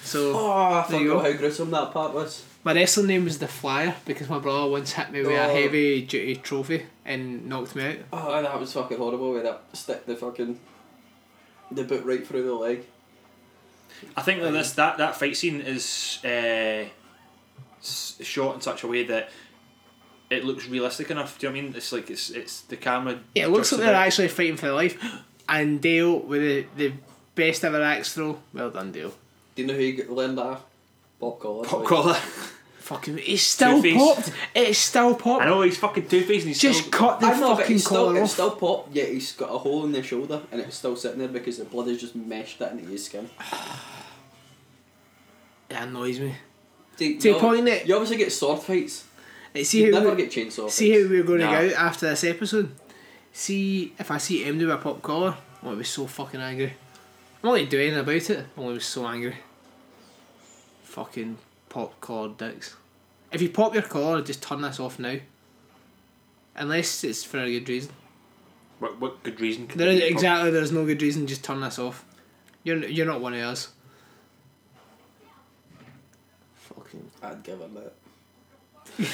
[SPEAKER 3] So
[SPEAKER 4] oh, I
[SPEAKER 3] There you
[SPEAKER 4] forgot
[SPEAKER 3] go.
[SPEAKER 4] how gruesome that part was.
[SPEAKER 3] My wrestling name was the Flyer because my brother once hit me with a
[SPEAKER 4] Oh.
[SPEAKER 3] heavy duty trophy and knocked me out.
[SPEAKER 4] Oh, that was fucking horrible where that stick the fucking the boot right through the leg.
[SPEAKER 2] I think that this that, that fight scene is uh, s- shot in such a way that it looks realistic enough. Do you know what I mean? It's like it's it's the camera.
[SPEAKER 3] Yeah, it looks like
[SPEAKER 2] jerks
[SPEAKER 3] they're
[SPEAKER 2] about.
[SPEAKER 3] actually fighting for their life. And Dale with the, the best ever axe throw. Well done, Dale.
[SPEAKER 4] Do you know who you g- learned that? Bob Collar.
[SPEAKER 2] Pop collar.
[SPEAKER 3] Fucking, it's still
[SPEAKER 2] Two-Face.
[SPEAKER 3] popped. It's still popped.
[SPEAKER 2] I know he's fucking two faced and he's
[SPEAKER 3] Just
[SPEAKER 2] still-
[SPEAKER 3] cut the
[SPEAKER 4] I know, but
[SPEAKER 3] fucking
[SPEAKER 4] it's still,
[SPEAKER 3] collar
[SPEAKER 4] it's
[SPEAKER 3] off.
[SPEAKER 4] still popped, yet he's got a hole in the shoulder and it's still sitting there because the blood has just meshed it into his skin.
[SPEAKER 3] It annoys me.
[SPEAKER 4] See,
[SPEAKER 3] To a
[SPEAKER 4] you-
[SPEAKER 3] point that-
[SPEAKER 4] You obviously get sword fights.
[SPEAKER 3] Like, see
[SPEAKER 4] You
[SPEAKER 3] how
[SPEAKER 4] never
[SPEAKER 3] we,
[SPEAKER 4] get chainsaw
[SPEAKER 3] see
[SPEAKER 4] fights.
[SPEAKER 3] how we're going to
[SPEAKER 2] Nah.
[SPEAKER 3] go out after this episode. See if I see him do a pop collar. I'm going to be so fucking angry. I'm not going to do anything about it. I'm going to be so angry. Fucking pop collar dicks. If you pop your collar, just turn this off now. Unless it's for a good reason.
[SPEAKER 2] What, what good reason? could
[SPEAKER 3] There is
[SPEAKER 2] be?
[SPEAKER 3] exactly. There's no good reason. Just turn this off. You're you're not one of us. Fucking.
[SPEAKER 4] I'd give him that.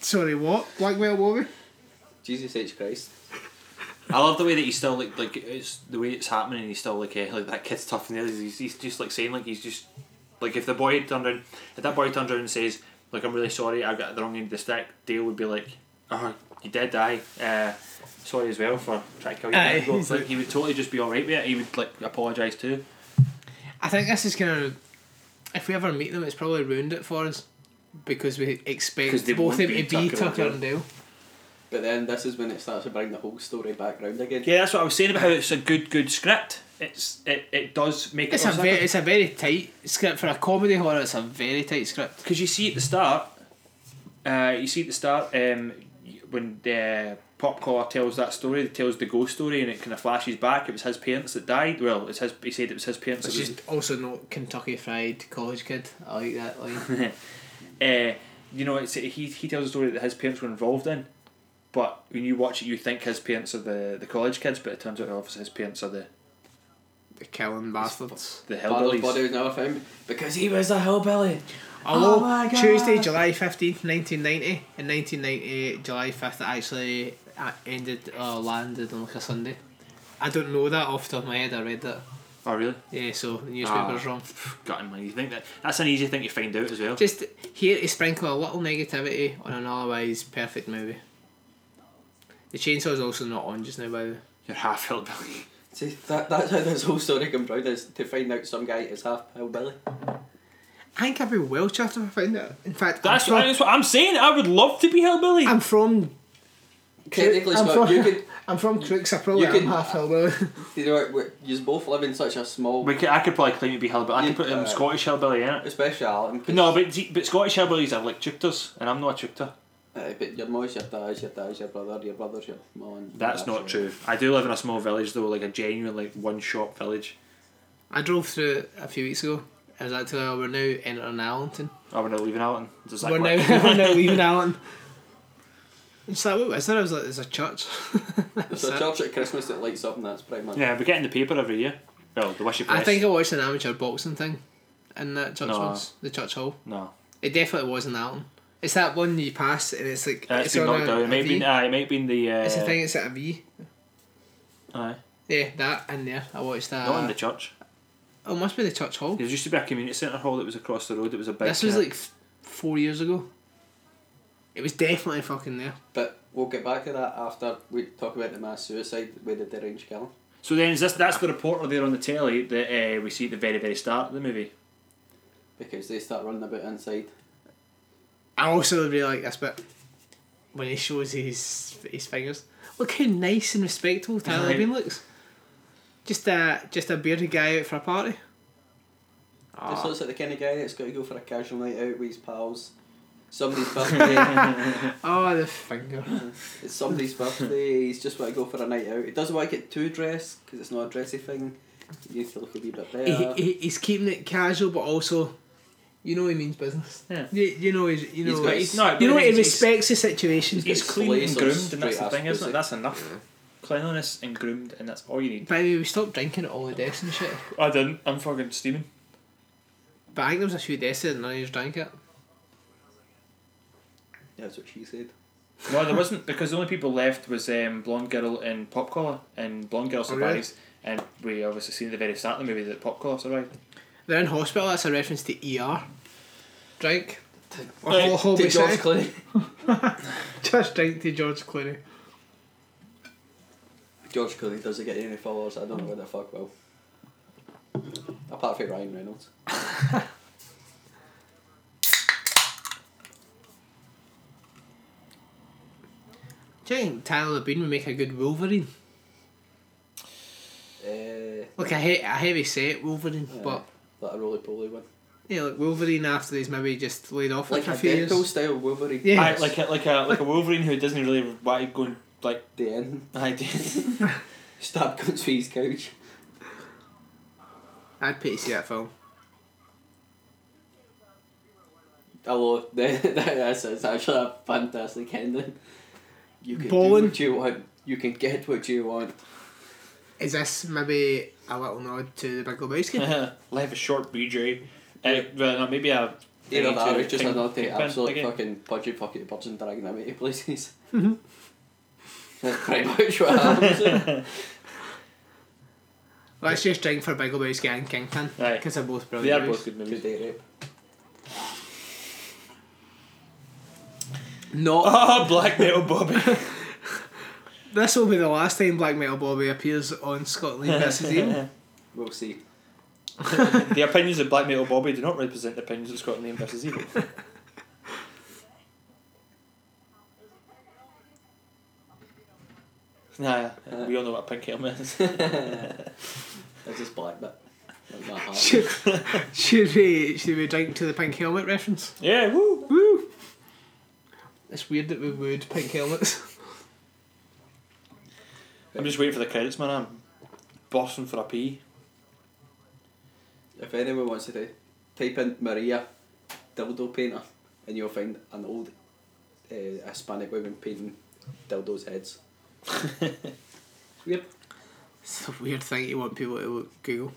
[SPEAKER 3] Sorry, what? Black Metal Bobby?
[SPEAKER 4] Jesus H. Christ.
[SPEAKER 2] I love the way that he's still like like it's the way it's happening and he's still like eh, like that kid's tough and the others he's, he's just like saying like he's just Like if the boy turned around, if that boy turned around and says, "Look, I'm really sorry, I got the wrong end of the stick," Dale would be like, "Oh, you did, die. Uh, sorry as well for trying to kill you."
[SPEAKER 3] Aye.
[SPEAKER 2] Like, he would totally just be all right with it. He would like apologise too.
[SPEAKER 3] I think this is going to. If we ever meet them, it's probably ruined it for us because we
[SPEAKER 2] 'Cause
[SPEAKER 3] expect
[SPEAKER 2] they
[SPEAKER 3] both
[SPEAKER 2] won't
[SPEAKER 3] of them
[SPEAKER 2] be
[SPEAKER 3] to be
[SPEAKER 2] Tucker and
[SPEAKER 3] Tucker and Dale.
[SPEAKER 4] But then this is when it starts to bring the whole story back round again.
[SPEAKER 2] Yeah, that's what I was saying about how it's a good, good script. It's it, it does make
[SPEAKER 3] It's a
[SPEAKER 2] it
[SPEAKER 3] very, it's a very tight script for a comedy horror. It's a very tight script.
[SPEAKER 2] because you see at the start, uh, you see at the start um, when the pop collar tells that story, he tells the ghost story, and it kind of flashes back. It was his parents that died. Well, it's his. He said it was his parents.
[SPEAKER 3] Which
[SPEAKER 2] that was-
[SPEAKER 3] is also not Kentucky Fried College Kid. I like that line.
[SPEAKER 2] uh, you know, it's he, he tells a story that his parents were involved in, but when you watch it, you think his parents are the, the college kids, but it turns out obviously his parents are the
[SPEAKER 3] the killing bastards.
[SPEAKER 2] the
[SPEAKER 4] Father's
[SPEAKER 2] hillbillies.
[SPEAKER 4] body was never found because he was a hillbilly.
[SPEAKER 3] Although
[SPEAKER 4] my God.
[SPEAKER 3] Tuesday, July 15th, 1990, and 1998, July 5th, it actually uh, ended or landed on like a Sunday. I don't know that off the top of my head, I read that.
[SPEAKER 2] Oh really?
[SPEAKER 3] Yeah, so the newspaper's
[SPEAKER 2] Ah.
[SPEAKER 3] wrong.
[SPEAKER 2] Gotten man. You think that that's an easy thing to find out as well.
[SPEAKER 3] Just here to sprinkle a little negativity on an otherwise perfect movie. The chainsaw is also not on just now, by the way.
[SPEAKER 2] You're half hillbilly.
[SPEAKER 4] See, that, that's how this whole story comes round is to find out some guy is half hillbilly.
[SPEAKER 3] I think I'd be well chuffed if I found it. In fact,
[SPEAKER 2] That's
[SPEAKER 3] I'm
[SPEAKER 2] what,
[SPEAKER 3] from,
[SPEAKER 2] that's what I'm saying. I would love to be hillbilly.
[SPEAKER 3] I'm from.
[SPEAKER 4] Technically,
[SPEAKER 3] I'm
[SPEAKER 4] Scott,
[SPEAKER 3] from,
[SPEAKER 4] you could,
[SPEAKER 3] I'm from Crooks. I probably
[SPEAKER 4] you
[SPEAKER 3] am
[SPEAKER 4] could-
[SPEAKER 3] half hillbilly.
[SPEAKER 4] you know, you both live in such a small,
[SPEAKER 2] We could, I could probably claim to be hillbilly. I
[SPEAKER 4] You-
[SPEAKER 2] could put um,
[SPEAKER 4] uh,
[SPEAKER 2] Scottish hillbilly in it.
[SPEAKER 4] especially Alan. 'cause-
[SPEAKER 2] No, but see, but Scottish hillbillies are like chukters, and I'm not a chukter.
[SPEAKER 4] Aye, Eh, but your mum's your dad's your dad's your brother, your brother's your mum.
[SPEAKER 2] That's not true. I do live in a small village though, like a genuine like one shop village.
[SPEAKER 3] I drove through it a few weeks ago. I was actually, oh, we're now entering Allenton.
[SPEAKER 2] Oh, we're not leaving Alton. Does that
[SPEAKER 3] we're,
[SPEAKER 2] work?
[SPEAKER 3] now, we're now leaving Allenton. It's like, what was that? I was like, there's a church.
[SPEAKER 4] There's a church at Christmas that lights up, and that's pretty much.
[SPEAKER 2] Yeah, we get in the paper every year. Well, the wishy press.
[SPEAKER 3] I think I watched an amateur boxing thing in that church
[SPEAKER 2] No.
[SPEAKER 3] once, the church hall.
[SPEAKER 2] no,
[SPEAKER 3] It definitely was an Alton. It's that one you pass and it's like
[SPEAKER 2] uh, it's been
[SPEAKER 3] on
[SPEAKER 2] knocked
[SPEAKER 3] a-
[SPEAKER 2] down.
[SPEAKER 3] a
[SPEAKER 2] It might
[SPEAKER 3] V.
[SPEAKER 2] be. Uh, it might be in the. Uh,
[SPEAKER 3] It's the thing. It's at a V.
[SPEAKER 2] Aye,
[SPEAKER 3] Yeah, that in there. I watched that.
[SPEAKER 2] not in the church.
[SPEAKER 3] oh, it must be the church hall.
[SPEAKER 2] There used to be a community centre hall that was across the road. It was a big.
[SPEAKER 3] This was
[SPEAKER 2] uh,
[SPEAKER 3] like f- four years ago. It was definitely fucking there.
[SPEAKER 4] But we'll get back to that after we talk about the mass suicide with the deranged killing.
[SPEAKER 2] So then, is this that's the reporter there on the telly that uh, we see at the very very start of the movie?
[SPEAKER 4] Because they start running about inside.
[SPEAKER 3] I also really like this bit when he shows his his fingers. Look how nice and respectable Tyler
[SPEAKER 2] Right.
[SPEAKER 3] Bean looks. Just a just a bearded guy out for a party.
[SPEAKER 4] This
[SPEAKER 2] Ah.
[SPEAKER 4] looks like the kind of guy that's got to go for a casual night out with his pals. Somebody's birthday.
[SPEAKER 2] yeah,
[SPEAKER 3] Oh, the finger.
[SPEAKER 4] it's somebody's birthday. He's just want to go for a night out. He doesn't want to get too dressed because it's not a dressy thing. He needs to look a wee bit better.
[SPEAKER 3] He, he, he's keeping it casual, but also, you know, he means business.
[SPEAKER 2] Yeah.
[SPEAKER 3] You, you know, he's, you
[SPEAKER 4] He's
[SPEAKER 3] know,
[SPEAKER 4] got-
[SPEAKER 2] he's not-
[SPEAKER 3] you know, he
[SPEAKER 2] he's-
[SPEAKER 3] respects the situation.
[SPEAKER 2] he's
[SPEAKER 4] It's
[SPEAKER 2] clean and
[SPEAKER 4] laser
[SPEAKER 2] groomed, and that's the
[SPEAKER 4] straight
[SPEAKER 2] thing,
[SPEAKER 4] ass
[SPEAKER 2] isn't it?
[SPEAKER 4] pussy.
[SPEAKER 2] That's enough. Cleanliness and groomed, and that's all you need.
[SPEAKER 3] By the way, we stopped drinking at all the deaths and shit.
[SPEAKER 2] I didn't. I'm fucking steaming.
[SPEAKER 3] But I think there was a few deaths that none of us drank it.
[SPEAKER 4] That's what she said.
[SPEAKER 2] No, there wasn't because the only people left was um, blonde girl and pop collar, and blonde girl
[SPEAKER 3] Oh, really?
[SPEAKER 2] survives, and we obviously seen at the very start of the movie that pop collar survived.
[SPEAKER 3] They're in hospital. That's a reference to ER. Drink. Or
[SPEAKER 2] Right,
[SPEAKER 3] Hol- Holby
[SPEAKER 4] Take George
[SPEAKER 3] City.
[SPEAKER 4] Clooney.
[SPEAKER 3] Just drink to George Clooney.
[SPEAKER 4] George Clooney doesn't get any followers. I don't know where the fuck will. Apart from Ryan Reynolds.
[SPEAKER 3] Do you think Tyler Bean would make a good Wolverine?
[SPEAKER 4] Uh,
[SPEAKER 3] Like a, he- a heavy set Wolverine,
[SPEAKER 4] Yeah.
[SPEAKER 3] but
[SPEAKER 4] like a roly poly one.
[SPEAKER 3] yeah, like Wolverine after he's maybe just laid off
[SPEAKER 4] Like
[SPEAKER 3] for
[SPEAKER 4] a
[SPEAKER 3] a few years.
[SPEAKER 4] Deadpool style Wolverine.
[SPEAKER 3] Yeah.
[SPEAKER 2] I, like a, like a like a Wolverine who doesn't really want to go and like
[SPEAKER 4] The end.
[SPEAKER 2] I did.
[SPEAKER 4] Stab guns through his couch.
[SPEAKER 3] I'd pay to see that film.
[SPEAKER 4] Although that that is actually a fantastic ending. You can
[SPEAKER 3] Bowling.
[SPEAKER 4] do what you want. You can get what you want.
[SPEAKER 3] Is this maybe a little nod to the Big Lebowski?
[SPEAKER 2] Life is short, BJ. Uh, well, no, maybe a.
[SPEAKER 4] Either that or it's just
[SPEAKER 2] Ping-
[SPEAKER 4] another day,
[SPEAKER 2] Kingpin
[SPEAKER 4] absolute
[SPEAKER 2] again.
[SPEAKER 4] fucking pudgy pocket birds and dragging them out of places.
[SPEAKER 2] Mm-hmm.
[SPEAKER 4] That's pretty much what happens.
[SPEAKER 3] Let's just drink for Big Lebowski and Kingpin.
[SPEAKER 2] Right.
[SPEAKER 3] Because they're both
[SPEAKER 2] They
[SPEAKER 3] brilliant.
[SPEAKER 2] are both
[SPEAKER 3] movies.
[SPEAKER 2] good movies.
[SPEAKER 4] Good date rape.
[SPEAKER 3] Not.
[SPEAKER 2] Oh, Black Metal Bobby.
[SPEAKER 3] This will be the last time Black Metal Bobby appears on Scotland versus Evil.
[SPEAKER 4] We'll see.
[SPEAKER 2] the opinions of Black Metal Bobby do not represent the opinions of Scotland Name versus Evil. nah, we all know what a pink helmet is.
[SPEAKER 4] This is black bit. Like my heart.
[SPEAKER 3] Should, should we should we drink to the pink helmet reference?
[SPEAKER 2] yeah, woo!
[SPEAKER 3] Woo! It's weird that we would pink helmets.
[SPEAKER 2] I'm just waiting for the credits, man. I'm bursting for a pee.
[SPEAKER 4] If anyone wants to do, type in Maria dildo painter and you'll find an old uh, Hispanic woman painting dildos heads. Weird.
[SPEAKER 3] It's a weird thing you want people to look Google.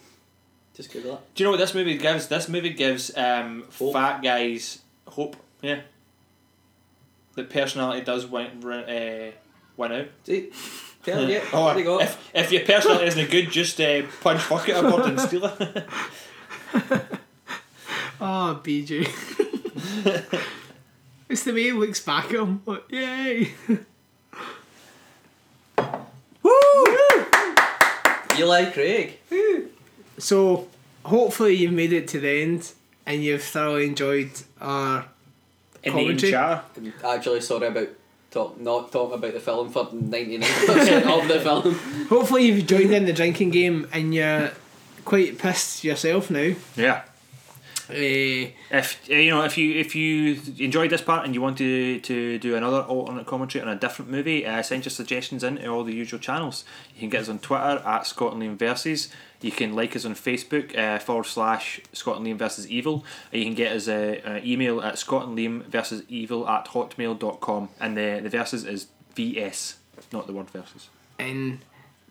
[SPEAKER 4] Just Google that.
[SPEAKER 2] Do you know what this movie gives? This movie gives um,
[SPEAKER 4] Hope.
[SPEAKER 2] fat guys hope. Yeah. The personality does win, win, uh, win out.
[SPEAKER 4] See? Tell you.
[SPEAKER 2] Oh,
[SPEAKER 4] there you go.
[SPEAKER 2] If, if your personality isn't good, just uh, punch fuck it aboard and steal it.
[SPEAKER 3] Oh, BJ. it's the way he looks back at him. Like, Yay! Woo!
[SPEAKER 4] Eli Craig.
[SPEAKER 3] So, hopefully, you've made it to the end and you've thoroughly enjoyed our
[SPEAKER 2] In
[SPEAKER 3] Commentary.
[SPEAKER 2] chatter.
[SPEAKER 4] Actually, sorry about talk, not talking about the film for 99% of the film.
[SPEAKER 3] Hopefully you've joined in the drinking game and you're quite pissed yourself now.
[SPEAKER 6] Yeah.
[SPEAKER 3] Uh,
[SPEAKER 6] If eh, you know, if you if you enjoyed this part and you want to to do another alternate commentary on a different movie, uh, send your suggestions in to all the usual channels. You can get us on Twitter at Scotland Lane Versus. You can like us on Facebook uh, forward slash Scotland Lane versus Evil. Or you can get us a, a email at Scotland Lane versus Evil at hotmail.com. And the the versus is VS, not the word versus.
[SPEAKER 3] and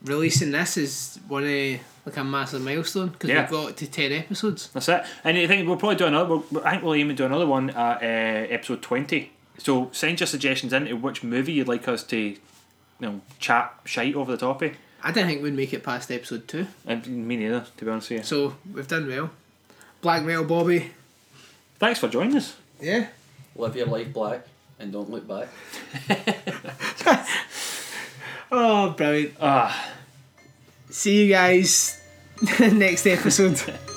[SPEAKER 3] releasing this is one of like a massive milestone because
[SPEAKER 6] Yeah.
[SPEAKER 3] we've got to ten episodes.
[SPEAKER 6] That's it. And I think we'll probably do another. We'll, I think we'll aim to do another one at uh, episode twenty. So send your suggestions into which movie you'd like us to, you know, chat shite over the top of.
[SPEAKER 3] I didn't think we'd make it past episode two,
[SPEAKER 6] And me neither, to be honest with you.
[SPEAKER 3] so we've done well. Black metal, Bobby.
[SPEAKER 6] Thanks for joining us.
[SPEAKER 3] Yeah.
[SPEAKER 4] Live your life black and don't look back.
[SPEAKER 3] Oh, brilliant!
[SPEAKER 6] Ah.
[SPEAKER 3] See you guys next episode.